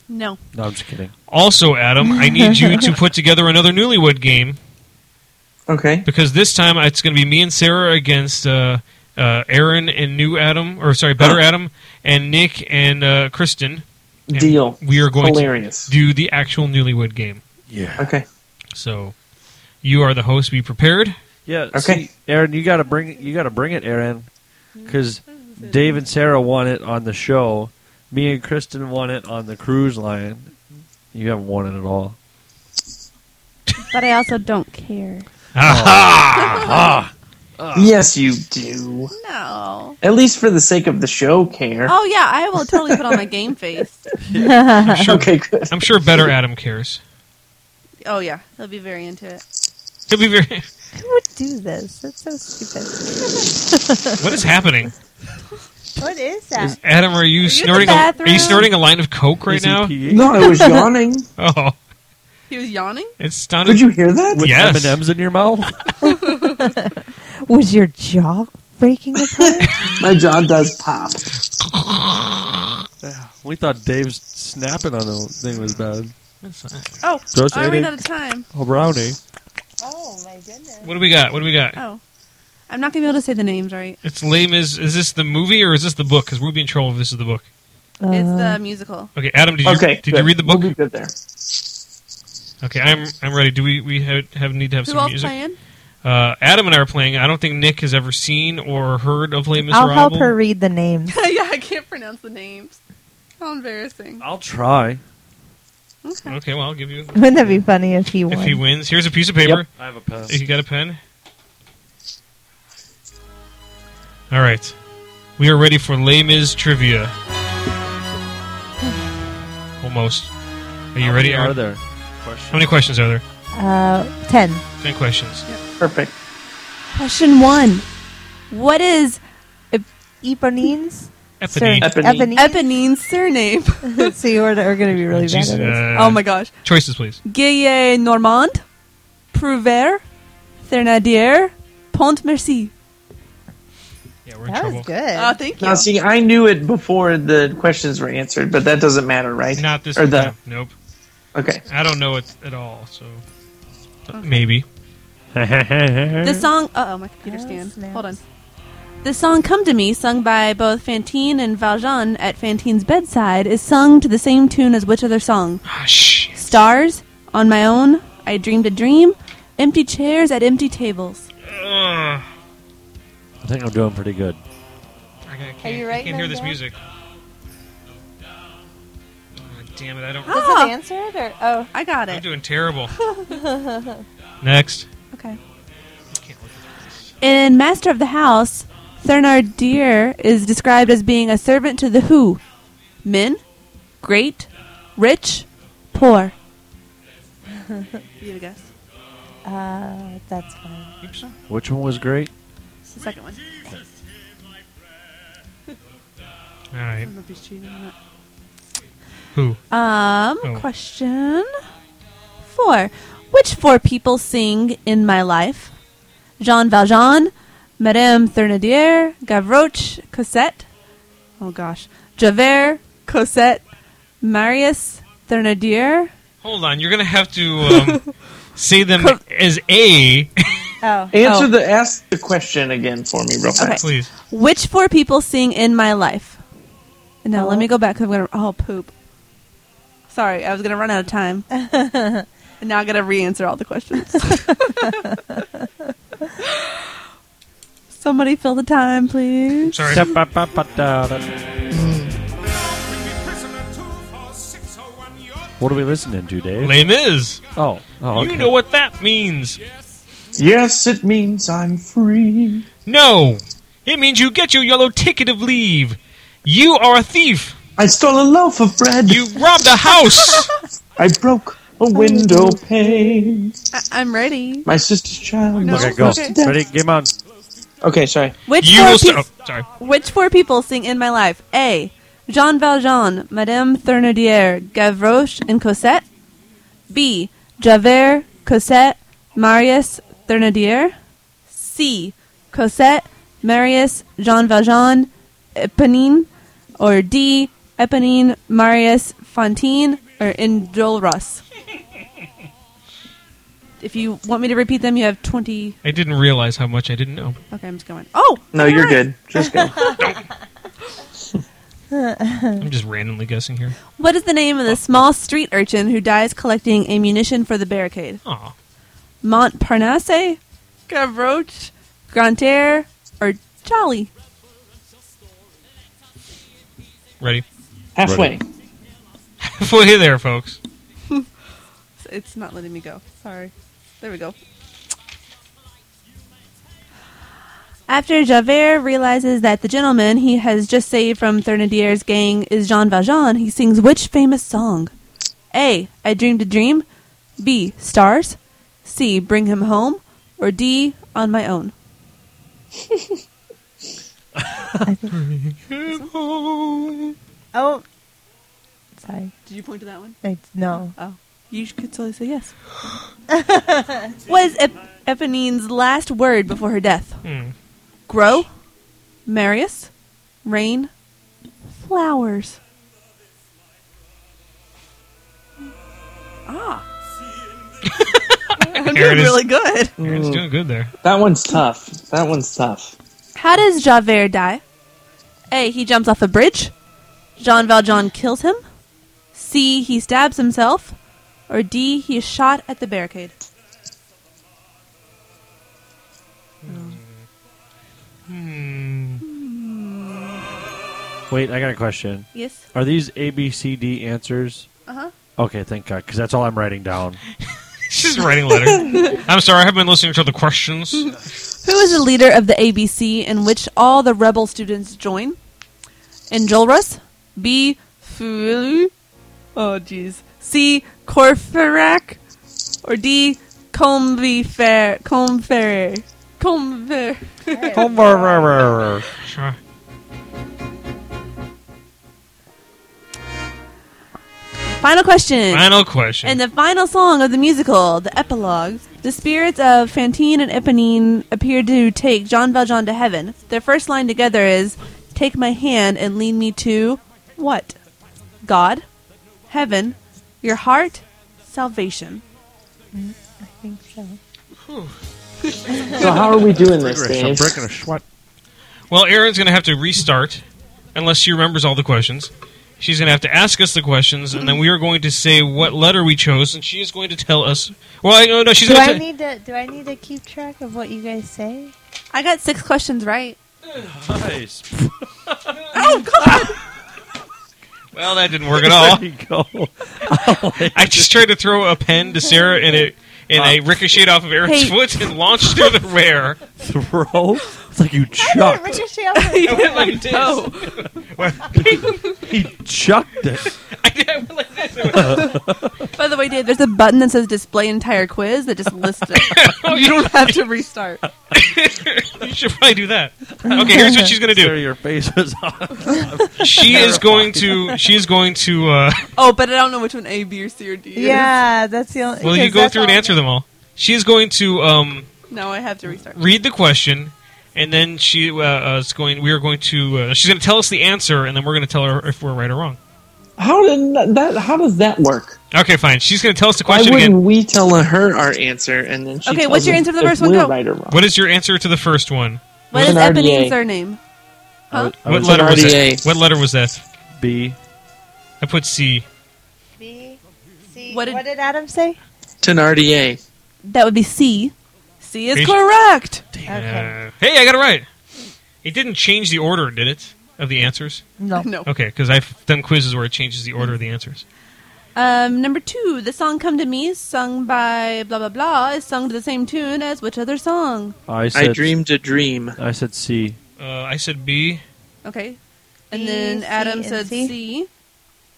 [SPEAKER 4] No.
[SPEAKER 3] No, I'm just kidding.
[SPEAKER 1] Also, Adam, I need you to put together another Newlywed game
[SPEAKER 2] Okay.
[SPEAKER 1] because this time it's going to be me and Sarah against uh, uh, Aaron and New Adam, or sorry, Better Adam, and Nick and uh, Kristen. And
[SPEAKER 2] Deal.
[SPEAKER 1] We are going
[SPEAKER 2] Hilarious.
[SPEAKER 1] to do the actual Newlywed game.
[SPEAKER 3] Yeah.
[SPEAKER 2] Okay.
[SPEAKER 1] So you are the host. Be prepared.
[SPEAKER 3] Yeah.
[SPEAKER 2] Okay.
[SPEAKER 3] See, Aaron, you gotta bring you gotta bring it, Aaron, because Dave and Sarah won it on the show. Me and Kristen won it on the cruise line. You haven't won it at all.
[SPEAKER 4] But I also don't care.
[SPEAKER 1] Aha!
[SPEAKER 2] yes, you do.
[SPEAKER 4] No.
[SPEAKER 2] At least for the sake of the show, care.
[SPEAKER 4] Oh yeah, I will totally put
[SPEAKER 1] [laughs]
[SPEAKER 4] on my game face.
[SPEAKER 1] I'm sure,
[SPEAKER 2] Okay, good.
[SPEAKER 1] I'm sure better Adam cares.
[SPEAKER 4] Oh yeah, he'll be very into it.
[SPEAKER 1] He'll be very. [laughs]
[SPEAKER 5] Who would do this? That's so stupid.
[SPEAKER 1] What is happening?
[SPEAKER 5] What is that?
[SPEAKER 1] Adam, are you,
[SPEAKER 4] the
[SPEAKER 1] snorting? A, are you
[SPEAKER 4] bathroom?
[SPEAKER 1] snorting a line of coke right now?
[SPEAKER 3] ECPE?
[SPEAKER 2] No, [laughs] I was yawning.
[SPEAKER 1] [laughs] Oh,
[SPEAKER 4] He was yawning.
[SPEAKER 1] it sounded.
[SPEAKER 2] Could you hear that?
[SPEAKER 3] With
[SPEAKER 1] Yes.
[SPEAKER 3] M&M's in your mouth? [laughs]
[SPEAKER 5] Was your jaw
[SPEAKER 1] [laughs]
[SPEAKER 5] breaking apart?
[SPEAKER 2] My jaw does pop.
[SPEAKER 3] we thought Dave's snapping on the thing was bad.
[SPEAKER 4] Oh,
[SPEAKER 3] Just
[SPEAKER 4] I ran
[SPEAKER 3] eating.
[SPEAKER 4] out of time.
[SPEAKER 3] A brownie.
[SPEAKER 5] oh my goodness!
[SPEAKER 1] What do we got? What do we got?
[SPEAKER 4] Oh, I'm not gonna be able to say the names right.
[SPEAKER 1] It's lame. Is is this the movie or is this the book? Because we'll be in trouble if this is the book. uh,
[SPEAKER 4] It's
[SPEAKER 5] Uh,
[SPEAKER 4] the musical.
[SPEAKER 1] Okay, Adam, did you
[SPEAKER 2] Okay.
[SPEAKER 1] did
[SPEAKER 2] good.
[SPEAKER 1] you read the book?
[SPEAKER 2] We'll be good there.
[SPEAKER 1] Okay, I'm I'm ready. Do we we have, have need to have
[SPEAKER 4] Who
[SPEAKER 1] some
[SPEAKER 4] else
[SPEAKER 1] music?
[SPEAKER 4] playing?
[SPEAKER 1] Uh, Adam and I are playing. I don't think Nick has ever seen or heard of Les Miserables.
[SPEAKER 5] I'll help her read the
[SPEAKER 4] [laughs]
[SPEAKER 5] names.
[SPEAKER 4] yeah, I can't pronounce the names. How embarrassing.
[SPEAKER 3] I'll try.
[SPEAKER 4] Okay.
[SPEAKER 1] Okay, well I'll give you
[SPEAKER 5] [laughs] Wouldn't that be funny if he won?
[SPEAKER 1] if he wins. Here's a piece of paper.
[SPEAKER 3] I have a pass.
[SPEAKER 1] You got a pen? All right. We are ready for Les Mis trivia. Almost. Are you ready?
[SPEAKER 3] Are
[SPEAKER 1] Aaron?
[SPEAKER 3] there?
[SPEAKER 1] How many questions are there?
[SPEAKER 5] Uh, ten.
[SPEAKER 1] Ten questions.
[SPEAKER 2] Perfect.
[SPEAKER 4] Question one. What is
[SPEAKER 5] Eponines.
[SPEAKER 1] Eponine.
[SPEAKER 5] Sir-
[SPEAKER 2] Eponine.
[SPEAKER 5] [laughs]
[SPEAKER 4] Eponine's surname?
[SPEAKER 5] Eponine. See, we're, we're going to be really
[SPEAKER 1] Jesus,
[SPEAKER 5] bad at this.
[SPEAKER 1] uh,
[SPEAKER 4] oh my gosh.
[SPEAKER 1] Choices, please.
[SPEAKER 4] Guillet Normand, Prouvaire, Thénardier, Pont Merci.
[SPEAKER 1] Yeah, we're in
[SPEAKER 5] That
[SPEAKER 1] trouble.
[SPEAKER 5] was good.
[SPEAKER 4] Oh, thank you.
[SPEAKER 2] Now, see, I knew it before the questions were answered, but that doesn't matter, right?
[SPEAKER 1] Not this
[SPEAKER 2] or
[SPEAKER 1] time.
[SPEAKER 2] the
[SPEAKER 1] Nope.
[SPEAKER 2] okay.
[SPEAKER 1] I don't know it at all. So maybe.
[SPEAKER 4] The song. Uh oh, my computer
[SPEAKER 5] Oh,
[SPEAKER 4] stand.
[SPEAKER 5] snaps.
[SPEAKER 4] Hold on. The song Come to Me, sung by both Fantine and Valjean at Fantine's bedside, is sung to the same tune as which other song?
[SPEAKER 1] Ah, shit.
[SPEAKER 4] Stars, On My Own, I Dreamed a Dream, Empty Chairs at Empty Tables.
[SPEAKER 1] Ugh.
[SPEAKER 3] I think I'm doing pretty good.
[SPEAKER 1] I can't,
[SPEAKER 5] Are you
[SPEAKER 1] I can't
[SPEAKER 5] writing
[SPEAKER 1] hear
[SPEAKER 5] them
[SPEAKER 1] this
[SPEAKER 5] down?
[SPEAKER 1] music. Ah, damn it! I don't.
[SPEAKER 5] Does
[SPEAKER 4] Ah.
[SPEAKER 5] it answer it or oh?
[SPEAKER 4] I got
[SPEAKER 1] I'm
[SPEAKER 4] it.
[SPEAKER 1] doing
[SPEAKER 5] [laughs]
[SPEAKER 1] terrible. Next.
[SPEAKER 4] Okay.
[SPEAKER 1] I can't look at this.
[SPEAKER 4] In Master of the House, Thénardier is described as being a servant to the who? Men, great, rich, poor. you have a guess?
[SPEAKER 5] Uh, that's fine.
[SPEAKER 1] Oops.
[SPEAKER 3] Which one was great?
[SPEAKER 4] It's the second one.
[SPEAKER 1] All right.
[SPEAKER 4] don't know if he's cheating or not.
[SPEAKER 1] Who?
[SPEAKER 4] Um,
[SPEAKER 1] Oh.
[SPEAKER 4] question four. Which four people sing In My Life? Jean Valjean, Madame Thénardier, Gavroche, Cosette. Oh gosh. Javert, Cosette, Marius, Thénardier.
[SPEAKER 1] Hold on. You're gonna have to
[SPEAKER 5] [laughs]
[SPEAKER 1] um, say them as A,
[SPEAKER 5] Oh,
[SPEAKER 2] Answer
[SPEAKER 4] Oh.
[SPEAKER 2] the ask the question again for me, real
[SPEAKER 4] Okay.
[SPEAKER 2] fast.
[SPEAKER 1] please.
[SPEAKER 4] Which four people sing In My Life? Now let
[SPEAKER 5] Oh.
[SPEAKER 4] me go back 'cause I'm gonna. Oh poop. Sorry, I was gonna run out of time. and now I gotta re-answer all the questions. Somebody fill the time, please.
[SPEAKER 1] Sorry.
[SPEAKER 3] What Mm. are we listening to, Dave?
[SPEAKER 1] Les Mis.
[SPEAKER 3] Oh, oh okay.
[SPEAKER 1] You know what that means.
[SPEAKER 2] Yes, it means I'm free.
[SPEAKER 1] No. It means you get your yellow ticket of leave. You are a thief.
[SPEAKER 2] I stole a loaf of bread.
[SPEAKER 1] You robbed a house.
[SPEAKER 2] I broke a window pane.
[SPEAKER 4] I- am ready.
[SPEAKER 2] My sister's child.
[SPEAKER 4] No.
[SPEAKER 2] was
[SPEAKER 3] Okay, go.
[SPEAKER 2] close to death.
[SPEAKER 3] Ready? Game on.
[SPEAKER 2] Okay, sorry.
[SPEAKER 4] Which
[SPEAKER 1] you
[SPEAKER 4] four
[SPEAKER 1] will. St-
[SPEAKER 4] peop-
[SPEAKER 1] oh, sorry.
[SPEAKER 4] Which four people sing In My Life? A. Jean Valjean, Madame Thénardier, Gavroche, and Cosette. B. Javert, Cosette, Marius, Thénardier. C. Cosette, Marius, Jean Valjean, Eponine. Or D. Eponine, Marius, Fantine, or Enjolras. if you want me to repeat them, you have 20.
[SPEAKER 1] I didn't realize how much I didn't know.
[SPEAKER 4] Okay, I'm just going. Oh!
[SPEAKER 2] No, you're good. Just go.
[SPEAKER 1] I'm just randomly guessing here.
[SPEAKER 4] What is the name of the small street urchin who dies collecting ammunition for the barricade?
[SPEAKER 1] Aw.
[SPEAKER 4] Montparnasse, Gavroche, Grantaire, or Jolly?
[SPEAKER 1] Ready? [laughs]
[SPEAKER 2] Halfway.
[SPEAKER 1] Halfway there, folks.
[SPEAKER 4] It's not letting me go. Sorry. There we go. After Javert realizes that the gentleman he has just saved from Thernadier's gang is Jean Valjean, he sings which famous song? A. I dreamed a dream. B. Stars. C. Bring him home. Or D. On my own.
[SPEAKER 5] Oh, sorry.
[SPEAKER 4] Did you point to that one?
[SPEAKER 5] I, no.
[SPEAKER 4] Oh, you could totally say yes. [gasps] Was Ep- Eponine's last word before her death?
[SPEAKER 1] Hmm.
[SPEAKER 4] Grow, Marius, rain, flowers. [laughs] Ah. I'm doing
[SPEAKER 1] Aaron is-
[SPEAKER 4] really good.
[SPEAKER 1] Aaron's doing good there.
[SPEAKER 2] That one's tough. That one's tough.
[SPEAKER 4] How does Javert die? A. He jumps off a bridge. Jean Valjean kills him. C. He stabs himself. Or D. He is shot at the barricade.
[SPEAKER 3] Wait, I got a question.
[SPEAKER 4] Yes.
[SPEAKER 3] Are these A, B, C, D answers?
[SPEAKER 4] Uh-huh.
[SPEAKER 3] Okay, thank God, because that's all I'm writing down.
[SPEAKER 1] She's writing a letter. I'm sorry, I haven't been listening to the questions.
[SPEAKER 4] Who is the leader of the ABC in which all the rebel students join? Enjolras. B. Fulu. Oh, jeez. C. Corferac. Or D. Combeferre. Combeferre. Combeferre.
[SPEAKER 1] Sure.
[SPEAKER 4] Final question.
[SPEAKER 1] Final question.
[SPEAKER 4] And the final song of the musical, the epilogue, the spirits of Fantine and Eponine appear to take Jean Valjean to heaven. Their first line together is, "Take my hand and lead me to what? God, heaven, your heart, salvation."
[SPEAKER 5] I think so.
[SPEAKER 2] So how are we doing this, Dave?
[SPEAKER 1] well, Aaron's going to have to restart unless she remembers all the questions. She's going to have to ask us the questions, and then we are going to say what letter we chose, and she is going to tell us. Well, I, no, no, she's
[SPEAKER 5] Do
[SPEAKER 1] going
[SPEAKER 5] I
[SPEAKER 1] to.
[SPEAKER 5] need to? Do I need to keep track of what you guys say?
[SPEAKER 4] I got six questions [laughs] right.
[SPEAKER 3] Nice.
[SPEAKER 1] well, that didn't work at all.
[SPEAKER 3] There you go.
[SPEAKER 1] I just tried to throw a pen to Sarah, and it and I ricocheted off of Aaron's
[SPEAKER 4] Hey.
[SPEAKER 1] foot and launched through the rear.
[SPEAKER 3] [laughs] Throw. It's like you
[SPEAKER 5] Did it
[SPEAKER 3] chucked.
[SPEAKER 5] ricochet off my-
[SPEAKER 4] Oh,
[SPEAKER 1] I went
[SPEAKER 4] [laughs]
[SPEAKER 1] like this.
[SPEAKER 3] He chucked it.
[SPEAKER 1] I did- I went like this. I went-
[SPEAKER 4] By the way, Dave, there's a button that says "Display Entire Quiz" that just lists [laughs] it. Oh, you don't have to restart.
[SPEAKER 1] [laughs] you should probably do that. Okay, here's what she's going to
[SPEAKER 3] Sarah,
[SPEAKER 1] do.
[SPEAKER 3] your face was [laughs] on.
[SPEAKER 1] She is going to. She is going to.
[SPEAKER 5] [laughs]
[SPEAKER 1] Uh,
[SPEAKER 4] Oh, but I don't know which one A, B, or C, or D. is.
[SPEAKER 5] [laughs] Yeah, that's the only.
[SPEAKER 1] Well, you
[SPEAKER 5] because
[SPEAKER 1] go
[SPEAKER 5] that's
[SPEAKER 1] through and
[SPEAKER 5] all-
[SPEAKER 1] answer them all. She is going to um,
[SPEAKER 4] Now I have to restart.
[SPEAKER 1] read the question, and then she uh, uh, is going. We are going to. Uh, she's going to tell us the answer, and then we're going to tell her if we're right or wrong.
[SPEAKER 2] How did that? How does that work?
[SPEAKER 1] Okay, fine. She's going to tell us the
[SPEAKER 2] Why
[SPEAKER 1] question
[SPEAKER 2] wouldn't
[SPEAKER 1] again.
[SPEAKER 2] we tell her our answer and then she
[SPEAKER 4] Okay,
[SPEAKER 2] tells
[SPEAKER 4] what's your
[SPEAKER 2] us
[SPEAKER 4] answer to the
[SPEAKER 2] if
[SPEAKER 4] first one?
[SPEAKER 2] we're
[SPEAKER 4] Go.
[SPEAKER 2] Right or wrong?
[SPEAKER 1] What is your answer to the first one?
[SPEAKER 4] What is
[SPEAKER 2] An RDA.
[SPEAKER 4] Eponine's surname? Huh?
[SPEAKER 3] I
[SPEAKER 1] what
[SPEAKER 3] was
[SPEAKER 1] letter was
[SPEAKER 2] RDA.
[SPEAKER 1] it? What letter was that?
[SPEAKER 3] B.
[SPEAKER 1] I put C.
[SPEAKER 5] B, C.
[SPEAKER 4] What
[SPEAKER 5] What
[SPEAKER 4] did-
[SPEAKER 5] did, Adam say?
[SPEAKER 2] Tenardier.
[SPEAKER 4] That would be C. C is
[SPEAKER 1] Is-
[SPEAKER 4] correct.
[SPEAKER 1] Uh, hey, I got it right. It didn't change the order, did it? Of the answers?
[SPEAKER 4] Oh. [laughs]
[SPEAKER 5] No.
[SPEAKER 1] Okay, because I've done quizzes where it changes the order of the answers.
[SPEAKER 4] Um, number two, the song "Come to Me," sung by blah blah blah, is sung to the same tune as which other song?
[SPEAKER 3] I said.
[SPEAKER 2] I dreamed a dream.
[SPEAKER 3] I said C.
[SPEAKER 1] Uh, I said B.
[SPEAKER 4] Okay, and
[SPEAKER 5] B,
[SPEAKER 4] then
[SPEAKER 5] C,
[SPEAKER 4] Adam
[SPEAKER 5] and
[SPEAKER 4] said C.
[SPEAKER 5] C.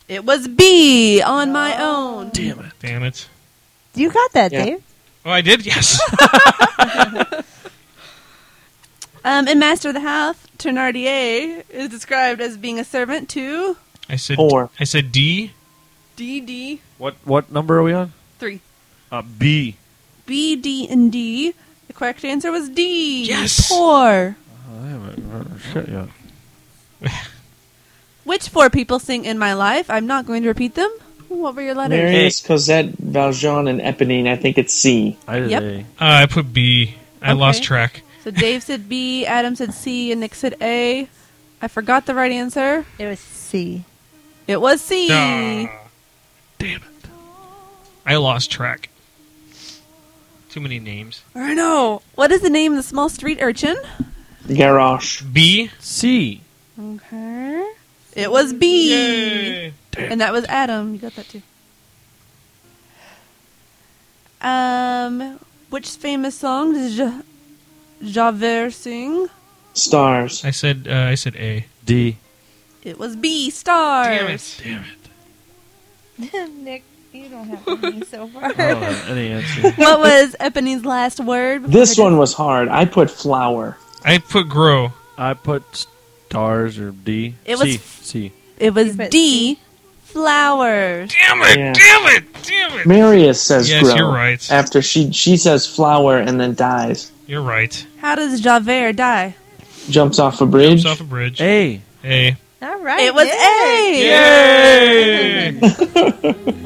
[SPEAKER 4] It was B on my own.
[SPEAKER 3] Damn it.
[SPEAKER 1] Damn it.
[SPEAKER 5] [laughs] You got that,
[SPEAKER 2] Yeah.
[SPEAKER 5] Dave.
[SPEAKER 1] Oh, I did?
[SPEAKER 3] [laughs]
[SPEAKER 1] Yes.
[SPEAKER 4] Um, in Master of the House, Thenardier is described as being a servant to
[SPEAKER 1] I said
[SPEAKER 2] Four.
[SPEAKER 1] I said D.
[SPEAKER 4] D D
[SPEAKER 3] What what number are we on?
[SPEAKER 4] three
[SPEAKER 3] Uh, B.
[SPEAKER 4] B D and D. The correct answer was D.
[SPEAKER 1] Yes.
[SPEAKER 4] Poor.
[SPEAKER 3] I haven't heard shit yet.
[SPEAKER 4] Which four people sing in my life? I'm not going to repeat them. What were your letters?
[SPEAKER 2] Marius, Cosette, Valjean, and Eponine. I think it's C.
[SPEAKER 3] I did
[SPEAKER 4] Yep.
[SPEAKER 3] A.
[SPEAKER 1] Uh, I put B. I
[SPEAKER 4] Okay.
[SPEAKER 1] lost track.
[SPEAKER 4] So Dave said B, Adam said C, and Nick said A. I forgot the right answer.
[SPEAKER 5] It was C.
[SPEAKER 4] It was C.
[SPEAKER 1] Ah, damn it. I lost track. Too many names.
[SPEAKER 4] I know. What is the name of the small street urchin?
[SPEAKER 2] Garrosh.
[SPEAKER 1] B.
[SPEAKER 3] C.
[SPEAKER 4] Okay. It was B. And that was Adam. You got that too. Um, which famous song does Ja- Javert Singh.
[SPEAKER 2] Stars.
[SPEAKER 1] I said uh, I said A.
[SPEAKER 3] D.
[SPEAKER 4] It was B stars.
[SPEAKER 1] Damn it.
[SPEAKER 5] [laughs] Nick, you don't have any so far. [laughs]
[SPEAKER 3] I don't have any
[SPEAKER 4] [laughs]
[SPEAKER 3] answer.
[SPEAKER 4] What was Eponine last word? before
[SPEAKER 2] This
[SPEAKER 4] we-
[SPEAKER 2] one was hard. I put flower.
[SPEAKER 1] I put grow.
[SPEAKER 3] I put stars or D.
[SPEAKER 4] It
[SPEAKER 3] C.
[SPEAKER 4] was-
[SPEAKER 3] C.
[SPEAKER 4] It was
[SPEAKER 5] You put
[SPEAKER 4] D. Flowers.
[SPEAKER 1] Damn it!
[SPEAKER 2] Yeah.
[SPEAKER 1] Damn it! Damn it!
[SPEAKER 2] Marius says
[SPEAKER 1] Yes,
[SPEAKER 2] grow.
[SPEAKER 1] you're right.
[SPEAKER 2] After she she says flower and then dies,
[SPEAKER 1] You're right.
[SPEAKER 4] How does Javert die?
[SPEAKER 2] jumps off a bridge.
[SPEAKER 1] It's off a bridge. A.
[SPEAKER 3] A.
[SPEAKER 5] All right.
[SPEAKER 4] It was
[SPEAKER 5] yay.
[SPEAKER 4] A.
[SPEAKER 1] Yay!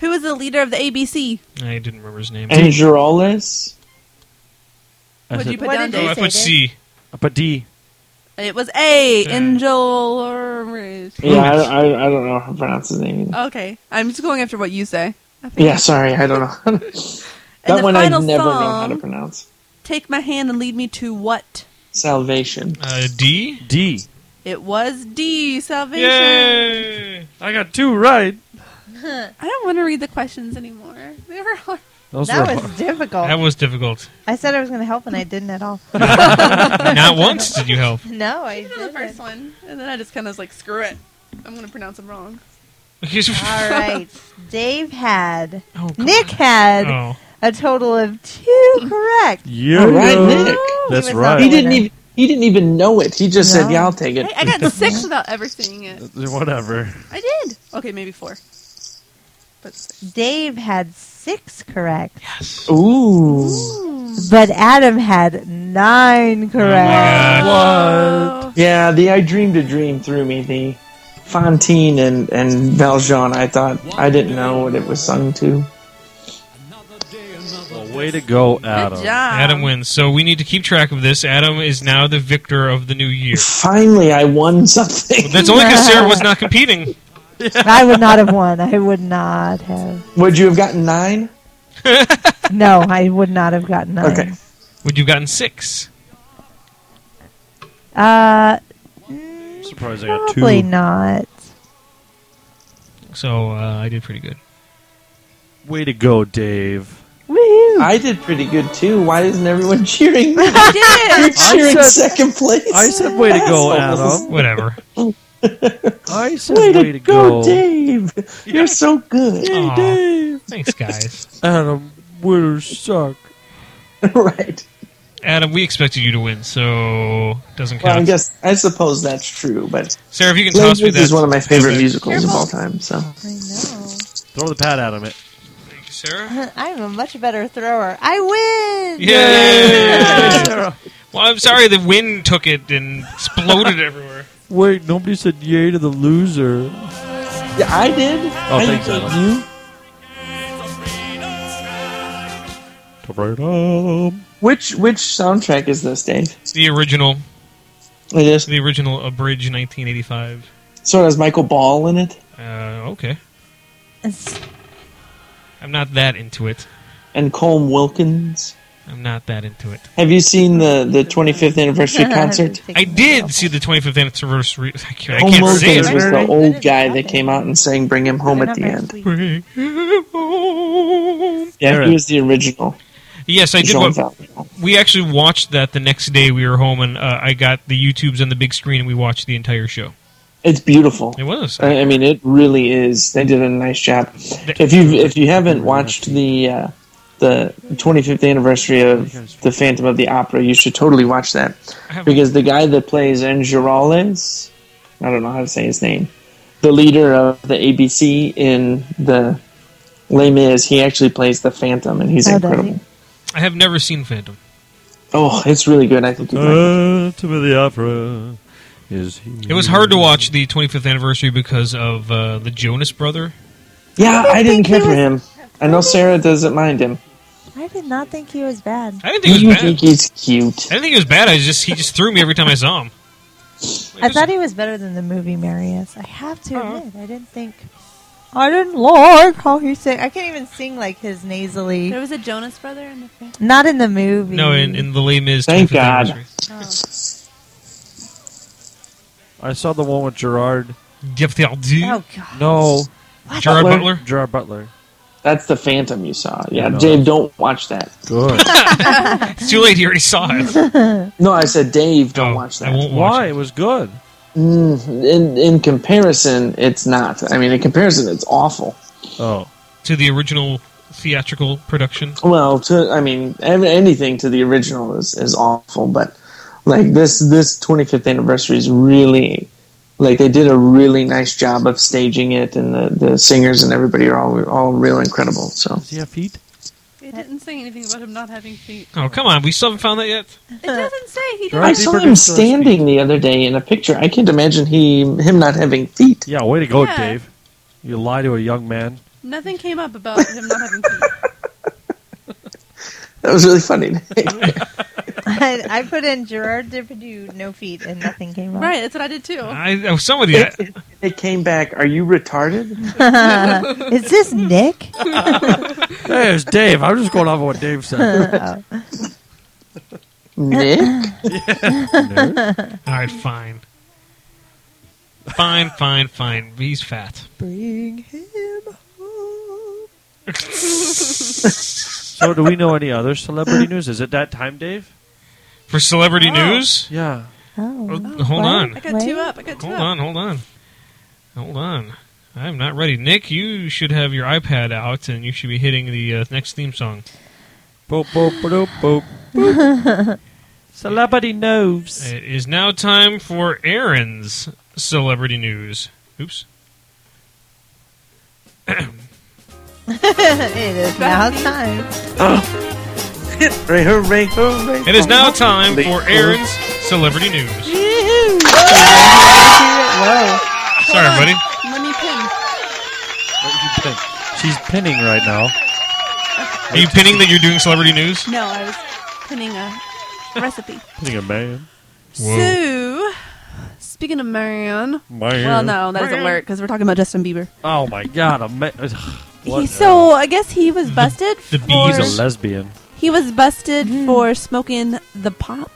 [SPEAKER 4] Who was the leader of the ABC?
[SPEAKER 1] I didn't remember his name.
[SPEAKER 2] and Girolis.
[SPEAKER 3] I
[SPEAKER 4] What'd
[SPEAKER 3] said-
[SPEAKER 4] you put
[SPEAKER 5] What
[SPEAKER 4] down,
[SPEAKER 5] did
[SPEAKER 1] Oh,
[SPEAKER 5] you
[SPEAKER 4] Dave?
[SPEAKER 1] I put
[SPEAKER 5] Say
[SPEAKER 1] C.
[SPEAKER 3] I put D.
[SPEAKER 4] It was A.
[SPEAKER 1] Uh,
[SPEAKER 4] Angel.
[SPEAKER 2] Yeah, I, I, I don't know how to pronounce his name. Either.
[SPEAKER 4] Okay, I'm just going after what you say.
[SPEAKER 2] Yeah, sorry, I don't know. [laughs]
[SPEAKER 4] And the
[SPEAKER 2] that one I
[SPEAKER 4] final
[SPEAKER 2] never know how
[SPEAKER 4] song,
[SPEAKER 2] to pronounce.
[SPEAKER 4] "Take My Hand and Lead Me to What."
[SPEAKER 2] Salvation.
[SPEAKER 1] Uh, D.
[SPEAKER 3] D.
[SPEAKER 4] It was D. Salvation.
[SPEAKER 1] Yay!
[SPEAKER 3] I got two right.
[SPEAKER 4] I don't want to read the questions anymore. They were hard.
[SPEAKER 3] Those were
[SPEAKER 5] That was
[SPEAKER 3] hard.
[SPEAKER 5] difficult.
[SPEAKER 1] That was [laughs] difficult.
[SPEAKER 5] I said I was going to help, and I
[SPEAKER 1] [laughs]
[SPEAKER 5] didn't at all. [laughs]
[SPEAKER 1] Not once did you help. [laughs]
[SPEAKER 5] no, I
[SPEAKER 4] You know the
[SPEAKER 5] didn't.
[SPEAKER 4] first one, and then I just kind of was like, "Screw it, I'm going to pronounce them wrong."
[SPEAKER 5] All right. Dave had,
[SPEAKER 1] Oh, God.
[SPEAKER 5] Nick had
[SPEAKER 1] Oh.
[SPEAKER 5] a total of two correct.
[SPEAKER 3] Yeah.
[SPEAKER 2] All right, Nick.
[SPEAKER 3] That's
[SPEAKER 5] He was
[SPEAKER 3] right.
[SPEAKER 5] not
[SPEAKER 2] He didn't
[SPEAKER 5] winner.
[SPEAKER 2] even he didn't even know it. He just said,
[SPEAKER 5] No.
[SPEAKER 2] "Yeah, I'll take it."
[SPEAKER 4] Hey, I got six without ever seeing it.
[SPEAKER 3] Whatever.
[SPEAKER 4] I did. Okay, maybe four. But six.
[SPEAKER 5] Dave had six correct,
[SPEAKER 2] Ooh.
[SPEAKER 4] Hmm.
[SPEAKER 5] but Adam had nine correct.
[SPEAKER 4] Oh.
[SPEAKER 2] Yeah, the I dreamed a dream threw me. The Fontaine and and Valjean. I thought I didn't know what it was sung to.
[SPEAKER 3] Well, way to go, Adam.
[SPEAKER 4] Good job.
[SPEAKER 1] Adam wins. So we need to keep track of this. Adam is now the victor of the new year.
[SPEAKER 2] Finally, I won [laughs] something.
[SPEAKER 1] That's only because Sarah was not competing.
[SPEAKER 5] I would not have won. I would not have.
[SPEAKER 2] Would you have gotten nine?
[SPEAKER 5] No, I would not have gotten nine.
[SPEAKER 2] Okay.
[SPEAKER 1] Would you have gotten six?
[SPEAKER 5] Uh,
[SPEAKER 3] Surprised I got
[SPEAKER 5] probably
[SPEAKER 3] two.
[SPEAKER 5] not.
[SPEAKER 1] So uh, I did pretty good.
[SPEAKER 3] Way to go, Dave.
[SPEAKER 5] Woohoo!
[SPEAKER 2] I did pretty good too. Why isn't everyone [laughs] cheering? me?
[SPEAKER 4] I did.
[SPEAKER 1] [laughs]
[SPEAKER 2] You're cheering
[SPEAKER 3] said-
[SPEAKER 2] second place.
[SPEAKER 3] I said, way
[SPEAKER 2] [laughs]
[SPEAKER 3] to go, Adam.
[SPEAKER 1] Whatever.
[SPEAKER 3] I said,
[SPEAKER 2] Way to,
[SPEAKER 3] go,
[SPEAKER 2] go, Dave. You're so good.
[SPEAKER 1] Aw, thanks, guys.
[SPEAKER 3] Adam, winners suck.
[SPEAKER 2] [laughs] right.
[SPEAKER 1] Adam, we expected you to win, so doesn't
[SPEAKER 2] Well, I
[SPEAKER 1] count.
[SPEAKER 2] guess I suppose that's true, but
[SPEAKER 1] Sarah, if you can toss me
[SPEAKER 2] Language
[SPEAKER 1] that.
[SPEAKER 2] is one of my favorite
[SPEAKER 1] Okay.
[SPEAKER 2] musicals of all time. So
[SPEAKER 5] I know.
[SPEAKER 3] Throw the pad at him. It.
[SPEAKER 1] Thank you, Sarah.
[SPEAKER 5] I'm a much better thrower. I win.
[SPEAKER 1] Yay! well, I'm sorry the wind took it and exploded everywhere.
[SPEAKER 3] Wait, nobody said yay to the loser.
[SPEAKER 2] yeah, I did. Oh, I
[SPEAKER 3] thanks,
[SPEAKER 2] did
[SPEAKER 3] Adam.
[SPEAKER 2] you. Which which soundtrack is this, Dave?
[SPEAKER 1] The original,
[SPEAKER 2] It is.
[SPEAKER 1] the original Abridge 1985.
[SPEAKER 2] So it has Michael Ball in it
[SPEAKER 1] Uh, okay.
[SPEAKER 5] It's-
[SPEAKER 1] I'm not that into it.
[SPEAKER 2] and Colm Wilkins.
[SPEAKER 1] I'm not that into it.
[SPEAKER 2] Have you seen the the 25th anniversary concert?
[SPEAKER 5] [laughs]
[SPEAKER 1] I did see the 25th anniversary. [laughs] I can't, I
[SPEAKER 2] Colm
[SPEAKER 1] can't say
[SPEAKER 2] Wilkins
[SPEAKER 1] it.
[SPEAKER 2] was the
[SPEAKER 5] Very
[SPEAKER 2] old
[SPEAKER 5] good.
[SPEAKER 2] guy that came out and sang "Bring Him Home" at the end.
[SPEAKER 1] Bring it home.
[SPEAKER 2] Yeah,
[SPEAKER 3] Aaron.
[SPEAKER 2] he was the original.
[SPEAKER 1] Yes, I did.
[SPEAKER 2] Jean
[SPEAKER 1] What,
[SPEAKER 2] Valjean.
[SPEAKER 1] we actually watched that the next day. We were home, and uh, I got the YouTubes on the big screen, and we watched the entire show.
[SPEAKER 2] It's beautiful.
[SPEAKER 1] It was.
[SPEAKER 2] I I mean, it really is. They did a nice job. If you if you haven't watched the uh, the 25th anniversary of the Phantom of the Opera, you should totally watch that
[SPEAKER 1] I have-
[SPEAKER 2] because the guy that plays Enjurales, I don't know how to say his name, the leader of the ABC in the Les Mis, he actually plays the Phantom, and he's
[SPEAKER 5] Oh, does he?
[SPEAKER 2] incredible.
[SPEAKER 1] I have never seen Phantom.
[SPEAKER 2] Oh, it's really good. I think. you'd
[SPEAKER 1] Uh,
[SPEAKER 2] like it.
[SPEAKER 3] Phantom of the Opera is here.
[SPEAKER 1] It was hard to watch the 25th anniversary because of uh, the Jonas brother.
[SPEAKER 2] Yeah, I didn't
[SPEAKER 5] think
[SPEAKER 2] care
[SPEAKER 5] he
[SPEAKER 2] for
[SPEAKER 5] was-
[SPEAKER 2] him. I know Sarah doesn't mind him.
[SPEAKER 5] I did not think he was bad.
[SPEAKER 1] I didn't think it
[SPEAKER 2] You
[SPEAKER 1] was bad.
[SPEAKER 2] think he's cute?
[SPEAKER 1] I didn't think it was bad. I just he just threw me every time I saw him.
[SPEAKER 5] I thought he was better than the movie Marius. I have to admit, I didn't think. I didn't like how he sang. I can't even sing like his
[SPEAKER 4] There
[SPEAKER 5] nasally.
[SPEAKER 4] was a Jonas brother in the family.
[SPEAKER 5] Not in the movie.
[SPEAKER 1] no in,
[SPEAKER 5] [laughs]
[SPEAKER 1] in the Les Mis.
[SPEAKER 2] Thank
[SPEAKER 1] 25th
[SPEAKER 2] God.
[SPEAKER 1] Anniversary.
[SPEAKER 4] Oh,
[SPEAKER 3] I saw the one with Gerard.
[SPEAKER 1] Jeff Dal-
[SPEAKER 5] Oh god.
[SPEAKER 3] No,
[SPEAKER 1] Gerard
[SPEAKER 2] Butler.
[SPEAKER 3] Oh.
[SPEAKER 1] Butler.
[SPEAKER 3] Gerard Butler.
[SPEAKER 2] That's the Phantom you saw. Yeah,
[SPEAKER 3] Yeah, no.
[SPEAKER 2] Dave, don't watch that.
[SPEAKER 3] [laughs] Good.
[SPEAKER 1] It's too late. You already saw it.
[SPEAKER 2] No, I said Dave, don't
[SPEAKER 1] No,
[SPEAKER 2] watch
[SPEAKER 1] I
[SPEAKER 2] that. Mm-hmm.
[SPEAKER 1] won't watch
[SPEAKER 3] Why?
[SPEAKER 1] it.
[SPEAKER 3] It was good.
[SPEAKER 2] In in comparison, it's not. I mean, in comparison, it's awful.
[SPEAKER 3] Oh.
[SPEAKER 1] to the original theatrical production.
[SPEAKER 2] Well, to I mean, ev- anything to the original is is awful, but like this this 25th anniversary is really like they did a really nice job of staging it, and the, the singers and everybody are all all real incredible. So
[SPEAKER 3] Does he have feet?
[SPEAKER 4] It didn't say anything about him not having feet.
[SPEAKER 1] Oh come on, we still haven't found that yet.
[SPEAKER 4] It doesn't say he
[SPEAKER 3] Right.
[SPEAKER 2] I saw
[SPEAKER 4] doesn't.
[SPEAKER 3] Deeper
[SPEAKER 2] him
[SPEAKER 3] into those
[SPEAKER 2] standing the other day in a picture. I can't imagine he him not having feet.
[SPEAKER 3] Yeah, way to go,
[SPEAKER 4] Yeah.
[SPEAKER 3] Dave. You lie to a young man.
[SPEAKER 4] Nothing came up about him not having feet.
[SPEAKER 2] That was really funny.
[SPEAKER 5] I, I put in Gerard Depardieu, no feet, and nothing came up.
[SPEAKER 4] Right, that's what I did too.
[SPEAKER 1] I oh, somebody. I,
[SPEAKER 2] it came back. Are you retarded?
[SPEAKER 5] [laughs] Is this Nick?
[SPEAKER 3] Hey, it's Dave. I'm just going off of what Dave said.
[SPEAKER 5] Uh,
[SPEAKER 2] Nick?
[SPEAKER 1] all right, fine, fine, fine, fine. He's fat.
[SPEAKER 5] Bring him home.
[SPEAKER 3] [laughs] so, do we know any other celebrity news? Is it that time, Dave?
[SPEAKER 1] For celebrity news,
[SPEAKER 3] Yeah.
[SPEAKER 5] Oh.
[SPEAKER 1] Uh, hold on,
[SPEAKER 4] I got
[SPEAKER 5] Wait.
[SPEAKER 4] two up. I got two
[SPEAKER 1] hold
[SPEAKER 4] up.
[SPEAKER 1] on, hold on, hold on. I'm not ready, Nick. You should have your iPad out, and you should be hitting the uh, next theme song.
[SPEAKER 3] Boop, boop, boop, boop,
[SPEAKER 4] [laughs]
[SPEAKER 3] boop. celebrity news.
[SPEAKER 1] It is now time for Aaron's celebrity news. Oops.
[SPEAKER 5] [laughs] It is now time.
[SPEAKER 2] Hooray, hooray, hooray.
[SPEAKER 1] It is now time for Aaron's celebrity news.
[SPEAKER 5] Whoa.
[SPEAKER 1] Sorry, buddy.
[SPEAKER 4] Let me pin.
[SPEAKER 3] She's pinning right now.
[SPEAKER 1] Are you pinning that you're doing celebrity news?
[SPEAKER 4] No, I was pinning a recipe.
[SPEAKER 3] Pinning a man.
[SPEAKER 4] So, speaking of man, well, no, that doesn't work because we're talking about Justin Bieber.
[SPEAKER 3] Oh my god, a man.
[SPEAKER 4] He, so I guess he was busted
[SPEAKER 1] the
[SPEAKER 4] for
[SPEAKER 1] bees
[SPEAKER 3] He's a lesbian.
[SPEAKER 4] he was busted for smoking the pop,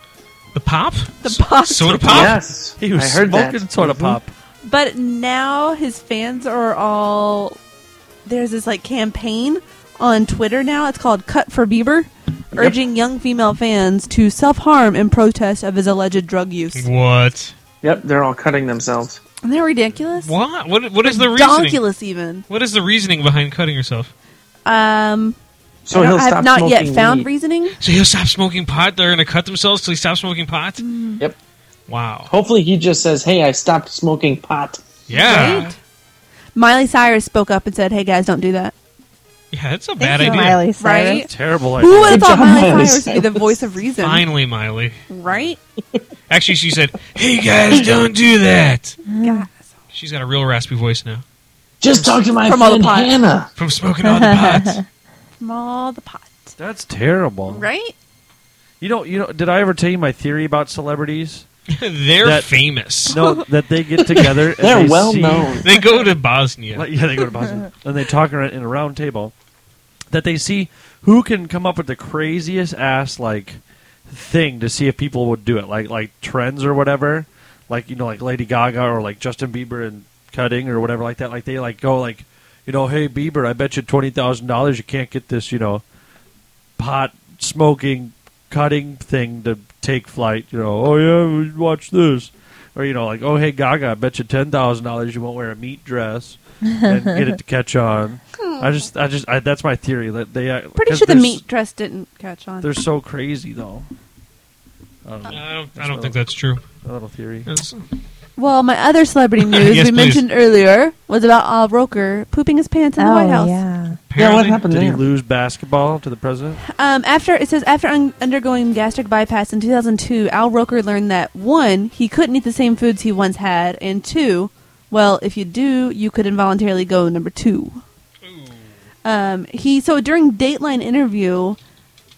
[SPEAKER 1] The pop?
[SPEAKER 4] the pop.
[SPEAKER 1] Soda pop?
[SPEAKER 2] Yes.
[SPEAKER 3] Ah, He was
[SPEAKER 2] I heard
[SPEAKER 3] smoking
[SPEAKER 2] that. Mm-hmm.
[SPEAKER 3] soda pop.
[SPEAKER 4] But now his fans are all there's this like campaign on Twitter now. It's called Cut for Bieber, urging young female fans to self harm in protest of his alleged drug use.
[SPEAKER 1] What?
[SPEAKER 2] Yep, they're all cutting themselves.
[SPEAKER 4] Isn't that ridiculous?
[SPEAKER 1] What? What? What is the reasoning?
[SPEAKER 4] Ridiculous, even.
[SPEAKER 1] What is the reasoning behind cutting yourself?
[SPEAKER 4] Um,
[SPEAKER 2] So
[SPEAKER 4] I
[SPEAKER 2] he'll
[SPEAKER 4] don't- I
[SPEAKER 2] stop
[SPEAKER 4] have not yet
[SPEAKER 2] smoking
[SPEAKER 4] found
[SPEAKER 2] weed.
[SPEAKER 4] reasoning.
[SPEAKER 1] So he'll stop smoking pot. They're gonna cut themselves till he stops smoking pot.
[SPEAKER 4] Mm.
[SPEAKER 2] Yep.
[SPEAKER 1] Wow.
[SPEAKER 2] Hopefully, he just says, "Hey, I stopped smoking pot."
[SPEAKER 1] Yeah.
[SPEAKER 4] Right? Miley Cyrus spoke up and said, "Hey guys, don't do that."
[SPEAKER 1] Yeah, that's a bad
[SPEAKER 5] you,
[SPEAKER 1] idea.
[SPEAKER 5] Miley Cyrus.
[SPEAKER 4] Right?
[SPEAKER 3] Terrible
[SPEAKER 4] Who
[SPEAKER 3] idea.
[SPEAKER 4] would have
[SPEAKER 2] Good job,
[SPEAKER 4] thought Miley
[SPEAKER 2] Miley
[SPEAKER 4] Cyrus would be the
[SPEAKER 2] Cyrus.
[SPEAKER 4] voice of reason?
[SPEAKER 1] Finally, Miley.
[SPEAKER 4] Right?
[SPEAKER 1] Actually, she said, "Hey
[SPEAKER 4] [laughs]
[SPEAKER 1] guys, don't do that." She's got a real raspy voice now
[SPEAKER 2] Just talk to my
[SPEAKER 4] From all the
[SPEAKER 2] friend
[SPEAKER 4] pot.
[SPEAKER 2] Hannah.
[SPEAKER 1] from smoking
[SPEAKER 4] [laughs]
[SPEAKER 1] all the pots.
[SPEAKER 4] From all the pot.
[SPEAKER 3] That's terrible.
[SPEAKER 4] Right?
[SPEAKER 3] You know, you know. Did I ever tell you my theory about celebrities?
[SPEAKER 1] [laughs] They're
[SPEAKER 3] That-
[SPEAKER 1] famous.
[SPEAKER 4] [laughs]
[SPEAKER 3] No, that they get together. and
[SPEAKER 2] They're
[SPEAKER 3] they
[SPEAKER 2] well
[SPEAKER 3] see-
[SPEAKER 2] known.
[SPEAKER 1] They go to Bosnia.
[SPEAKER 3] Like, yeah, they go to Boston and they talk around in a round table. That they see who can come up with the craziest ass like thing to see if people would do it, like like trends or whatever. Like you know, like Lady Gaga or like Justin Bieber and cutting or whatever like that. Like they like go like, you know, hey Bieber, I bet you twenty thousand dollars you can't get this, you know, pot smoking cutting thing to take flight. You know, oh yeah, we watch this, or you know, like oh hey Gaga, I bet you ten thousand dollars you won't wear a meat dress and get it to catch
[SPEAKER 4] [laughs]
[SPEAKER 3] on. I just, I just, I, that's my theory that they uh,
[SPEAKER 4] Pretty
[SPEAKER 3] 'cause
[SPEAKER 4] sure the
[SPEAKER 3] they're s-
[SPEAKER 4] meat dress didn't catch on.
[SPEAKER 3] They're so crazy though. I don't
[SPEAKER 1] Uh,
[SPEAKER 3] know.
[SPEAKER 4] Uh,
[SPEAKER 1] I don't, I don't think that's true.
[SPEAKER 3] A little theory.
[SPEAKER 1] That's-
[SPEAKER 4] Well, my other celebrity
[SPEAKER 1] [laughs]
[SPEAKER 4] news
[SPEAKER 1] Yes,
[SPEAKER 4] we
[SPEAKER 1] please.
[SPEAKER 4] mentioned earlier was about Al Roker pooping his pants in the White
[SPEAKER 5] Oh,
[SPEAKER 4] House.
[SPEAKER 5] yeah.
[SPEAKER 2] Yeah, what
[SPEAKER 1] apparently-
[SPEAKER 2] happened
[SPEAKER 3] Did he
[SPEAKER 2] there?
[SPEAKER 3] lose basketball to the president?
[SPEAKER 4] Um, after it says after un- undergoing gastric bypass in 2002, Al Roker learned that one, he couldn't eat the same foods he once had, and two, well, if you do, you could involuntarily go number two. Um, he so during Dateline interview,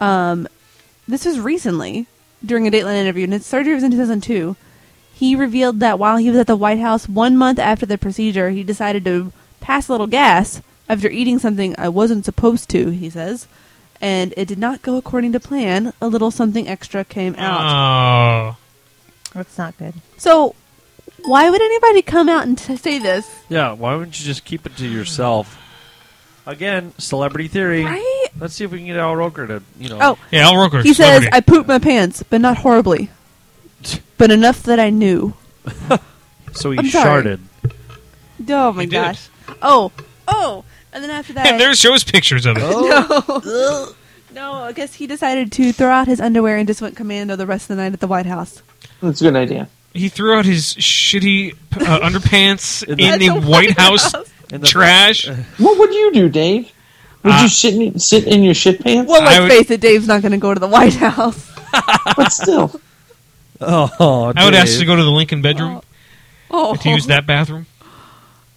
[SPEAKER 4] um, this was recently during a Dateline interview, and his surgery was in 2002. He revealed that while he was at the White House one month after the procedure, he decided to pass a little gas after eating something I wasn't supposed to. He says, and it did not go according to plan. A little something extra came out.
[SPEAKER 1] Oh.
[SPEAKER 5] That's not good.
[SPEAKER 4] So, why would anybody come out and t- say this?
[SPEAKER 3] Yeah. Why wouldn't you just keep it to yourself? Again, celebrity theory.
[SPEAKER 4] Right?
[SPEAKER 3] Let's see if we can get Al Roker to you know.
[SPEAKER 5] Oh,
[SPEAKER 1] Yeah, Al Roker.
[SPEAKER 4] He says,
[SPEAKER 1] celebrity.
[SPEAKER 4] I pooped my pants, but not horribly. But enough that I knew.
[SPEAKER 3] so he
[SPEAKER 4] I'm sorry.
[SPEAKER 3] sharded.
[SPEAKER 4] Oh my
[SPEAKER 1] He did.
[SPEAKER 4] gosh. Oh, oh. And
[SPEAKER 1] [laughs]
[SPEAKER 4] then after
[SPEAKER 1] [laughs]
[SPEAKER 4] that.
[SPEAKER 1] and there shows pictures of it.
[SPEAKER 4] Oh. no. [laughs] no, I guess he decided to throw out his underwear and just went commando the rest of the night at the White House.
[SPEAKER 2] That's a good idea.
[SPEAKER 1] He threw out his shitty p-
[SPEAKER 4] [laughs]
[SPEAKER 1] uh, underpants [laughs] in
[SPEAKER 3] In
[SPEAKER 1] the,
[SPEAKER 3] the-
[SPEAKER 4] At the
[SPEAKER 1] White
[SPEAKER 4] [laughs]
[SPEAKER 1] House
[SPEAKER 3] In the-
[SPEAKER 1] trash.
[SPEAKER 2] What would you do, Dave? Would
[SPEAKER 1] Uh,
[SPEAKER 2] you sit in, sit in your shit pants?
[SPEAKER 4] Well, let's
[SPEAKER 1] I would-
[SPEAKER 4] face it, Dave's not going to go to the White House.
[SPEAKER 2] but still,
[SPEAKER 3] [laughs] Oh,
[SPEAKER 1] I would
[SPEAKER 3] Dave.
[SPEAKER 1] ask to go to the Lincoln bedroom
[SPEAKER 4] Oh,
[SPEAKER 1] [laughs] to use that bathroom.
[SPEAKER 4] [laughs]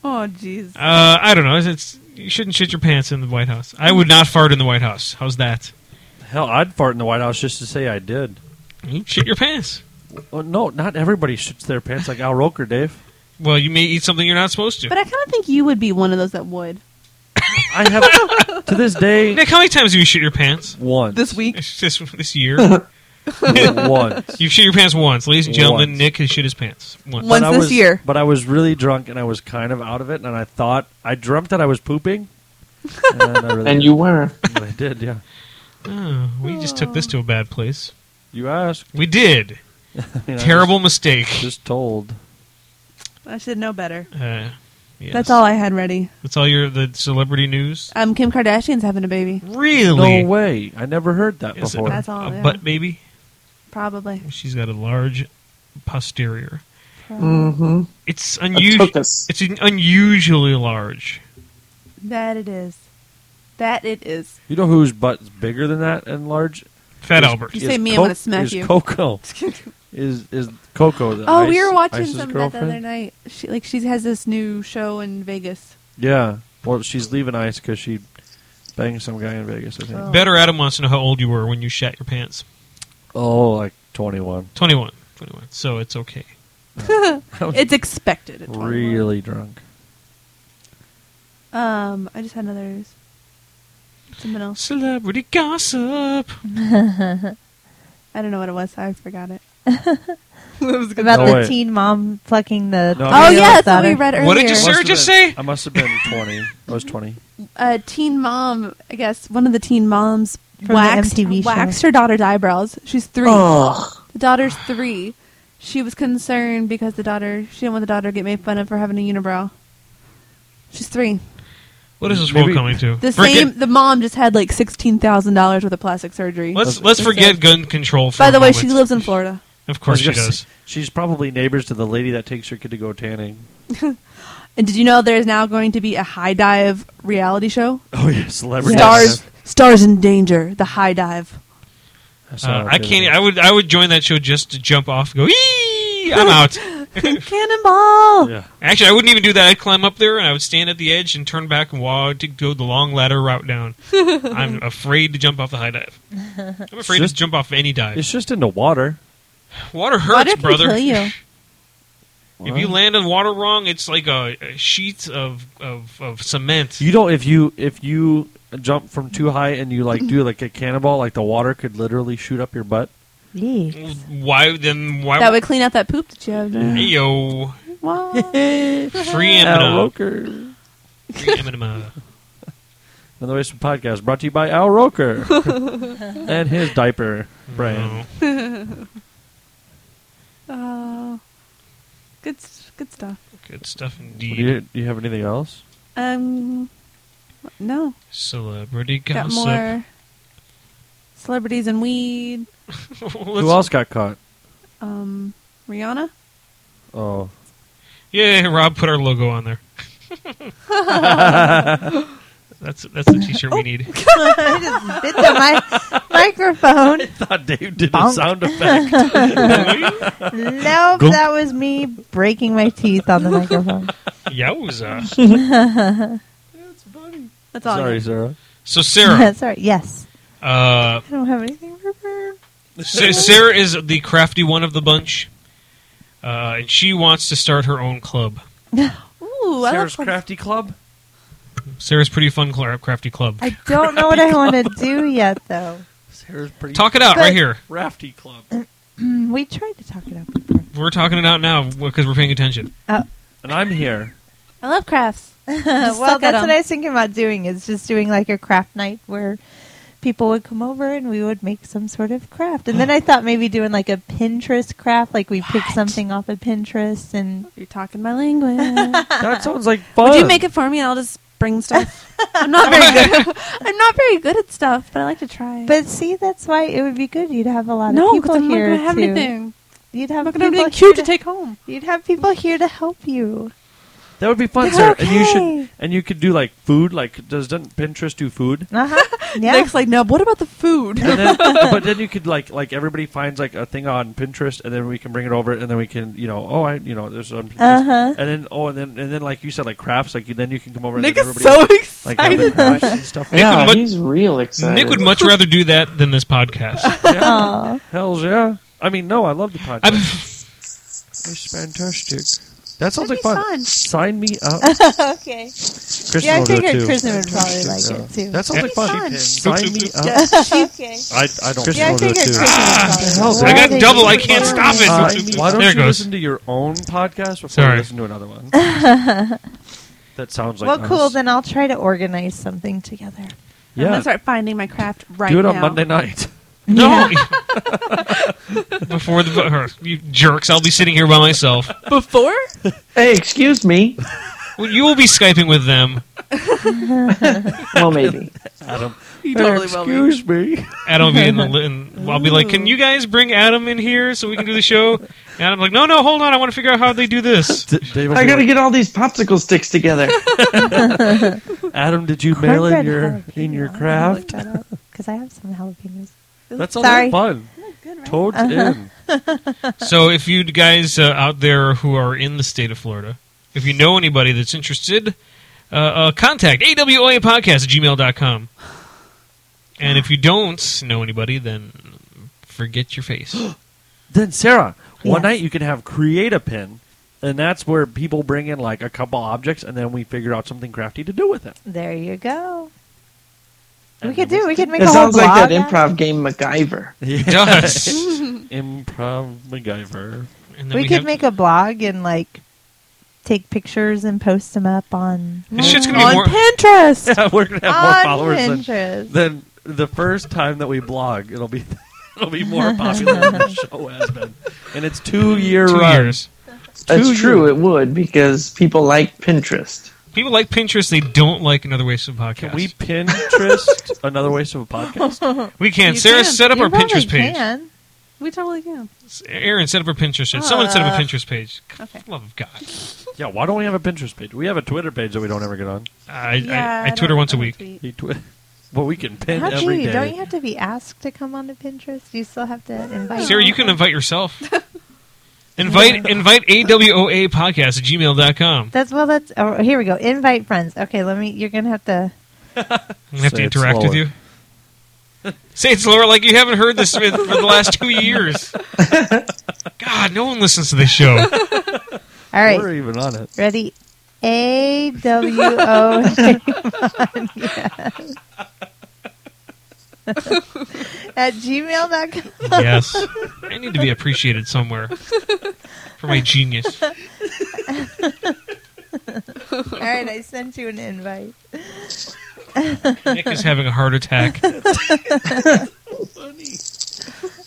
[SPEAKER 4] Oh, jeez.
[SPEAKER 1] Uh, I don't know. It's, it's you shouldn't shit your pants in the White House. I would not fart in the White House. How's that?
[SPEAKER 3] Hell, I'd fart in the White House just to say I did.
[SPEAKER 1] You shit your pants.
[SPEAKER 3] Well, no, not everybody shits their pants like Al Roker, Dave.
[SPEAKER 1] Well, you may eat something you're not supposed to.
[SPEAKER 4] But I kind of think you would be one of those that would.
[SPEAKER 3] I
[SPEAKER 4] [laughs]
[SPEAKER 3] have to this day
[SPEAKER 1] Nick, how many times have you shit your pants
[SPEAKER 3] once
[SPEAKER 4] This week?
[SPEAKER 1] this this
[SPEAKER 4] [laughs]
[SPEAKER 1] year?
[SPEAKER 3] [laughs] once.
[SPEAKER 1] You've shit your pants once, ladies and gentlemen.
[SPEAKER 3] Once.
[SPEAKER 1] Nick has shit his pants once.
[SPEAKER 4] Once
[SPEAKER 3] But I
[SPEAKER 4] this
[SPEAKER 3] was-
[SPEAKER 4] year.
[SPEAKER 3] But I was really drunk and I was kind of out of it, and I thought I dreamt that I was pooping. And, I really
[SPEAKER 2] and you were.
[SPEAKER 3] I did, yeah.
[SPEAKER 1] Oh, we just took this to a bad place.
[SPEAKER 3] You asked.
[SPEAKER 1] We did
[SPEAKER 3] I mean, I
[SPEAKER 1] terrible mistake.
[SPEAKER 3] was Just told.
[SPEAKER 4] I should know better.
[SPEAKER 1] Uh, yes.
[SPEAKER 4] That's all I had ready.
[SPEAKER 1] That's all your the celebrity news.
[SPEAKER 4] Um, Kim Kardashian's having a baby.
[SPEAKER 1] Really?
[SPEAKER 3] No way. I never heard that
[SPEAKER 1] Is it
[SPEAKER 3] before.
[SPEAKER 4] That's all,
[SPEAKER 1] a
[SPEAKER 4] yeah.
[SPEAKER 1] butt baby.
[SPEAKER 4] Probably.
[SPEAKER 1] She's got a large posterior.
[SPEAKER 2] Mm-hmm.
[SPEAKER 1] It's
[SPEAKER 2] It
[SPEAKER 1] unusual.
[SPEAKER 2] took us.
[SPEAKER 1] It's un- unusually large.
[SPEAKER 4] That it is. That it is. [laughs]
[SPEAKER 3] You know whose butt's bigger than that and large?
[SPEAKER 1] Fat
[SPEAKER 3] Is-
[SPEAKER 1] Albert.
[SPEAKER 4] You
[SPEAKER 3] is
[SPEAKER 4] say me, I'm
[SPEAKER 3] Co-
[SPEAKER 4] gonna smack
[SPEAKER 3] is
[SPEAKER 4] you.
[SPEAKER 3] Coco is is Coco. The
[SPEAKER 4] Oh,
[SPEAKER 3] Ice-
[SPEAKER 4] we were watching
[SPEAKER 3] Ice's
[SPEAKER 4] some of that the
[SPEAKER 3] girlfriend?
[SPEAKER 4] other night. She like she has this new show in Vegas.
[SPEAKER 3] Yeah. Well, she's leaving Ice because she banged some guy in Vegas. I think.
[SPEAKER 4] Oh.
[SPEAKER 1] Better Adam wants to know how old you were when you shat your pants.
[SPEAKER 3] Oh, like twenty-one.
[SPEAKER 1] 21. 21. So it's okay.
[SPEAKER 4] [laughs]
[SPEAKER 3] [laughs]
[SPEAKER 4] It's expected. at 21.
[SPEAKER 3] Oh. really drunk.
[SPEAKER 4] Um, I just had another. Something else.
[SPEAKER 1] Celebrity gossip.
[SPEAKER 4] I don't know what it was. I forgot it.
[SPEAKER 5] about
[SPEAKER 3] No
[SPEAKER 5] the
[SPEAKER 3] way.
[SPEAKER 5] teen mom plucking the.
[SPEAKER 3] No,
[SPEAKER 4] Oh
[SPEAKER 3] Oh,
[SPEAKER 5] three-year-old
[SPEAKER 4] yeah, that's what
[SPEAKER 5] daughter.
[SPEAKER 4] we read earlier.
[SPEAKER 1] What did you say? Sarah
[SPEAKER 3] Must've
[SPEAKER 1] just
[SPEAKER 3] been-
[SPEAKER 1] say?
[SPEAKER 3] I must have been
[SPEAKER 1] [laughs]
[SPEAKER 3] twenty. I was twenty.
[SPEAKER 4] a Uh, teen mom, I guess, one of the teen moms
[SPEAKER 5] the
[SPEAKER 4] waxed,
[SPEAKER 5] MTV show.
[SPEAKER 4] waxed her daughter's eyebrows. She's three.
[SPEAKER 2] Ugh.
[SPEAKER 4] The daughter's three. She was concerned because the daughter, she didn't want the daughter to get made fun of for having a unibrow. She's three.
[SPEAKER 1] What is this
[SPEAKER 3] Maybe-
[SPEAKER 1] world coming to?
[SPEAKER 4] The
[SPEAKER 1] Forget-
[SPEAKER 4] same, the mom just had like sixteen thousand dollars worth of plastic surgery.
[SPEAKER 1] Let's let's forget gun control. For
[SPEAKER 4] By
[SPEAKER 1] a
[SPEAKER 4] the way,
[SPEAKER 1] moment.
[SPEAKER 4] she lives in Florida.
[SPEAKER 1] Of course
[SPEAKER 3] I
[SPEAKER 1] she
[SPEAKER 3] was gonna
[SPEAKER 1] does.
[SPEAKER 3] say, She's probably neighbors to the lady that takes her kid to go tanning. [laughs]
[SPEAKER 4] And did you know there is now going to be a high dive reality show?
[SPEAKER 3] Oh yeah, celebrity
[SPEAKER 4] Stars, stars in danger. The high dive.
[SPEAKER 1] Uh, I can't. I would. I would join that show just to jump off. and Go. Eee!
[SPEAKER 4] [laughs]
[SPEAKER 1] I'm out.
[SPEAKER 4] [laughs]
[SPEAKER 1] e-
[SPEAKER 4] Cannonball.
[SPEAKER 3] yeah.
[SPEAKER 1] Actually, I wouldn't even do that. I'd climb up there and I would stand at the edge and turn back and walk to go the long ladder route
[SPEAKER 4] [laughs]
[SPEAKER 1] down. I'm afraid to jump off the high dive. I'm afraid
[SPEAKER 3] Just-
[SPEAKER 1] to jump off any dive.
[SPEAKER 3] It's just in the water.
[SPEAKER 1] Water hurts,
[SPEAKER 4] Water can
[SPEAKER 1] brother.
[SPEAKER 4] kill you.
[SPEAKER 1] If you land in water wrong, it's like a, a sheet of, of, of cement.
[SPEAKER 3] You don't if you if you jump from too high and you like do like a cannonball, like the water could literally shoot up your butt.
[SPEAKER 5] Yee.
[SPEAKER 1] Why then? Why?
[SPEAKER 4] That would clean out that poop that you have.
[SPEAKER 1] Hey,
[SPEAKER 4] [laughs]
[SPEAKER 1] yo,
[SPEAKER 4] Wow.
[SPEAKER 1] free
[SPEAKER 3] Al
[SPEAKER 1] Eminem.
[SPEAKER 3] Roker. And
[SPEAKER 1] Free
[SPEAKER 4] [laughs]
[SPEAKER 1] Eminem.
[SPEAKER 3] the Waste Podcast brought to you by Al
[SPEAKER 4] [laughs]
[SPEAKER 3] Roker and his diaper brand.
[SPEAKER 4] Uh, good, s- good stuff.
[SPEAKER 1] Oh, good stuff
[SPEAKER 3] Do
[SPEAKER 1] indeed.
[SPEAKER 3] you, do you have anything else?
[SPEAKER 4] Um, no,
[SPEAKER 1] Celebrity
[SPEAKER 4] got
[SPEAKER 1] gossip. [laughs]
[SPEAKER 4] more celebrities and weed.
[SPEAKER 1] Let's-
[SPEAKER 3] Who else got caught?
[SPEAKER 4] Um, Rihanna.
[SPEAKER 3] Oh,
[SPEAKER 1] Yeah, Rob put our logo on
[SPEAKER 4] [laughs]
[SPEAKER 1] there. that's that's the t-shirt we need.
[SPEAKER 5] I just bit the mi- [laughs] microphone.
[SPEAKER 3] [laughs] thought Dave did
[SPEAKER 5] Bonk.
[SPEAKER 3] [laughs] sound effect.
[SPEAKER 5] Nope,
[SPEAKER 3] Go.
[SPEAKER 5] that was me breaking my teeth on the [laughs] microphone.
[SPEAKER 1] Yowza.
[SPEAKER 4] That's all. I
[SPEAKER 3] Sorry,
[SPEAKER 4] got.
[SPEAKER 3] Sarah.
[SPEAKER 1] So Sarah,
[SPEAKER 5] [laughs] Sorry. Yes.
[SPEAKER 1] uh,
[SPEAKER 5] I don't have anything prepared.
[SPEAKER 1] Sa- Sarah is the crafty one of the bunch, uh, and she wants to start her own club.
[SPEAKER 4] Ooh, I love
[SPEAKER 3] Sarah's
[SPEAKER 4] clubs.
[SPEAKER 3] crafty club.
[SPEAKER 1] Sarah's pretty fun cl- crafty club.
[SPEAKER 5] I don't know what I want to do yet, though.
[SPEAKER 3] Sarah's pretty
[SPEAKER 1] Talk it out
[SPEAKER 5] But-
[SPEAKER 1] right here.
[SPEAKER 3] crafty club.
[SPEAKER 5] Mm, [laughs] We tried to talk it up. before.
[SPEAKER 1] We're talking it out now because we're paying attention.
[SPEAKER 3] And I'm here.
[SPEAKER 4] I love crafts.
[SPEAKER 5] well,
[SPEAKER 4] suck at
[SPEAKER 5] that's what
[SPEAKER 4] 'em.
[SPEAKER 5] I was thinking about doing is just doing like a craft night where people would come over and we would make some sort of craft. And then I thought maybe doing like a Pinterest craft, like we pick something off of Pinterest and
[SPEAKER 4] You're talking
[SPEAKER 1] [laughs]
[SPEAKER 4] my language.
[SPEAKER 3] [laughs] That sounds like fun.
[SPEAKER 4] Would you make it for me and I'll just bring [laughs] stuff? I'm not very good. I'm not very good at stuff, but I like to try.
[SPEAKER 5] but see that's why it would be good. You'd have a lot
[SPEAKER 4] no,
[SPEAKER 5] of people
[SPEAKER 4] because I'm not
[SPEAKER 5] here
[SPEAKER 4] gonna have
[SPEAKER 5] to,
[SPEAKER 4] anything.
[SPEAKER 5] You'd
[SPEAKER 4] I'm
[SPEAKER 5] have
[SPEAKER 4] not gonna have
[SPEAKER 5] people
[SPEAKER 4] anything cute
[SPEAKER 5] here
[SPEAKER 4] to take home.
[SPEAKER 5] You'd have people here to help
[SPEAKER 4] [laughs]
[SPEAKER 5] you.
[SPEAKER 3] That would be fun,
[SPEAKER 5] It's
[SPEAKER 3] Sarah. And you
[SPEAKER 5] okay.
[SPEAKER 3] should and you could do like food. Like does doesn't Pinterest do food?
[SPEAKER 5] Uh-huh. Yeah.
[SPEAKER 4] Nick's like, now what about the food?
[SPEAKER 3] And then,
[SPEAKER 5] [laughs]
[SPEAKER 3] but then you could like like everybody finds like a thing on Pinterest, and then we can bring it over, and then we can you know oh I you know there's on Pinterest,
[SPEAKER 5] Uh-huh.
[SPEAKER 3] and then oh and then and then like you said like crafts like you, then you can come over.
[SPEAKER 4] [laughs] Nick
[SPEAKER 3] and then
[SPEAKER 4] is so
[SPEAKER 3] everybody, like have
[SPEAKER 4] excited.
[SPEAKER 3] the crafts and stuff.
[SPEAKER 1] Nick
[SPEAKER 2] yeah,
[SPEAKER 1] would mu-
[SPEAKER 2] he's real excited.
[SPEAKER 1] Nick would much rather do that than this podcast.
[SPEAKER 3] Yeah.
[SPEAKER 5] [laughs] Aw.
[SPEAKER 3] Hell's yeah. I mean no, I love the podcast.
[SPEAKER 1] I'm,
[SPEAKER 3] it's fantastic. That sounds
[SPEAKER 4] That'd
[SPEAKER 3] like
[SPEAKER 4] be
[SPEAKER 3] fun.
[SPEAKER 4] fun.
[SPEAKER 3] Sign me
[SPEAKER 5] [laughs]
[SPEAKER 3] up.
[SPEAKER 5] okay.
[SPEAKER 3] Kristen
[SPEAKER 5] Yeah, I
[SPEAKER 3] will do it,
[SPEAKER 5] figured
[SPEAKER 3] too.
[SPEAKER 5] Kristen would probably like it too.
[SPEAKER 3] That sounds like
[SPEAKER 4] That'd be
[SPEAKER 3] fun.
[SPEAKER 4] fun.
[SPEAKER 3] Sign me up.
[SPEAKER 5] [laughs] okay.
[SPEAKER 3] I, I don't.
[SPEAKER 5] Yeah, I figured Kristen would
[SPEAKER 3] hell's
[SPEAKER 5] probably
[SPEAKER 1] I
[SPEAKER 5] like
[SPEAKER 1] got
[SPEAKER 5] it.
[SPEAKER 1] double. I can't stop it.
[SPEAKER 3] Uh, why don't
[SPEAKER 1] there it
[SPEAKER 3] you
[SPEAKER 1] goes.
[SPEAKER 3] listen to your own podcast before
[SPEAKER 1] Sorry.
[SPEAKER 3] you listen to another one? that sounds like
[SPEAKER 5] well,
[SPEAKER 3] us.
[SPEAKER 5] cool. Then I'll try to organize something together.
[SPEAKER 4] I'm
[SPEAKER 3] yeah,
[SPEAKER 4] gonna start finding my craft right
[SPEAKER 3] do it
[SPEAKER 4] now.
[SPEAKER 3] on Monday night.
[SPEAKER 1] No. [laughs] Before the her, you jerks, I'll be sitting here by myself.
[SPEAKER 4] [laughs] Before?
[SPEAKER 2] Hey, excuse me.
[SPEAKER 1] Well, you will be skyping with them.
[SPEAKER 2] Well, maybe.
[SPEAKER 3] Adam,
[SPEAKER 4] You totally will be.
[SPEAKER 3] excuse me.
[SPEAKER 1] Adam will be in the. li- in- I'll be like, "Can you guys bring Adam in here so we can do the show?" And I'm like, "No, no, hold on. I want to figure out how they do this."
[SPEAKER 3] [laughs] D- Dave will
[SPEAKER 2] I
[SPEAKER 3] be
[SPEAKER 2] gotta
[SPEAKER 3] like,
[SPEAKER 2] get all these popsicle sticks together.
[SPEAKER 3] Adam, did you mail in
[SPEAKER 5] Cornbread
[SPEAKER 3] your
[SPEAKER 5] jalapeno.
[SPEAKER 3] in your
[SPEAKER 5] I'm gonna look
[SPEAKER 3] craft?
[SPEAKER 5] that up, 'cause I have some jalapenos.
[SPEAKER 3] That sounds
[SPEAKER 5] Sorry.
[SPEAKER 3] like fun.
[SPEAKER 4] [laughs]
[SPEAKER 3] Toads in.
[SPEAKER 1] So, if you guys uh, out there who are in the state of Florida, if you know anybody that's interested, uh, uh, contact awa podcast at gmail.com. And if you don't know anybody, then forget your face.
[SPEAKER 3] Then Sarah, one
[SPEAKER 5] Yes.
[SPEAKER 3] night you can have create a pin, and that's where people bring in like a couple objects, and then we figure out something crafty to do with it.
[SPEAKER 5] There you go.
[SPEAKER 3] And
[SPEAKER 5] we could
[SPEAKER 3] then
[SPEAKER 5] do. We could make
[SPEAKER 2] it
[SPEAKER 5] a whole
[SPEAKER 2] sounds like that
[SPEAKER 5] blog out.
[SPEAKER 2] improv game MacGyver.
[SPEAKER 5] [laughs]
[SPEAKER 3] Yeah.
[SPEAKER 1] Does.
[SPEAKER 3] [laughs] Improv MacGyver. [laughs]
[SPEAKER 1] And then
[SPEAKER 5] We, could
[SPEAKER 1] have-
[SPEAKER 5] make a blog and like take pictures and post them up on.
[SPEAKER 1] This shit's gonna be
[SPEAKER 4] on
[SPEAKER 1] more- [laughs]
[SPEAKER 4] Pinterest.
[SPEAKER 3] We're gonna have more
[SPEAKER 5] on
[SPEAKER 3] followers than,
[SPEAKER 5] Pinterest.
[SPEAKER 3] than the first time that we blog. It'll be [laughs] it'll be more popular than the show has been, and it's two year
[SPEAKER 1] two
[SPEAKER 3] run.
[SPEAKER 1] years.
[SPEAKER 2] That's
[SPEAKER 3] Two
[SPEAKER 2] true.
[SPEAKER 3] years.
[SPEAKER 2] It would because people like Pinterest.
[SPEAKER 1] People like Pinterest. They don't like another waste of podcast.
[SPEAKER 3] Can we Pinterest another waste of a podcast?
[SPEAKER 1] We can't.
[SPEAKER 4] You
[SPEAKER 1] Sarah,
[SPEAKER 4] can.
[SPEAKER 1] set up
[SPEAKER 5] You
[SPEAKER 1] our
[SPEAKER 5] probably
[SPEAKER 1] Pinterest page.
[SPEAKER 5] can.
[SPEAKER 4] We totally can.
[SPEAKER 1] Aaron, set up our Pinterest page. Someone set up a
[SPEAKER 4] Uh,
[SPEAKER 1] Pinterest page. God,
[SPEAKER 4] okay.
[SPEAKER 1] Love of God.
[SPEAKER 3] [laughs] yeah, why don't we have a Pinterest page? We have a Twitter page that we don't ever get on.
[SPEAKER 1] I,
[SPEAKER 4] Yeah,
[SPEAKER 1] I, I Twitter
[SPEAKER 4] don't-
[SPEAKER 1] once a
[SPEAKER 4] I
[SPEAKER 1] week.
[SPEAKER 4] tweet.
[SPEAKER 3] You twi- well, we can pin
[SPEAKER 5] How do
[SPEAKER 3] every
[SPEAKER 5] you?
[SPEAKER 3] day.
[SPEAKER 5] Don't you have to be asked to come on to Pinterest? You still have to invite.
[SPEAKER 1] Sarah, you can invite yourself. invite invite AWOA podcast at gmail.com.
[SPEAKER 5] That's well. That's oh, here we go. Invite friends. Okay, let me. You're gonna have to.
[SPEAKER 1] I'm going to have to
[SPEAKER 3] Say it
[SPEAKER 1] interact with
[SPEAKER 3] slower.
[SPEAKER 1] you. [laughs] Say it slower like you haven't heard this for the last two
[SPEAKER 3] [laughs]
[SPEAKER 1] years. God, no one listens to this show.
[SPEAKER 5] All right,
[SPEAKER 3] We're even on it.
[SPEAKER 5] ready. A W O [laughs] at gmail.com.
[SPEAKER 1] Yes. I need to be appreciated somewhere for my genius.
[SPEAKER 5] All right, I sent you an invite.
[SPEAKER 1] Nick is having a heart attack.
[SPEAKER 5] [laughs]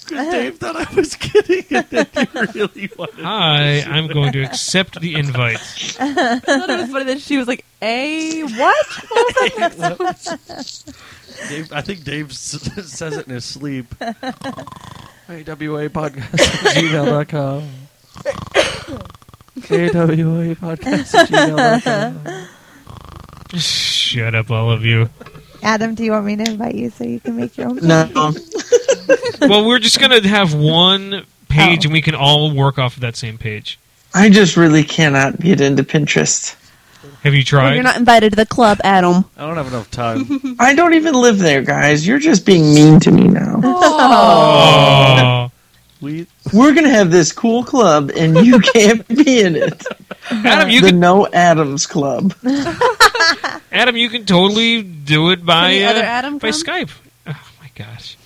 [SPEAKER 3] Dave thought I was kidding, and then you [laughs] really wanted.
[SPEAKER 1] Hi, I'm going to accept the invite.
[SPEAKER 4] [laughs] I thought it was funny that she was like, "A what?"
[SPEAKER 3] Dave, I think Dave s- says it in his
[SPEAKER 5] [laughs]
[SPEAKER 3] sleep. AWA podcast at gmail.com. AWA podcast at gmail.com.
[SPEAKER 1] Shut up, all of you.
[SPEAKER 5] Adam, do you want me to invite you so you can make your own?
[SPEAKER 2] No,
[SPEAKER 1] Well, we're just going to have one page
[SPEAKER 4] Oh.
[SPEAKER 1] and we can all work off of that same page.
[SPEAKER 2] I just really cannot get into Pinterest.
[SPEAKER 1] Have you tried?
[SPEAKER 4] You're not invited to the club, Adam.
[SPEAKER 3] I don't have enough
[SPEAKER 4] [laughs]
[SPEAKER 3] time.
[SPEAKER 2] I don't even live there, guys. You're just being mean to me now.
[SPEAKER 1] Oh.
[SPEAKER 3] We,
[SPEAKER 2] We're gonna have this cool club, and you can't be in it.
[SPEAKER 1] Adam, you
[SPEAKER 2] the
[SPEAKER 1] can
[SPEAKER 2] No Adams Club.
[SPEAKER 1] Adam, you can totally do it by
[SPEAKER 4] Can the
[SPEAKER 1] uh,
[SPEAKER 4] other Adam
[SPEAKER 1] by
[SPEAKER 4] come?
[SPEAKER 1] Skype. Oh my gosh.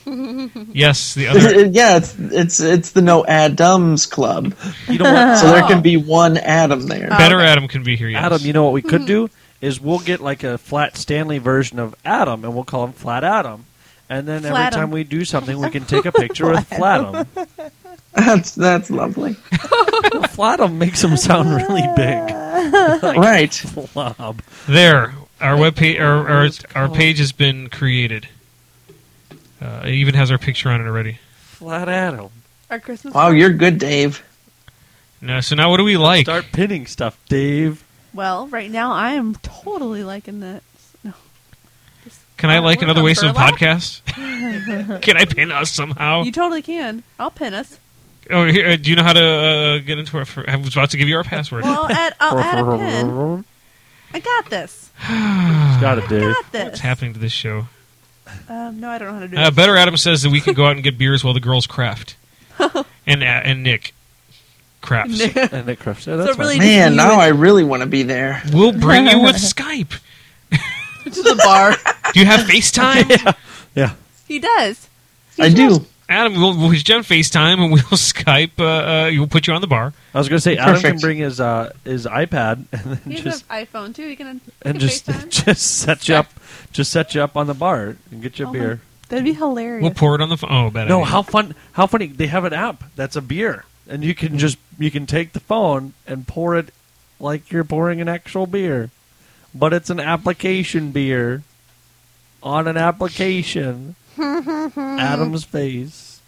[SPEAKER 1] Yes,
[SPEAKER 3] [laughs]
[SPEAKER 1] the other.
[SPEAKER 2] [laughs] yeah, it's, it's it's the no Adams Club,
[SPEAKER 3] You know what?
[SPEAKER 4] [laughs]
[SPEAKER 2] so there can be one Adam there.
[SPEAKER 1] Better Adam can be here. Yes.
[SPEAKER 3] Adam, you know what we could do is we'll get like a flat Stanley version of Adam, and we'll call him Flat Adam. And then every
[SPEAKER 4] Flatum.
[SPEAKER 3] time we do something, we can take
[SPEAKER 4] [laughs]
[SPEAKER 3] a picture with Flatum.
[SPEAKER 2] That's that's lovely,
[SPEAKER 3] Flatum makes him sound really
[SPEAKER 4] [laughs]
[SPEAKER 3] big.
[SPEAKER 2] right?
[SPEAKER 3] Flob.
[SPEAKER 1] There, our web page, our, our, our page has been created. Uh, it even has our picture on it already.
[SPEAKER 3] Flat Adam.
[SPEAKER 4] Our Christmas.
[SPEAKER 2] Wow, you're good, Dave.
[SPEAKER 1] No, so now what do we like?
[SPEAKER 3] Start pinning stuff, Dave.
[SPEAKER 4] Well, right now I am totally liking that. No.
[SPEAKER 1] Can I like
[SPEAKER 4] We're
[SPEAKER 1] another
[SPEAKER 4] on
[SPEAKER 1] waste of
[SPEAKER 4] burlap?
[SPEAKER 1] podcast? Can I pin us somehow?
[SPEAKER 4] You totally can. I'll pin us.
[SPEAKER 1] Oh, here, uh, do you know how to uh, get into our? fr- I was about to give you our password.
[SPEAKER 4] Well, add, I'll add a pin.
[SPEAKER 3] Got
[SPEAKER 4] I got this.
[SPEAKER 3] it, Dave.
[SPEAKER 4] [laughs] Got this.
[SPEAKER 1] Ah, What's happening to this show?
[SPEAKER 4] Um, no, I don't know how to do
[SPEAKER 1] Uh,
[SPEAKER 4] it.
[SPEAKER 1] Better Adam says that we can go out and get beers while the girls craft, and uh, and Nick crafts.
[SPEAKER 3] And Nick Crush. Yeah, that's
[SPEAKER 4] So really-
[SPEAKER 3] fine.
[SPEAKER 2] Man, now I really want to be there.
[SPEAKER 1] We'll bring you with Skype.
[SPEAKER 4] to the bar.
[SPEAKER 1] Do you have FaceTime?
[SPEAKER 3] Yeah.
[SPEAKER 4] He does.
[SPEAKER 2] [laughs] I do.
[SPEAKER 1] Adam, we'll, we'll just jump FaceTime and we'll [laughs] Skype. Uh, uh, we'll put you on the bar.
[SPEAKER 3] I was gonna
[SPEAKER 4] [laughs]
[SPEAKER 3] say Adam can
[SPEAKER 2] Perfect.
[SPEAKER 3] bring his uh, his iPad and then
[SPEAKER 4] He has
[SPEAKER 3] just
[SPEAKER 4] an iPhone too. He can, he
[SPEAKER 3] and
[SPEAKER 4] can
[SPEAKER 3] just [laughs]
[SPEAKER 4] FaceTime.
[SPEAKER 3] just set you up just set you up on the bar and get you a
[SPEAKER 4] Oh my
[SPEAKER 3] beer.
[SPEAKER 5] That'd be hilarious.
[SPEAKER 1] We'll pour it on the phone. Oh, bad
[SPEAKER 3] No,
[SPEAKER 1] idea.
[SPEAKER 3] how fun! How funny! They have an app that's a beer, and you
[SPEAKER 1] Hmm.
[SPEAKER 3] can just you can take the phone and pour it like you're pouring an actual beer, but it's an application beer on
[SPEAKER 1] [laughs]
[SPEAKER 3] an application. Adam's face.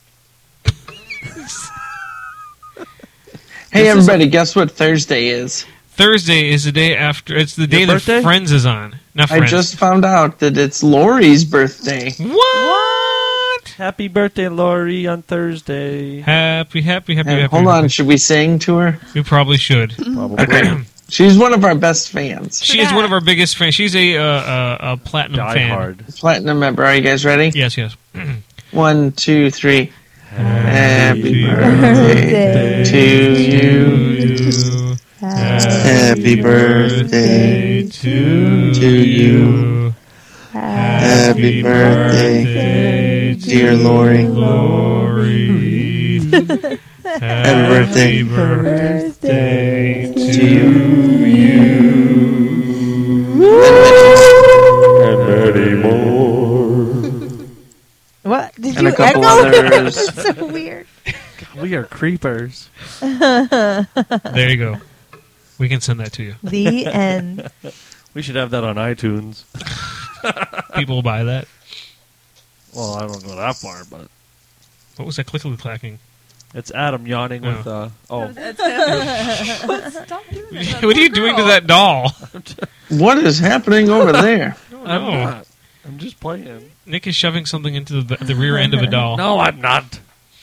[SPEAKER 2] Hey,
[SPEAKER 3] This is
[SPEAKER 2] everybody, guess what Thursday is?
[SPEAKER 1] Thursday is the day after. It's the day that
[SPEAKER 3] birthday?
[SPEAKER 1] Friends is on. Not
[SPEAKER 2] I
[SPEAKER 1] Friends.
[SPEAKER 2] just found out that it's Lori's birthday.
[SPEAKER 1] what?
[SPEAKER 3] Happy birthday, Lori, on Thursday.
[SPEAKER 1] Happy, happy, happy,
[SPEAKER 2] And
[SPEAKER 1] happy.
[SPEAKER 2] hold on, should we sing to her?
[SPEAKER 1] We probably should.
[SPEAKER 3] Probably
[SPEAKER 2] [clears throat] She's one of our best fans,
[SPEAKER 1] She is one of our biggest fans. She's a uh, uh, a platinum
[SPEAKER 3] die
[SPEAKER 1] fan.
[SPEAKER 3] hard.
[SPEAKER 2] platinum member. Are you guys ready?
[SPEAKER 1] Yes, yes.
[SPEAKER 2] One, two, three. Happy
[SPEAKER 5] birthday
[SPEAKER 2] birthday to you.
[SPEAKER 1] You.
[SPEAKER 2] Happy birthday
[SPEAKER 1] to,
[SPEAKER 2] to you. Happy birthday,
[SPEAKER 1] birthday,
[SPEAKER 2] dear Lori. [laughs]
[SPEAKER 1] Lori.
[SPEAKER 2] Happy
[SPEAKER 1] birthday
[SPEAKER 2] to you.
[SPEAKER 5] What did
[SPEAKER 2] And
[SPEAKER 5] you
[SPEAKER 2] a couple
[SPEAKER 5] echo?
[SPEAKER 2] others.
[SPEAKER 5] [laughs]
[SPEAKER 4] [laughs]
[SPEAKER 5] so weird.
[SPEAKER 3] We are creepers.
[SPEAKER 1] There you go. We can send that to you.
[SPEAKER 5] The end.
[SPEAKER 3] We should have that on iTunes.
[SPEAKER 1] People will buy that.
[SPEAKER 3] Well, I don't go that far, but
[SPEAKER 1] What was that clickly clacking?
[SPEAKER 3] it's Adam yawning with.
[SPEAKER 1] No.
[SPEAKER 3] Uh,
[SPEAKER 1] [laughs]
[SPEAKER 3] oh,
[SPEAKER 4] Stop doing that to that
[SPEAKER 1] what are
[SPEAKER 4] poor
[SPEAKER 1] you doing to
[SPEAKER 4] girl.
[SPEAKER 1] that doll?
[SPEAKER 2] What is happening over there?
[SPEAKER 3] I'm
[SPEAKER 1] no.
[SPEAKER 3] not. I'm just playing.
[SPEAKER 1] Nick is shoving something into the, the rear end of a
[SPEAKER 3] [laughs]
[SPEAKER 1] doll.
[SPEAKER 3] No, I'm not.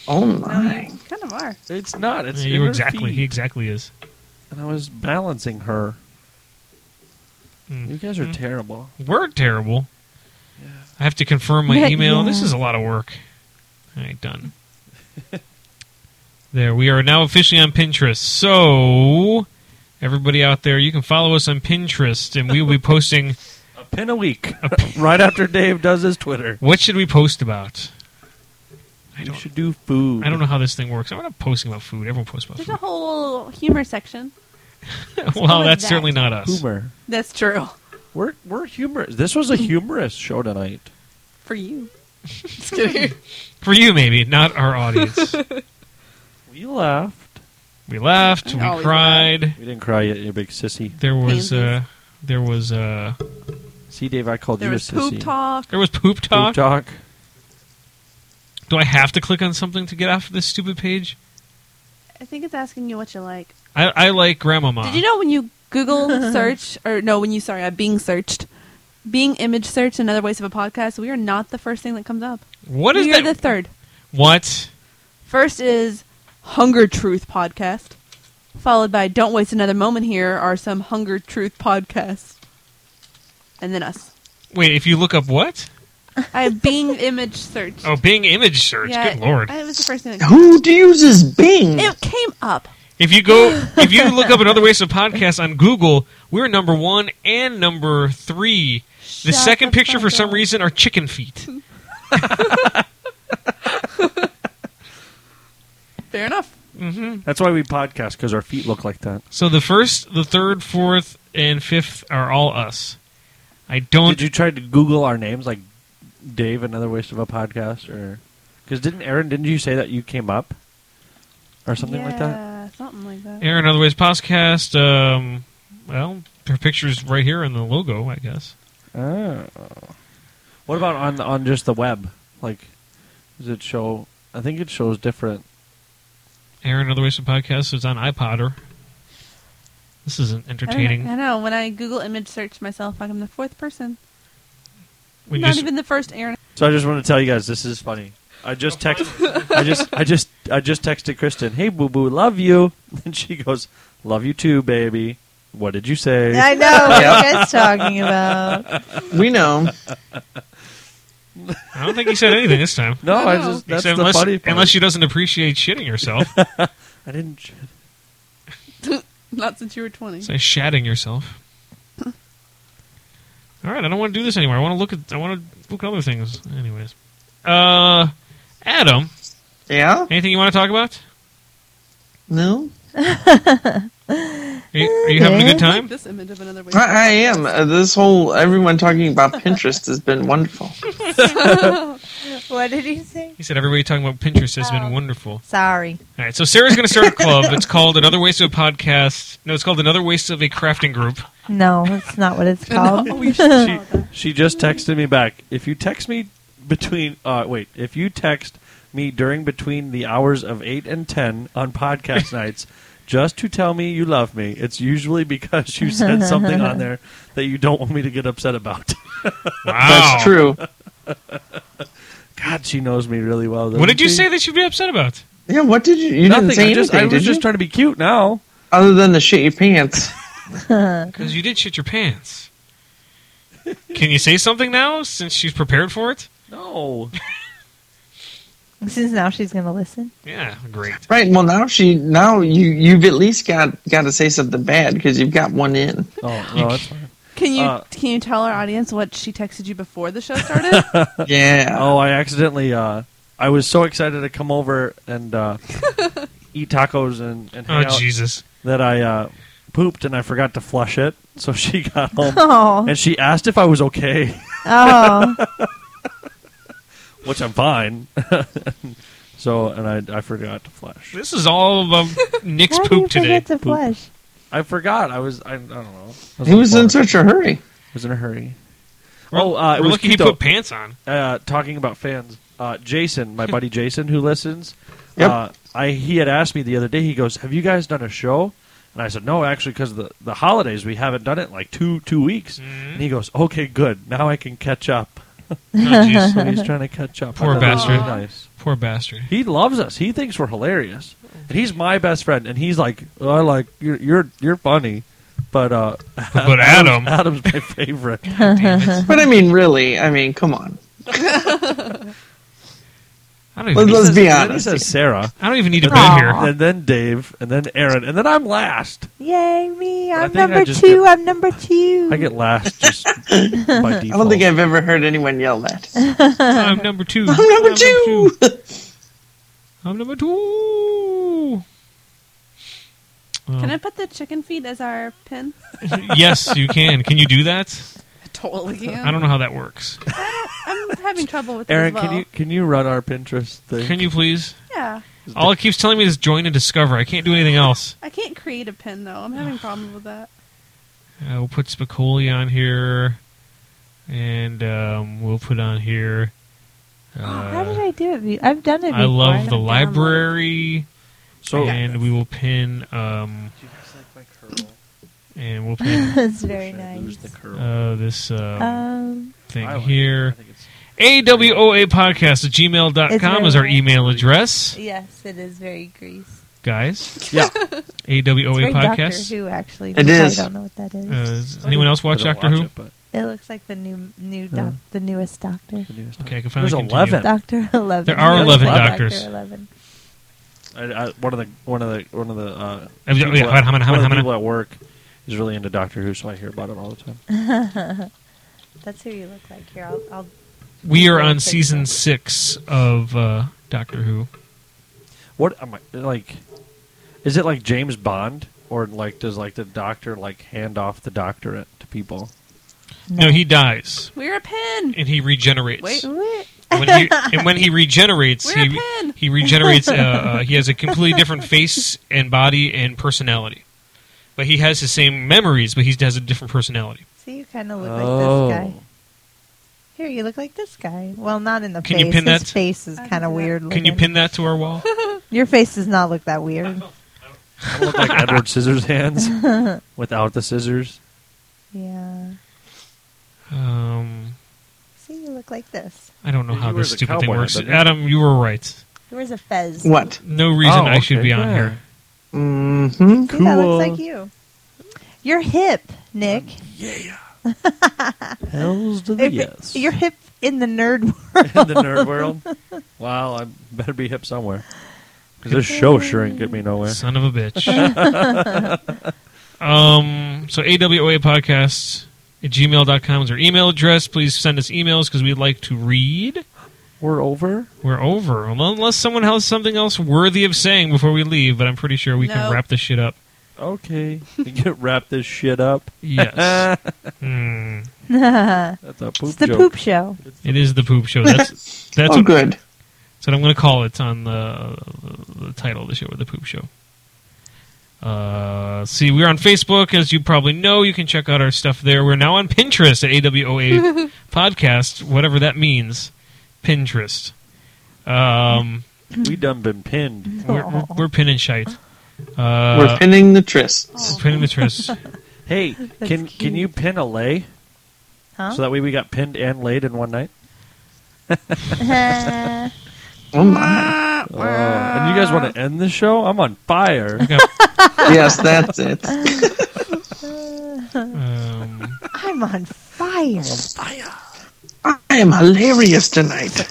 [SPEAKER 2] Oh
[SPEAKER 4] No,
[SPEAKER 2] my.
[SPEAKER 4] [laughs] you kind of are.
[SPEAKER 3] It's not. It's
[SPEAKER 1] Yeah,
[SPEAKER 3] in
[SPEAKER 1] you
[SPEAKER 3] her
[SPEAKER 1] exactly. He
[SPEAKER 3] feet.
[SPEAKER 1] exactly is.
[SPEAKER 3] And I was balancing her.
[SPEAKER 1] Mm.
[SPEAKER 3] You guys are
[SPEAKER 1] Mm-hmm.
[SPEAKER 3] terrible.
[SPEAKER 1] We're terrible. I have to confirm my
[SPEAKER 5] Yeah,
[SPEAKER 1] email.
[SPEAKER 5] yeah.
[SPEAKER 1] This is a lot of work. All right, done. there, we are now officially on Pinterest. So, everybody out there, you can follow us on Pinterest, and we will be posting.
[SPEAKER 3] A pin a week, [laughs] right after Dave does his Twitter.
[SPEAKER 1] What should we post about? I
[SPEAKER 3] You
[SPEAKER 1] don't.
[SPEAKER 3] should do food.
[SPEAKER 1] I don't know how this thing works. I'm not posting about food. Everyone posts about
[SPEAKER 4] There's
[SPEAKER 1] food.
[SPEAKER 4] a whole humor section.
[SPEAKER 1] well, that's
[SPEAKER 5] that.
[SPEAKER 1] certainly not us.
[SPEAKER 3] Humor.
[SPEAKER 4] That's true.
[SPEAKER 3] We're we're humorous. This was a
[SPEAKER 1] Mm-hmm.
[SPEAKER 3] humorous show tonight.
[SPEAKER 4] For you.
[SPEAKER 1] For you, maybe not our
[SPEAKER 4] [laughs]
[SPEAKER 1] audience.
[SPEAKER 3] We laughed.
[SPEAKER 1] we laughed. We
[SPEAKER 4] I always
[SPEAKER 1] cried.
[SPEAKER 3] We didn't cry yet, you big sissy.
[SPEAKER 1] There was.
[SPEAKER 4] Pansies.
[SPEAKER 1] Uh, there was. Uh,
[SPEAKER 3] See, Dave, I called
[SPEAKER 4] [laughs] There
[SPEAKER 3] you
[SPEAKER 4] was
[SPEAKER 3] a sissy.
[SPEAKER 4] poop talk.
[SPEAKER 1] There was poop talk.
[SPEAKER 3] Poop talk.
[SPEAKER 1] Do I have to click on something to get off of this stupid page?
[SPEAKER 4] I think it's asking you what you like.
[SPEAKER 1] I, I like Grandmama.
[SPEAKER 4] Did you know when you [laughs] Google search, or no, when you, sorry, uh, being searched, being image searched and other ways of a podcast, we are not the first thing that comes up.
[SPEAKER 1] what is
[SPEAKER 4] we are
[SPEAKER 1] that?
[SPEAKER 4] the third.
[SPEAKER 1] what?
[SPEAKER 4] First is Hunger Truth Podcast, followed by Don't Waste Another Moment Here are some Hunger Truth podcasts. And then us.
[SPEAKER 1] Wait, if you look up what?
[SPEAKER 4] I
[SPEAKER 3] [laughs]
[SPEAKER 4] have Bing image search.
[SPEAKER 1] Oh, Bing image search. Good lord!
[SPEAKER 4] I, it was the first thing. that-
[SPEAKER 2] Who uses Bing?
[SPEAKER 4] It came up.
[SPEAKER 1] if you
[SPEAKER 4] [laughs]
[SPEAKER 1] go, if you look up another ways of podcast on Google, we're number one and number three. The
[SPEAKER 4] Shut
[SPEAKER 1] second
[SPEAKER 4] the
[SPEAKER 1] picture,
[SPEAKER 4] fuck
[SPEAKER 1] for some
[SPEAKER 4] [laughs] up.
[SPEAKER 1] reason, are chicken feet.
[SPEAKER 4] Fair enough.
[SPEAKER 3] That's why we podcast because our feet look like that.
[SPEAKER 1] Mm-hmm. So the first, the third, fourth, and fifth are all us. I don't.
[SPEAKER 3] Did you try to Google our names like Dave? Another waste of a podcast, or because didn't Aaron? Didn't you say that you came up or something like that?
[SPEAKER 4] Yeah, something like that.
[SPEAKER 1] Aaron Otherways podcast. Um, well, her picture's right here in the logo, I guess.
[SPEAKER 3] Oh. What about on on just the web? Like, does it show? I think it shows different.
[SPEAKER 1] Aaron Otherways podcast is on iPodder. This isn't
[SPEAKER 4] I don't know. I
[SPEAKER 1] entertaining.
[SPEAKER 4] know. When I Google image search myself, I'm the fourth person.
[SPEAKER 1] We
[SPEAKER 4] Not
[SPEAKER 1] just
[SPEAKER 4] even the first Aaron. [laughs]
[SPEAKER 3] So I just want to tell you guys this is funny. I just text I just I just I just texted Kristen, "Hey boo boo, love you." [laughs] And she goes, "Love you too, baby." What did you say?
[SPEAKER 5] I know what
[SPEAKER 4] [laughs]
[SPEAKER 5] you guys talking about.
[SPEAKER 2] We know.
[SPEAKER 1] I don't think he said anything this time.
[SPEAKER 3] no, I,
[SPEAKER 4] I know.
[SPEAKER 3] just [laughs] that's
[SPEAKER 1] Except
[SPEAKER 3] the
[SPEAKER 1] unless,
[SPEAKER 3] funny part.
[SPEAKER 1] unless she doesn't appreciate shitting
[SPEAKER 3] [laughs]
[SPEAKER 1] herself.
[SPEAKER 3] I didn't sh-
[SPEAKER 4] Not since you were 20.
[SPEAKER 1] Say shatting yourself. All right, I don't want to do this anymore. I want to look at I want to look at other things. Anyways, uh, Adam,
[SPEAKER 2] Yeah?
[SPEAKER 1] anything you want to talk about?
[SPEAKER 2] No?
[SPEAKER 1] Are you, are you having a good
[SPEAKER 4] I like
[SPEAKER 1] time?
[SPEAKER 4] this image of another way.
[SPEAKER 2] I, I am. Uh, this whole everyone talking
[SPEAKER 3] [laughs]
[SPEAKER 2] about Pinterest has been wonderful.
[SPEAKER 5] What did he say?
[SPEAKER 1] He said everybody talking about Pinterest has
[SPEAKER 4] Um.
[SPEAKER 1] been wonderful.
[SPEAKER 5] Sorry.
[SPEAKER 1] All right, so Sarah's going to start a club. It's called Another Waste of a Podcast. No, it's called Another Waste of a Crafting Group.
[SPEAKER 5] No, that's not what
[SPEAKER 4] [laughs]
[SPEAKER 5] it's called.
[SPEAKER 3] she, she just texted me back. If you text me between uh wait, if you text me during between the hours of 8 and 10 on podcast nights just to tell me you love me, it's usually because you said something on there that you don't want me to get upset about. [laughs]
[SPEAKER 1] Wow,
[SPEAKER 3] Oh.
[SPEAKER 2] That's true.
[SPEAKER 3] God, she knows me really well.
[SPEAKER 1] What did you say that you'd be upset about?
[SPEAKER 2] Yeah, what did you you
[SPEAKER 3] Nothing.
[SPEAKER 2] didn't say
[SPEAKER 3] I, just, I
[SPEAKER 2] anything,
[SPEAKER 3] was
[SPEAKER 2] did you?
[SPEAKER 3] just trying to be cute now.
[SPEAKER 2] Other than the shit your
[SPEAKER 3] [laughs]
[SPEAKER 2] pants.
[SPEAKER 1] Because you did shit your pants. [laughs] Can you say something now since she's prepared for it?
[SPEAKER 3] No.
[SPEAKER 5] [laughs] Since now she's going to listen.
[SPEAKER 1] Yeah, great.
[SPEAKER 2] Right. Well, now she now you you've at least got got to say something bad because you've got one in.
[SPEAKER 3] [laughs] Oh, no, that's fine.
[SPEAKER 4] Can you
[SPEAKER 3] Uh,
[SPEAKER 4] can you tell our audience what she texted you before the
[SPEAKER 3] [laughs]
[SPEAKER 4] show started?
[SPEAKER 2] Yeah.
[SPEAKER 3] Oh, I accidentally. Uh, I was so excited to come over and uh, eat tacos and, and
[SPEAKER 1] Oh
[SPEAKER 3] hang out
[SPEAKER 1] Jesus!
[SPEAKER 3] that I uh, pooped and I forgot to flush it. So [laughs] she got
[SPEAKER 2] [laughs]
[SPEAKER 3] home
[SPEAKER 5] Oh.
[SPEAKER 3] and she asked if I was okay, [laughs]
[SPEAKER 5] Oh.
[SPEAKER 3] which I'm fine. [laughs] so and I I forgot to flush.
[SPEAKER 1] This is all about Nick's
[SPEAKER 5] Why do you
[SPEAKER 1] poop today.
[SPEAKER 5] forget to flush?
[SPEAKER 3] I forgot. I was. I, I don't know. I
[SPEAKER 2] He was in
[SPEAKER 3] bored.
[SPEAKER 2] such a hurry.
[SPEAKER 3] I was in a hurry.
[SPEAKER 1] We're-
[SPEAKER 3] oh, uh, it
[SPEAKER 1] we're
[SPEAKER 3] was
[SPEAKER 1] lucky
[SPEAKER 3] cute,
[SPEAKER 1] he
[SPEAKER 3] though.
[SPEAKER 1] put pants on.
[SPEAKER 3] uh, talking about fans, uh, Jason,
[SPEAKER 1] [laughs]
[SPEAKER 3] my buddy Jason, who listens,
[SPEAKER 2] Yep.
[SPEAKER 3] uh, I he had asked me the other day. He goes, "Have you guys done a show?" And I said, "No, actually, because the the holidays we haven't done it in like two two weeks."
[SPEAKER 1] Mm-hmm.
[SPEAKER 3] And he goes, "Okay, good. Now I can catch up."
[SPEAKER 1] Oh,
[SPEAKER 2] [laughs]
[SPEAKER 1] jeez.
[SPEAKER 3] So he's trying to catch up. I
[SPEAKER 1] Poor
[SPEAKER 3] thought that was
[SPEAKER 1] bastard.
[SPEAKER 3] really nice.
[SPEAKER 1] Poor bastard.
[SPEAKER 3] He loves us. He thinks we're hilarious, and he's my best friend. And he's like, oh, "I like you're you're you're funny." But uh,
[SPEAKER 1] But
[SPEAKER 3] [laughs]
[SPEAKER 1] Adam,
[SPEAKER 3] Adam's my
[SPEAKER 2] [laughs]
[SPEAKER 3] favorite.
[SPEAKER 1] damn it.
[SPEAKER 2] But I mean, really, I mean, come on.
[SPEAKER 1] I don't
[SPEAKER 2] Let,
[SPEAKER 1] even.
[SPEAKER 2] let's be
[SPEAKER 3] And then he
[SPEAKER 2] honest.
[SPEAKER 3] says Sarah,
[SPEAKER 1] I don't even need to be
[SPEAKER 5] Aw.
[SPEAKER 1] here.
[SPEAKER 3] and then Dave, and then Aaron, and then I'm last.
[SPEAKER 5] Yay, me.
[SPEAKER 3] I
[SPEAKER 5] I'm
[SPEAKER 3] think I
[SPEAKER 5] number
[SPEAKER 3] just
[SPEAKER 5] two.
[SPEAKER 3] get-
[SPEAKER 5] I'm number two.
[SPEAKER 3] I
[SPEAKER 5] [laughs]
[SPEAKER 3] get last
[SPEAKER 2] [laughs]
[SPEAKER 3] just by default.
[SPEAKER 2] I don't think I've ever heard anyone yell
[SPEAKER 3] [laughs]
[SPEAKER 2] that.
[SPEAKER 3] Um,
[SPEAKER 1] I'm number two. I'm
[SPEAKER 2] [laughs] number two.
[SPEAKER 1] I'm number two.
[SPEAKER 4] Can I put the chicken feet as our pin?
[SPEAKER 1] [laughs] yes, you can. Can you do
[SPEAKER 4] [laughs]
[SPEAKER 1] that?
[SPEAKER 4] I [laughs] totally can.
[SPEAKER 1] I don't know how that works.
[SPEAKER 4] I'm having trouble with
[SPEAKER 3] Aaron,
[SPEAKER 4] this
[SPEAKER 3] can you can you run our Pinterest thing?
[SPEAKER 1] Can you please?
[SPEAKER 4] Yeah.
[SPEAKER 1] All it keeps telling me is join and discover. I can't do anything else.
[SPEAKER 4] I can't create a pin though.
[SPEAKER 3] [sighs]
[SPEAKER 4] I'm having problems with that.
[SPEAKER 1] Uh, we'll put Spicoli on here, and um, we'll put on here.
[SPEAKER 5] Ah, How did
[SPEAKER 1] Uh,
[SPEAKER 5] I do it? be- I've done it before.
[SPEAKER 1] I love the [laughs]
[SPEAKER 5] I've
[SPEAKER 1] library,
[SPEAKER 3] so
[SPEAKER 1] and we will pin. Um, and we'll
[SPEAKER 5] done [laughs]
[SPEAKER 1] pin
[SPEAKER 5] it. it's very nice.
[SPEAKER 1] uh, this um,
[SPEAKER 5] Um,
[SPEAKER 1] thing
[SPEAKER 3] I like it. I
[SPEAKER 1] here.
[SPEAKER 3] think it's-
[SPEAKER 1] AWOA podcast at
[SPEAKER 5] It's
[SPEAKER 1] gmail.com
[SPEAKER 5] very
[SPEAKER 1] is our
[SPEAKER 5] nice.
[SPEAKER 1] email address,
[SPEAKER 5] yes, it is very greasy.
[SPEAKER 1] guys.
[SPEAKER 3] Yeah.
[SPEAKER 5] It's
[SPEAKER 1] AWOA
[SPEAKER 5] very
[SPEAKER 1] podcast.
[SPEAKER 5] Doctor Who, actually.
[SPEAKER 2] It
[SPEAKER 5] which
[SPEAKER 2] is.
[SPEAKER 5] I don't know what that is.
[SPEAKER 1] Uh, does anyone else watch
[SPEAKER 3] I don't
[SPEAKER 1] Doctor Who?
[SPEAKER 3] it, but
[SPEAKER 5] it looks like the new, new,
[SPEAKER 3] Yeah.
[SPEAKER 5] doc, the newest Doctor.
[SPEAKER 3] the newest
[SPEAKER 1] Okay, I
[SPEAKER 3] time.
[SPEAKER 1] can finally
[SPEAKER 3] There's
[SPEAKER 1] continue.
[SPEAKER 3] 11.
[SPEAKER 5] Doctor [laughs] Eleven.
[SPEAKER 1] There are
[SPEAKER 5] Yes,
[SPEAKER 1] 11
[SPEAKER 5] Doctor
[SPEAKER 1] doctors.
[SPEAKER 5] Eleven.
[SPEAKER 3] I, I, one of the one of the one of the uh,
[SPEAKER 1] yeah,
[SPEAKER 3] people,
[SPEAKER 1] yeah,
[SPEAKER 3] at,
[SPEAKER 1] how many- how many- how
[SPEAKER 3] one of the
[SPEAKER 1] many-
[SPEAKER 3] people at work is really into Doctor Who, so I hear about it all the time.
[SPEAKER 5] That's who you look like here. I'll, I'll
[SPEAKER 1] We are on season six of uh, Doctor Who.
[SPEAKER 3] What am I like? Is it like James Bond, or like does like the doctor like hand off the doctorate to people?
[SPEAKER 1] No, he dies
[SPEAKER 4] We're a pin.
[SPEAKER 1] and he regenerates.
[SPEAKER 4] Wait.
[SPEAKER 1] When he, and when
[SPEAKER 4] [laughs]
[SPEAKER 1] he regenerates,
[SPEAKER 4] We're a
[SPEAKER 1] he,
[SPEAKER 4] pin.
[SPEAKER 1] he regenerates. Uh, uh, he has a completely different face and body and personality, but he has the same memories, but he has a different personality.
[SPEAKER 5] See, you kind of look
[SPEAKER 3] Oh.
[SPEAKER 5] like this guy. Here, you look like this guy. Well, not in the
[SPEAKER 1] Can
[SPEAKER 5] face.
[SPEAKER 1] you pin
[SPEAKER 5] His
[SPEAKER 1] that?
[SPEAKER 5] face is kind of weird.
[SPEAKER 1] Can you
[SPEAKER 5] looking.
[SPEAKER 1] pin that to our wall?
[SPEAKER 5] Your face does not look that weird.
[SPEAKER 3] I look like Edward Scissorhands
[SPEAKER 5] [laughs]
[SPEAKER 3] without the scissors.
[SPEAKER 5] Yeah.
[SPEAKER 1] Um,
[SPEAKER 5] See, you look like this.
[SPEAKER 1] I don't know
[SPEAKER 3] He
[SPEAKER 1] how
[SPEAKER 3] wears
[SPEAKER 1] this
[SPEAKER 3] a
[SPEAKER 1] stupid thing
[SPEAKER 3] cowboy hat,
[SPEAKER 1] works.
[SPEAKER 3] doesn't he?
[SPEAKER 1] Adam, you were right.
[SPEAKER 5] Where's a fez?
[SPEAKER 2] [laughs] What?
[SPEAKER 1] No reason
[SPEAKER 3] Oh,
[SPEAKER 1] I should
[SPEAKER 3] okay,
[SPEAKER 1] be on
[SPEAKER 3] yeah.
[SPEAKER 1] here.
[SPEAKER 2] Mm-hmm.
[SPEAKER 5] See, that
[SPEAKER 3] Cool.
[SPEAKER 5] looks like you. You're hip, Nick.
[SPEAKER 3] Hells to the
[SPEAKER 5] If-
[SPEAKER 3] yes.
[SPEAKER 5] You're hip in the nerd [laughs] world.
[SPEAKER 3] [laughs] in the nerd
[SPEAKER 5] [laughs]
[SPEAKER 3] world. Wow, I better be hip somewhere. 'Cause this show sure ain't get me nowhere.
[SPEAKER 1] Son of a bitch. um, so AWOA podcast at gmail.com is our email address. Please send us emails because we'd like to read.
[SPEAKER 3] We're over.
[SPEAKER 1] We're over. Unless someone has something else worthy of saying before we leave, but I'm pretty sure we can
[SPEAKER 4] No.
[SPEAKER 1] wrap this shit up.
[SPEAKER 3] Okay, [laughs] we can wrap this shit up.
[SPEAKER 1] Yes. Hmm.
[SPEAKER 3] That's a poop
[SPEAKER 5] it's the
[SPEAKER 3] joke.
[SPEAKER 5] poop show.
[SPEAKER 3] [laughs]
[SPEAKER 1] It is the poop show. That's that's
[SPEAKER 2] Oh,
[SPEAKER 1] what,
[SPEAKER 2] good.
[SPEAKER 1] that's what I'm going to call it on the, the title of the show, the poop show. Uh, see, we're on Facebook, as you probably know. You can check out our stuff there. We're now on Pinterest at
[SPEAKER 4] [laughs]
[SPEAKER 1] AWOA Podcast, whatever that means. Pinterest. Um,
[SPEAKER 3] We done been pinned.
[SPEAKER 1] we're, we're, we're pin and shite. Uh,
[SPEAKER 2] We're pinning the trysts.
[SPEAKER 1] we're pinning
[SPEAKER 4] [laughs]
[SPEAKER 1] Pinterest.
[SPEAKER 3] Hey, can can you pin a lay?
[SPEAKER 5] Huh?
[SPEAKER 3] So that way we got pinned and laid in one night.
[SPEAKER 2] Oh my!
[SPEAKER 3] Uh, and you guys want to end the show? I'm on fire.
[SPEAKER 2] yes,
[SPEAKER 3] [laughs]
[SPEAKER 2] that's it.
[SPEAKER 1] um,
[SPEAKER 5] [laughs] I'm on fire.
[SPEAKER 2] I am hilarious tonight.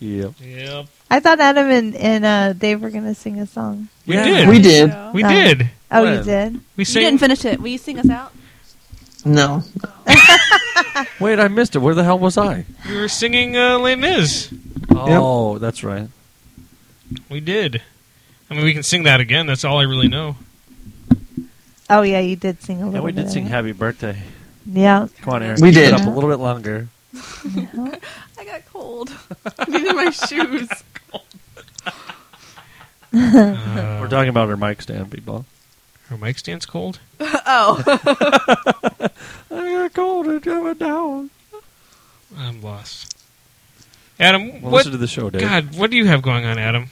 [SPEAKER 3] yeah.
[SPEAKER 1] yep.
[SPEAKER 5] I thought Adam and, and uh, Dave were going to sing a song.
[SPEAKER 1] We
[SPEAKER 3] Yeah.
[SPEAKER 1] did.
[SPEAKER 2] we did.
[SPEAKER 1] We
[SPEAKER 5] No.
[SPEAKER 1] did.
[SPEAKER 5] Oh,
[SPEAKER 3] When?
[SPEAKER 5] you did?
[SPEAKER 1] We
[SPEAKER 4] You
[SPEAKER 1] sang.
[SPEAKER 4] didn't finish it. Will you sing us out?
[SPEAKER 2] No,
[SPEAKER 3] Wait, I missed it. Where the hell was I?
[SPEAKER 1] we were singing uh, Les Mis.
[SPEAKER 3] Oh, that's right.
[SPEAKER 1] We did. I mean, we can sing that again. That's all I really
[SPEAKER 4] [laughs]
[SPEAKER 1] know.
[SPEAKER 5] Oh, yeah, you did sing a
[SPEAKER 3] Yeah,
[SPEAKER 5] little
[SPEAKER 3] we
[SPEAKER 5] bit
[SPEAKER 3] did
[SPEAKER 5] of
[SPEAKER 3] sing
[SPEAKER 5] it.
[SPEAKER 3] Happy Birthday.
[SPEAKER 5] Yeah.
[SPEAKER 3] Come on, Eric.
[SPEAKER 2] We
[SPEAKER 3] keep
[SPEAKER 2] did.
[SPEAKER 3] It up a little bit longer.
[SPEAKER 4] I got cold. [laughs] These are my shoes.
[SPEAKER 1] Uh,
[SPEAKER 3] We're talking about our mic stand, people.
[SPEAKER 1] Her mic stands cold.
[SPEAKER 4] [laughs] oh.
[SPEAKER 3] I got cold. I'm coming down.
[SPEAKER 1] I'm lost. Adam,
[SPEAKER 3] Well,
[SPEAKER 1] what?
[SPEAKER 3] listen to the show, Dave.
[SPEAKER 1] God, what do you have going on, Adam?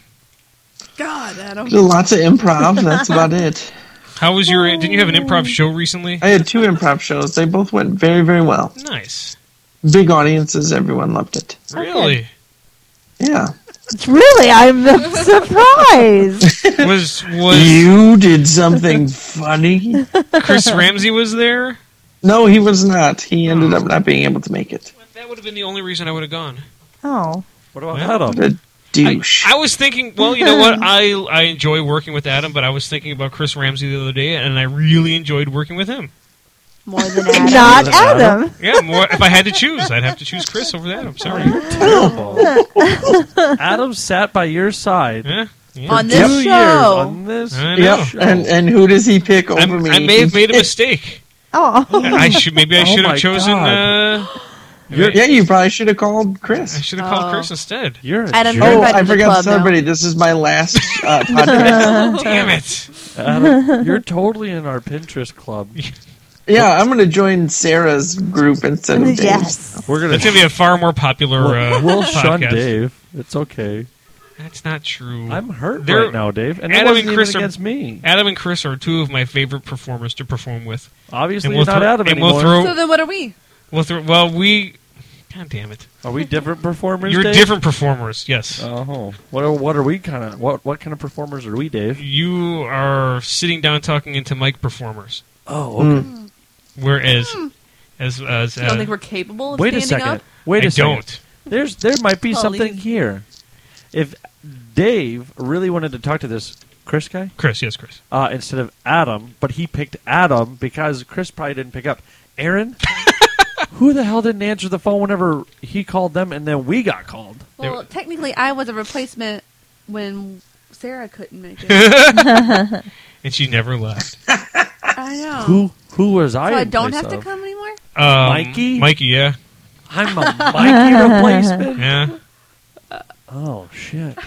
[SPEAKER 4] [laughs] God, Adam.
[SPEAKER 2] lots of improv. That's about it.
[SPEAKER 1] How was your? Didn't you have an improv show recently?
[SPEAKER 2] I had two improv shows. They both went very, very well.
[SPEAKER 1] Nice.
[SPEAKER 2] Big audiences. Everyone loved it.
[SPEAKER 1] [laughs] Really?
[SPEAKER 2] Yeah.
[SPEAKER 5] Really? I'm
[SPEAKER 3] [laughs]
[SPEAKER 5] [laughs] surprised.
[SPEAKER 1] was was
[SPEAKER 2] You did something funny.
[SPEAKER 1] Chris Ramsey was there?
[SPEAKER 2] No, he was not. He ended up not being able to make it.
[SPEAKER 1] That would have been the only reason I would have gone.
[SPEAKER 5] oh.
[SPEAKER 3] What about
[SPEAKER 1] Well,
[SPEAKER 3] Adam?
[SPEAKER 2] What a douche.
[SPEAKER 1] I was thinking, well, you know what? I I enjoy working with Adam, but I was thinking about Chris Ramsey the other day, and I really enjoyed working with him.
[SPEAKER 4] More
[SPEAKER 2] [laughs]
[SPEAKER 4] than Adam.
[SPEAKER 5] Not
[SPEAKER 3] Doesn't matter.
[SPEAKER 5] Adam.
[SPEAKER 1] Yeah, more, if I had to choose, I'd have to choose Chris over Adam.
[SPEAKER 3] [laughs]
[SPEAKER 1] Sorry.
[SPEAKER 3] Adam sat by your side
[SPEAKER 1] Yeah. yeah.
[SPEAKER 4] On
[SPEAKER 3] two
[SPEAKER 4] this
[SPEAKER 3] years
[SPEAKER 4] show.
[SPEAKER 3] on this
[SPEAKER 1] I know.
[SPEAKER 2] yep.
[SPEAKER 3] show.
[SPEAKER 2] And and who does he pick over
[SPEAKER 1] I,
[SPEAKER 2] me?
[SPEAKER 1] I may have made a mistake.
[SPEAKER 5] Oh.
[SPEAKER 1] I should maybe I
[SPEAKER 3] [laughs] Oh
[SPEAKER 1] should
[SPEAKER 3] my
[SPEAKER 1] have chosen.
[SPEAKER 3] God.
[SPEAKER 1] Uh,
[SPEAKER 2] yeah, you probably should have called
[SPEAKER 1] I
[SPEAKER 2] Chris.
[SPEAKER 1] should have called
[SPEAKER 4] Oh.
[SPEAKER 1] Chris instead.
[SPEAKER 3] You're a
[SPEAKER 4] Adam,
[SPEAKER 3] jerk.
[SPEAKER 4] you're
[SPEAKER 2] Oh,
[SPEAKER 4] invited
[SPEAKER 2] I
[SPEAKER 4] to the
[SPEAKER 2] forgot
[SPEAKER 4] club now.
[SPEAKER 2] somebody. This is my last uh,
[SPEAKER 4] [laughs]
[SPEAKER 2] podcast.
[SPEAKER 1] Damn it!
[SPEAKER 3] Adam, you're totally in our Pinterest club.
[SPEAKER 2] yeah, I'm going to join Sarah's group instead
[SPEAKER 5] [laughs]
[SPEAKER 2] of
[SPEAKER 1] [laughs]
[SPEAKER 2] Dave's.
[SPEAKER 5] yes.
[SPEAKER 3] We're gonna.
[SPEAKER 1] That's gonna be a far more popular. Uh,
[SPEAKER 3] we'll we'll shun
[SPEAKER 1] podcast.
[SPEAKER 3] Dave. It's okay.
[SPEAKER 1] That's not true.
[SPEAKER 3] I'm hurt
[SPEAKER 1] They're-
[SPEAKER 3] right now, Dave, and it
[SPEAKER 1] Adam
[SPEAKER 3] wasn't
[SPEAKER 1] and Chris
[SPEAKER 3] even
[SPEAKER 1] are-
[SPEAKER 3] against me.
[SPEAKER 1] Adam and Chris are two of my favorite performers to perform with.
[SPEAKER 3] Obviously,
[SPEAKER 1] And we'll
[SPEAKER 3] you're not
[SPEAKER 1] throw-
[SPEAKER 3] Adam
[SPEAKER 1] and
[SPEAKER 3] anymore.
[SPEAKER 1] we'll throw.
[SPEAKER 4] So then what are we?
[SPEAKER 1] we'll throw. Well, we. God damn it!
[SPEAKER 3] Are we different performers?
[SPEAKER 1] You're
[SPEAKER 3] Dave?
[SPEAKER 1] different performers. Yes.
[SPEAKER 3] Oh, what are what are we kind of what what kind of performers are we, Dave?
[SPEAKER 1] you are sitting down talking into mic performers,
[SPEAKER 3] Oh,
[SPEAKER 4] Mm.
[SPEAKER 1] whereas as as
[SPEAKER 4] You don't
[SPEAKER 1] uh,
[SPEAKER 4] think we're capable of
[SPEAKER 3] wait a
[SPEAKER 4] standing
[SPEAKER 3] second.
[SPEAKER 4] up?
[SPEAKER 3] Wait a
[SPEAKER 1] I
[SPEAKER 3] second.
[SPEAKER 1] don't.
[SPEAKER 3] There's there might be
[SPEAKER 4] Police.
[SPEAKER 3] something here. If Dave really wanted to talk to this Chris guy
[SPEAKER 1] Chris, yes, Chris.
[SPEAKER 3] uh, instead
[SPEAKER 4] [laughs]
[SPEAKER 3] of Adam, but he picked Adam because Chris probably didn't pick up. Aaron, who the hell didn't answer the phone whenever he called them and then we got called?
[SPEAKER 4] Well, technically, I was a replacement when Sarah couldn't make it.
[SPEAKER 3] [laughs]
[SPEAKER 1] and she never left.
[SPEAKER 4] I know.
[SPEAKER 3] Who who was I?
[SPEAKER 4] Oh. so I
[SPEAKER 3] in
[SPEAKER 4] don't
[SPEAKER 3] place
[SPEAKER 4] have to
[SPEAKER 3] of?
[SPEAKER 4] come anymore.
[SPEAKER 1] Um,
[SPEAKER 3] Mikey?
[SPEAKER 1] Mikey, yeah,
[SPEAKER 3] I'm a Mikey
[SPEAKER 4] [laughs]
[SPEAKER 3] replacement.
[SPEAKER 1] yeah.
[SPEAKER 3] Oh shit!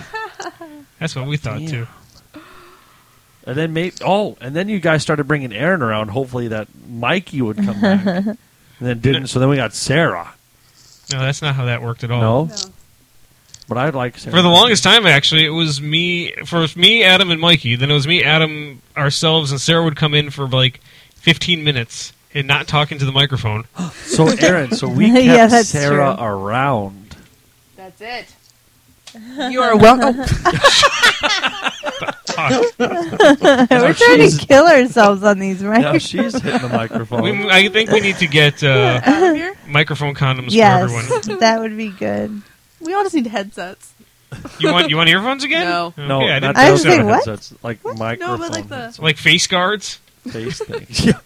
[SPEAKER 1] That's what we thought
[SPEAKER 3] Damn.
[SPEAKER 1] too.
[SPEAKER 3] And then maybe oh, and then you guys started bringing Aaron around. Hopefully that Mikey would come
[SPEAKER 4] [laughs]
[SPEAKER 3] back. and then didn't. So then we got Sarah.
[SPEAKER 1] No, that's not how that worked at all.
[SPEAKER 3] No,
[SPEAKER 4] No.
[SPEAKER 3] but I like Sarah
[SPEAKER 1] For the longest time, actually, it was me. For me, Adam, and Mikey. Then it was me, Adam, ourselves, and Sarah would come in for like 15 minutes and not talking to the microphone.
[SPEAKER 3] [laughs] So Aaron, so we kept
[SPEAKER 5] [laughs] Yeah, that's
[SPEAKER 3] Sarah
[SPEAKER 5] true.
[SPEAKER 3] around.
[SPEAKER 4] That's it. You are welcome.
[SPEAKER 3] [laughs]
[SPEAKER 1] Fuck.
[SPEAKER 5] We're trying to kill ourselves on these
[SPEAKER 3] Now
[SPEAKER 5] records.
[SPEAKER 3] she's hitting
[SPEAKER 5] [laughs]
[SPEAKER 3] the microphone.
[SPEAKER 1] we, I think we need to get
[SPEAKER 3] [laughs]
[SPEAKER 1] uh,
[SPEAKER 4] Out of here.
[SPEAKER 1] microphone condoms for everyone.
[SPEAKER 5] yes, that would be good. [laughs]
[SPEAKER 4] We all just need headsets.
[SPEAKER 1] You want you want earphones again?
[SPEAKER 4] No.
[SPEAKER 1] Okay,
[SPEAKER 3] No,
[SPEAKER 1] I didn't
[SPEAKER 3] not
[SPEAKER 5] I
[SPEAKER 1] think
[SPEAKER 3] those
[SPEAKER 5] was
[SPEAKER 1] so.
[SPEAKER 5] thinking, what?
[SPEAKER 3] headsets. Like
[SPEAKER 4] No,
[SPEAKER 3] microphone.
[SPEAKER 4] but like the-
[SPEAKER 1] Like face guards. [laughs]
[SPEAKER 3] face thing. yeah.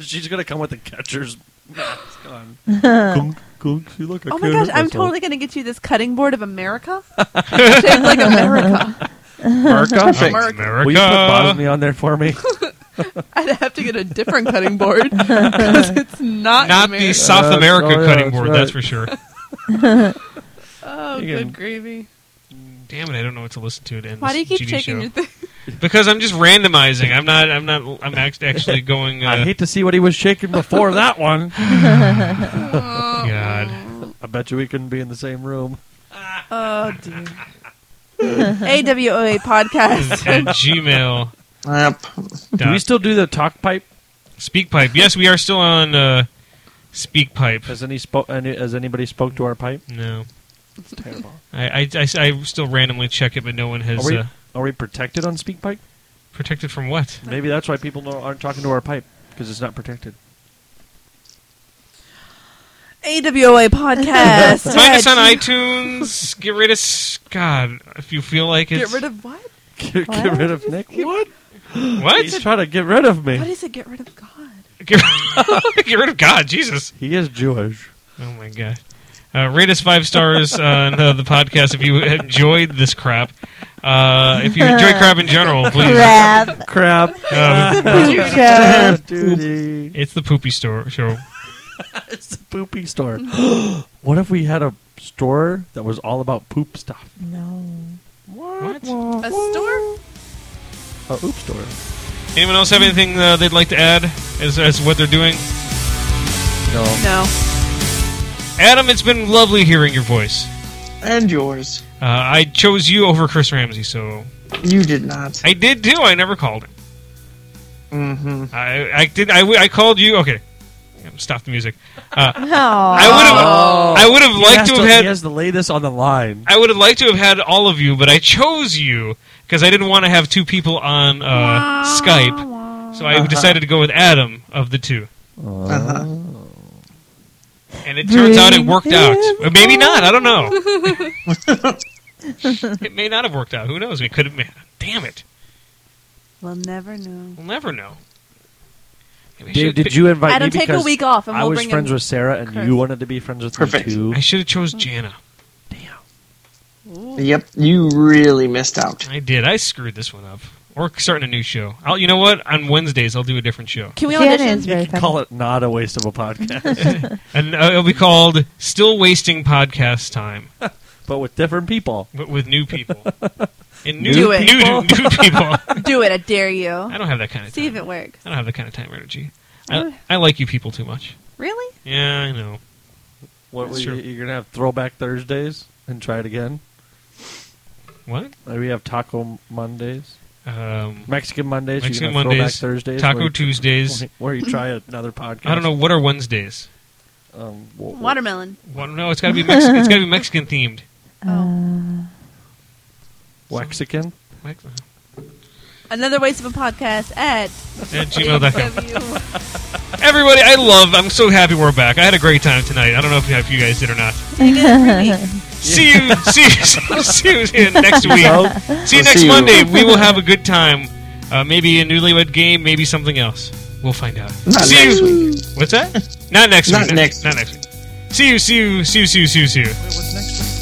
[SPEAKER 3] [laughs] She's gonna come with the catcher's mask on. Gunk, gunk, see, look, I
[SPEAKER 4] Oh my
[SPEAKER 3] can't
[SPEAKER 4] gosh,
[SPEAKER 3] hurt
[SPEAKER 4] I'm
[SPEAKER 3] myself.
[SPEAKER 4] totally going to get you this cutting board of America. Shaped like America.
[SPEAKER 5] [laughs]
[SPEAKER 3] America.
[SPEAKER 2] Perfect.
[SPEAKER 4] America.
[SPEAKER 3] Will you put Bosnia on there for
[SPEAKER 1] [laughs]
[SPEAKER 3] me?
[SPEAKER 4] I'd have to get a different cutting board because it's not
[SPEAKER 1] Not
[SPEAKER 4] America.
[SPEAKER 1] the South
[SPEAKER 3] That's-
[SPEAKER 1] America
[SPEAKER 3] oh, yeah,
[SPEAKER 1] cutting
[SPEAKER 3] that's
[SPEAKER 1] board,
[SPEAKER 3] right.
[SPEAKER 1] that's for sure.
[SPEAKER 4] Oh,
[SPEAKER 3] You
[SPEAKER 4] good
[SPEAKER 3] can-
[SPEAKER 4] gravy.
[SPEAKER 1] Damn it, I don't know what to listen to to end
[SPEAKER 4] Why do you
[SPEAKER 1] this
[SPEAKER 4] keep
[SPEAKER 1] GD
[SPEAKER 4] shaking
[SPEAKER 1] show.
[SPEAKER 4] your thing?
[SPEAKER 1] Because I'm just randomizing. I'm not. I'm not. I'm act-
[SPEAKER 3] [laughs]
[SPEAKER 1] actually going. Uh,
[SPEAKER 3] I hate to see what he was shaking before
[SPEAKER 1] [laughs]
[SPEAKER 3] that one.
[SPEAKER 4] [laughs]
[SPEAKER 1] God.
[SPEAKER 3] I bet you we couldn't be in the same room.
[SPEAKER 4] Oh, dear. AWOA
[SPEAKER 1] [laughs]
[SPEAKER 4] podcast.
[SPEAKER 1] at Gmail.
[SPEAKER 2] Yep.
[SPEAKER 3] Do we still do the talk pipe?
[SPEAKER 1] Speakpipe. Yes, we are still on uh, Speakpipe.
[SPEAKER 3] Has any spoke? Any, has anybody spoke to our pipe?
[SPEAKER 1] No,
[SPEAKER 3] It's terrible.
[SPEAKER 1] I, I, I, I still randomly check it, but no one
[SPEAKER 3] Are
[SPEAKER 1] has
[SPEAKER 3] we,
[SPEAKER 1] uh,
[SPEAKER 3] are we protected on speak pipe?
[SPEAKER 1] protected from what.
[SPEAKER 3] Maybe that's why people don't, aren't talking to our pipe because it's not protected. [laughs]
[SPEAKER 4] AWOA podcast.
[SPEAKER 1] Find us on iTunes. Get rid of s- God if you feel like it.
[SPEAKER 4] Get rid of what?
[SPEAKER 3] Get, get
[SPEAKER 5] What?
[SPEAKER 3] rid of Nick. What? He's
[SPEAKER 1] what?
[SPEAKER 3] trying to get rid of
[SPEAKER 4] What
[SPEAKER 3] me.
[SPEAKER 4] is it? Get rid of God.
[SPEAKER 1] Get, [laughs] get rid of God, Jesus.
[SPEAKER 3] He is Jewish.
[SPEAKER 1] Oh my God. Uh, rate us five stars on uh, the podcast if you enjoyed this crap. Uh, if you enjoy crap in general, please. [laughs]
[SPEAKER 4] [laughs]
[SPEAKER 5] Crap.
[SPEAKER 3] Crap.
[SPEAKER 1] Um,
[SPEAKER 5] Joe.
[SPEAKER 3] Duty.
[SPEAKER 1] it's the poopy store show.
[SPEAKER 3] It's the poopy store. [gasps] what if we had a store that was all about poop stuff?
[SPEAKER 5] No.
[SPEAKER 1] What?
[SPEAKER 4] A store?
[SPEAKER 3] A oop store.
[SPEAKER 1] Anyone else have anything uh, they'd like to add as, as what they're doing?
[SPEAKER 3] No.
[SPEAKER 4] No.
[SPEAKER 1] Adam, it's been lovely hearing your voice.
[SPEAKER 2] And yours.
[SPEAKER 1] Uh, I chose you over Chris Ramsey, so
[SPEAKER 2] You did not.
[SPEAKER 1] I did too. I never called him.
[SPEAKER 2] Mm-hmm.
[SPEAKER 1] I, I did. I, w- I called you. Okay, stop the music.
[SPEAKER 5] No.
[SPEAKER 1] I would have.
[SPEAKER 4] Oh.
[SPEAKER 1] I would have
[SPEAKER 3] He
[SPEAKER 1] liked
[SPEAKER 3] has
[SPEAKER 1] to Oh, have
[SPEAKER 3] he
[SPEAKER 1] had.
[SPEAKER 3] has to lay this on the line.
[SPEAKER 1] I would have liked to have had all of you, but I chose you because I didn't want to have two people on uh, Skype. So I
[SPEAKER 3] Uh-huh.
[SPEAKER 1] decided to go with Adam of the two,
[SPEAKER 2] Uh-huh.
[SPEAKER 1] and it turns out it worked out. Or maybe not. I don't know. it may not have worked out. Who knows? We could have. Damn it.
[SPEAKER 4] We'll never know.
[SPEAKER 1] We'll never know. Maybe I
[SPEAKER 3] Dave,
[SPEAKER 1] should've
[SPEAKER 3] did
[SPEAKER 1] picked-
[SPEAKER 3] you invite
[SPEAKER 4] Adam,
[SPEAKER 3] me
[SPEAKER 4] take a
[SPEAKER 3] because
[SPEAKER 4] week off and
[SPEAKER 3] I
[SPEAKER 4] we'll
[SPEAKER 3] was
[SPEAKER 4] bring
[SPEAKER 3] friends
[SPEAKER 4] him.
[SPEAKER 3] with Sarah and
[SPEAKER 4] Chris.
[SPEAKER 3] you wanted to be friends with
[SPEAKER 2] Perfect.
[SPEAKER 3] me too.
[SPEAKER 1] I should have chose Jana.
[SPEAKER 2] Yep. You really missed out.
[SPEAKER 1] I did. I screwed this one up. We're starting a new show. I'll, you know what? On Wednesdays, I'll do a different show,
[SPEAKER 4] Can we
[SPEAKER 5] Janet
[SPEAKER 4] audition?
[SPEAKER 5] is very
[SPEAKER 3] You can
[SPEAKER 5] funny.
[SPEAKER 3] call it not a waste of a podcast,
[SPEAKER 4] [laughs]
[SPEAKER 1] and uh, it'll be called "Still Wasting Podcast Time,"
[SPEAKER 3] but with different people.
[SPEAKER 1] but with new [laughs] people and new
[SPEAKER 4] Do it.
[SPEAKER 1] new, new, new [laughs] people.
[SPEAKER 4] [laughs] Do it. I dare you.
[SPEAKER 1] I don't have that kind of
[SPEAKER 4] See if
[SPEAKER 1] time.
[SPEAKER 4] it works.
[SPEAKER 1] I don't have that kind of time or energy. I, I like you people too much.
[SPEAKER 4] Really?
[SPEAKER 1] Yeah, I know.
[SPEAKER 3] What
[SPEAKER 1] That's
[SPEAKER 3] we,
[SPEAKER 1] true.
[SPEAKER 3] you're gonna have throwback Thursdays and try it again.
[SPEAKER 1] What?
[SPEAKER 3] Like, We have taco Mondays,
[SPEAKER 1] Um,
[SPEAKER 3] Mexican Mondays, you
[SPEAKER 1] Mexican
[SPEAKER 3] can have throwback
[SPEAKER 1] Mondays,
[SPEAKER 3] Thursdays, where
[SPEAKER 1] Taco
[SPEAKER 3] you- [laughs]
[SPEAKER 1] Tuesdays.
[SPEAKER 3] where you try another
[SPEAKER 1] [laughs]
[SPEAKER 3] podcast.
[SPEAKER 1] I don't know what are Wednesdays.
[SPEAKER 3] Um, wha- wha-
[SPEAKER 4] Watermelon.
[SPEAKER 1] Well, no, it's got to be Mex- it's got [laughs] to be Mexican themed.
[SPEAKER 5] Uh,
[SPEAKER 4] Oh.
[SPEAKER 3] Mexican.
[SPEAKER 1] Mex-
[SPEAKER 4] Another waste of a podcast at
[SPEAKER 1] at gmail.com.
[SPEAKER 4] W. [laughs]
[SPEAKER 1] Everybody, I love. I'm so happy we're back. I had a great time tonight. I don't know if you, if you guys did or not.
[SPEAKER 4] Dang it, Ruby.
[SPEAKER 1] See you. see you. [laughs] See you in [laughs] next week. see
[SPEAKER 3] So,
[SPEAKER 1] you
[SPEAKER 2] We'll
[SPEAKER 1] next
[SPEAKER 2] see you.
[SPEAKER 1] Monday. We will have a good time. Uh, maybe a newlywed game. Maybe something else. We'll find out.
[SPEAKER 2] Not
[SPEAKER 1] see
[SPEAKER 2] next
[SPEAKER 1] you.
[SPEAKER 2] week. [laughs]
[SPEAKER 1] What's that? Not next
[SPEAKER 2] Not
[SPEAKER 1] week.
[SPEAKER 2] next
[SPEAKER 1] Not next week.
[SPEAKER 8] See you, see you, see you, see you, see you, see you.
[SPEAKER 1] What's next week?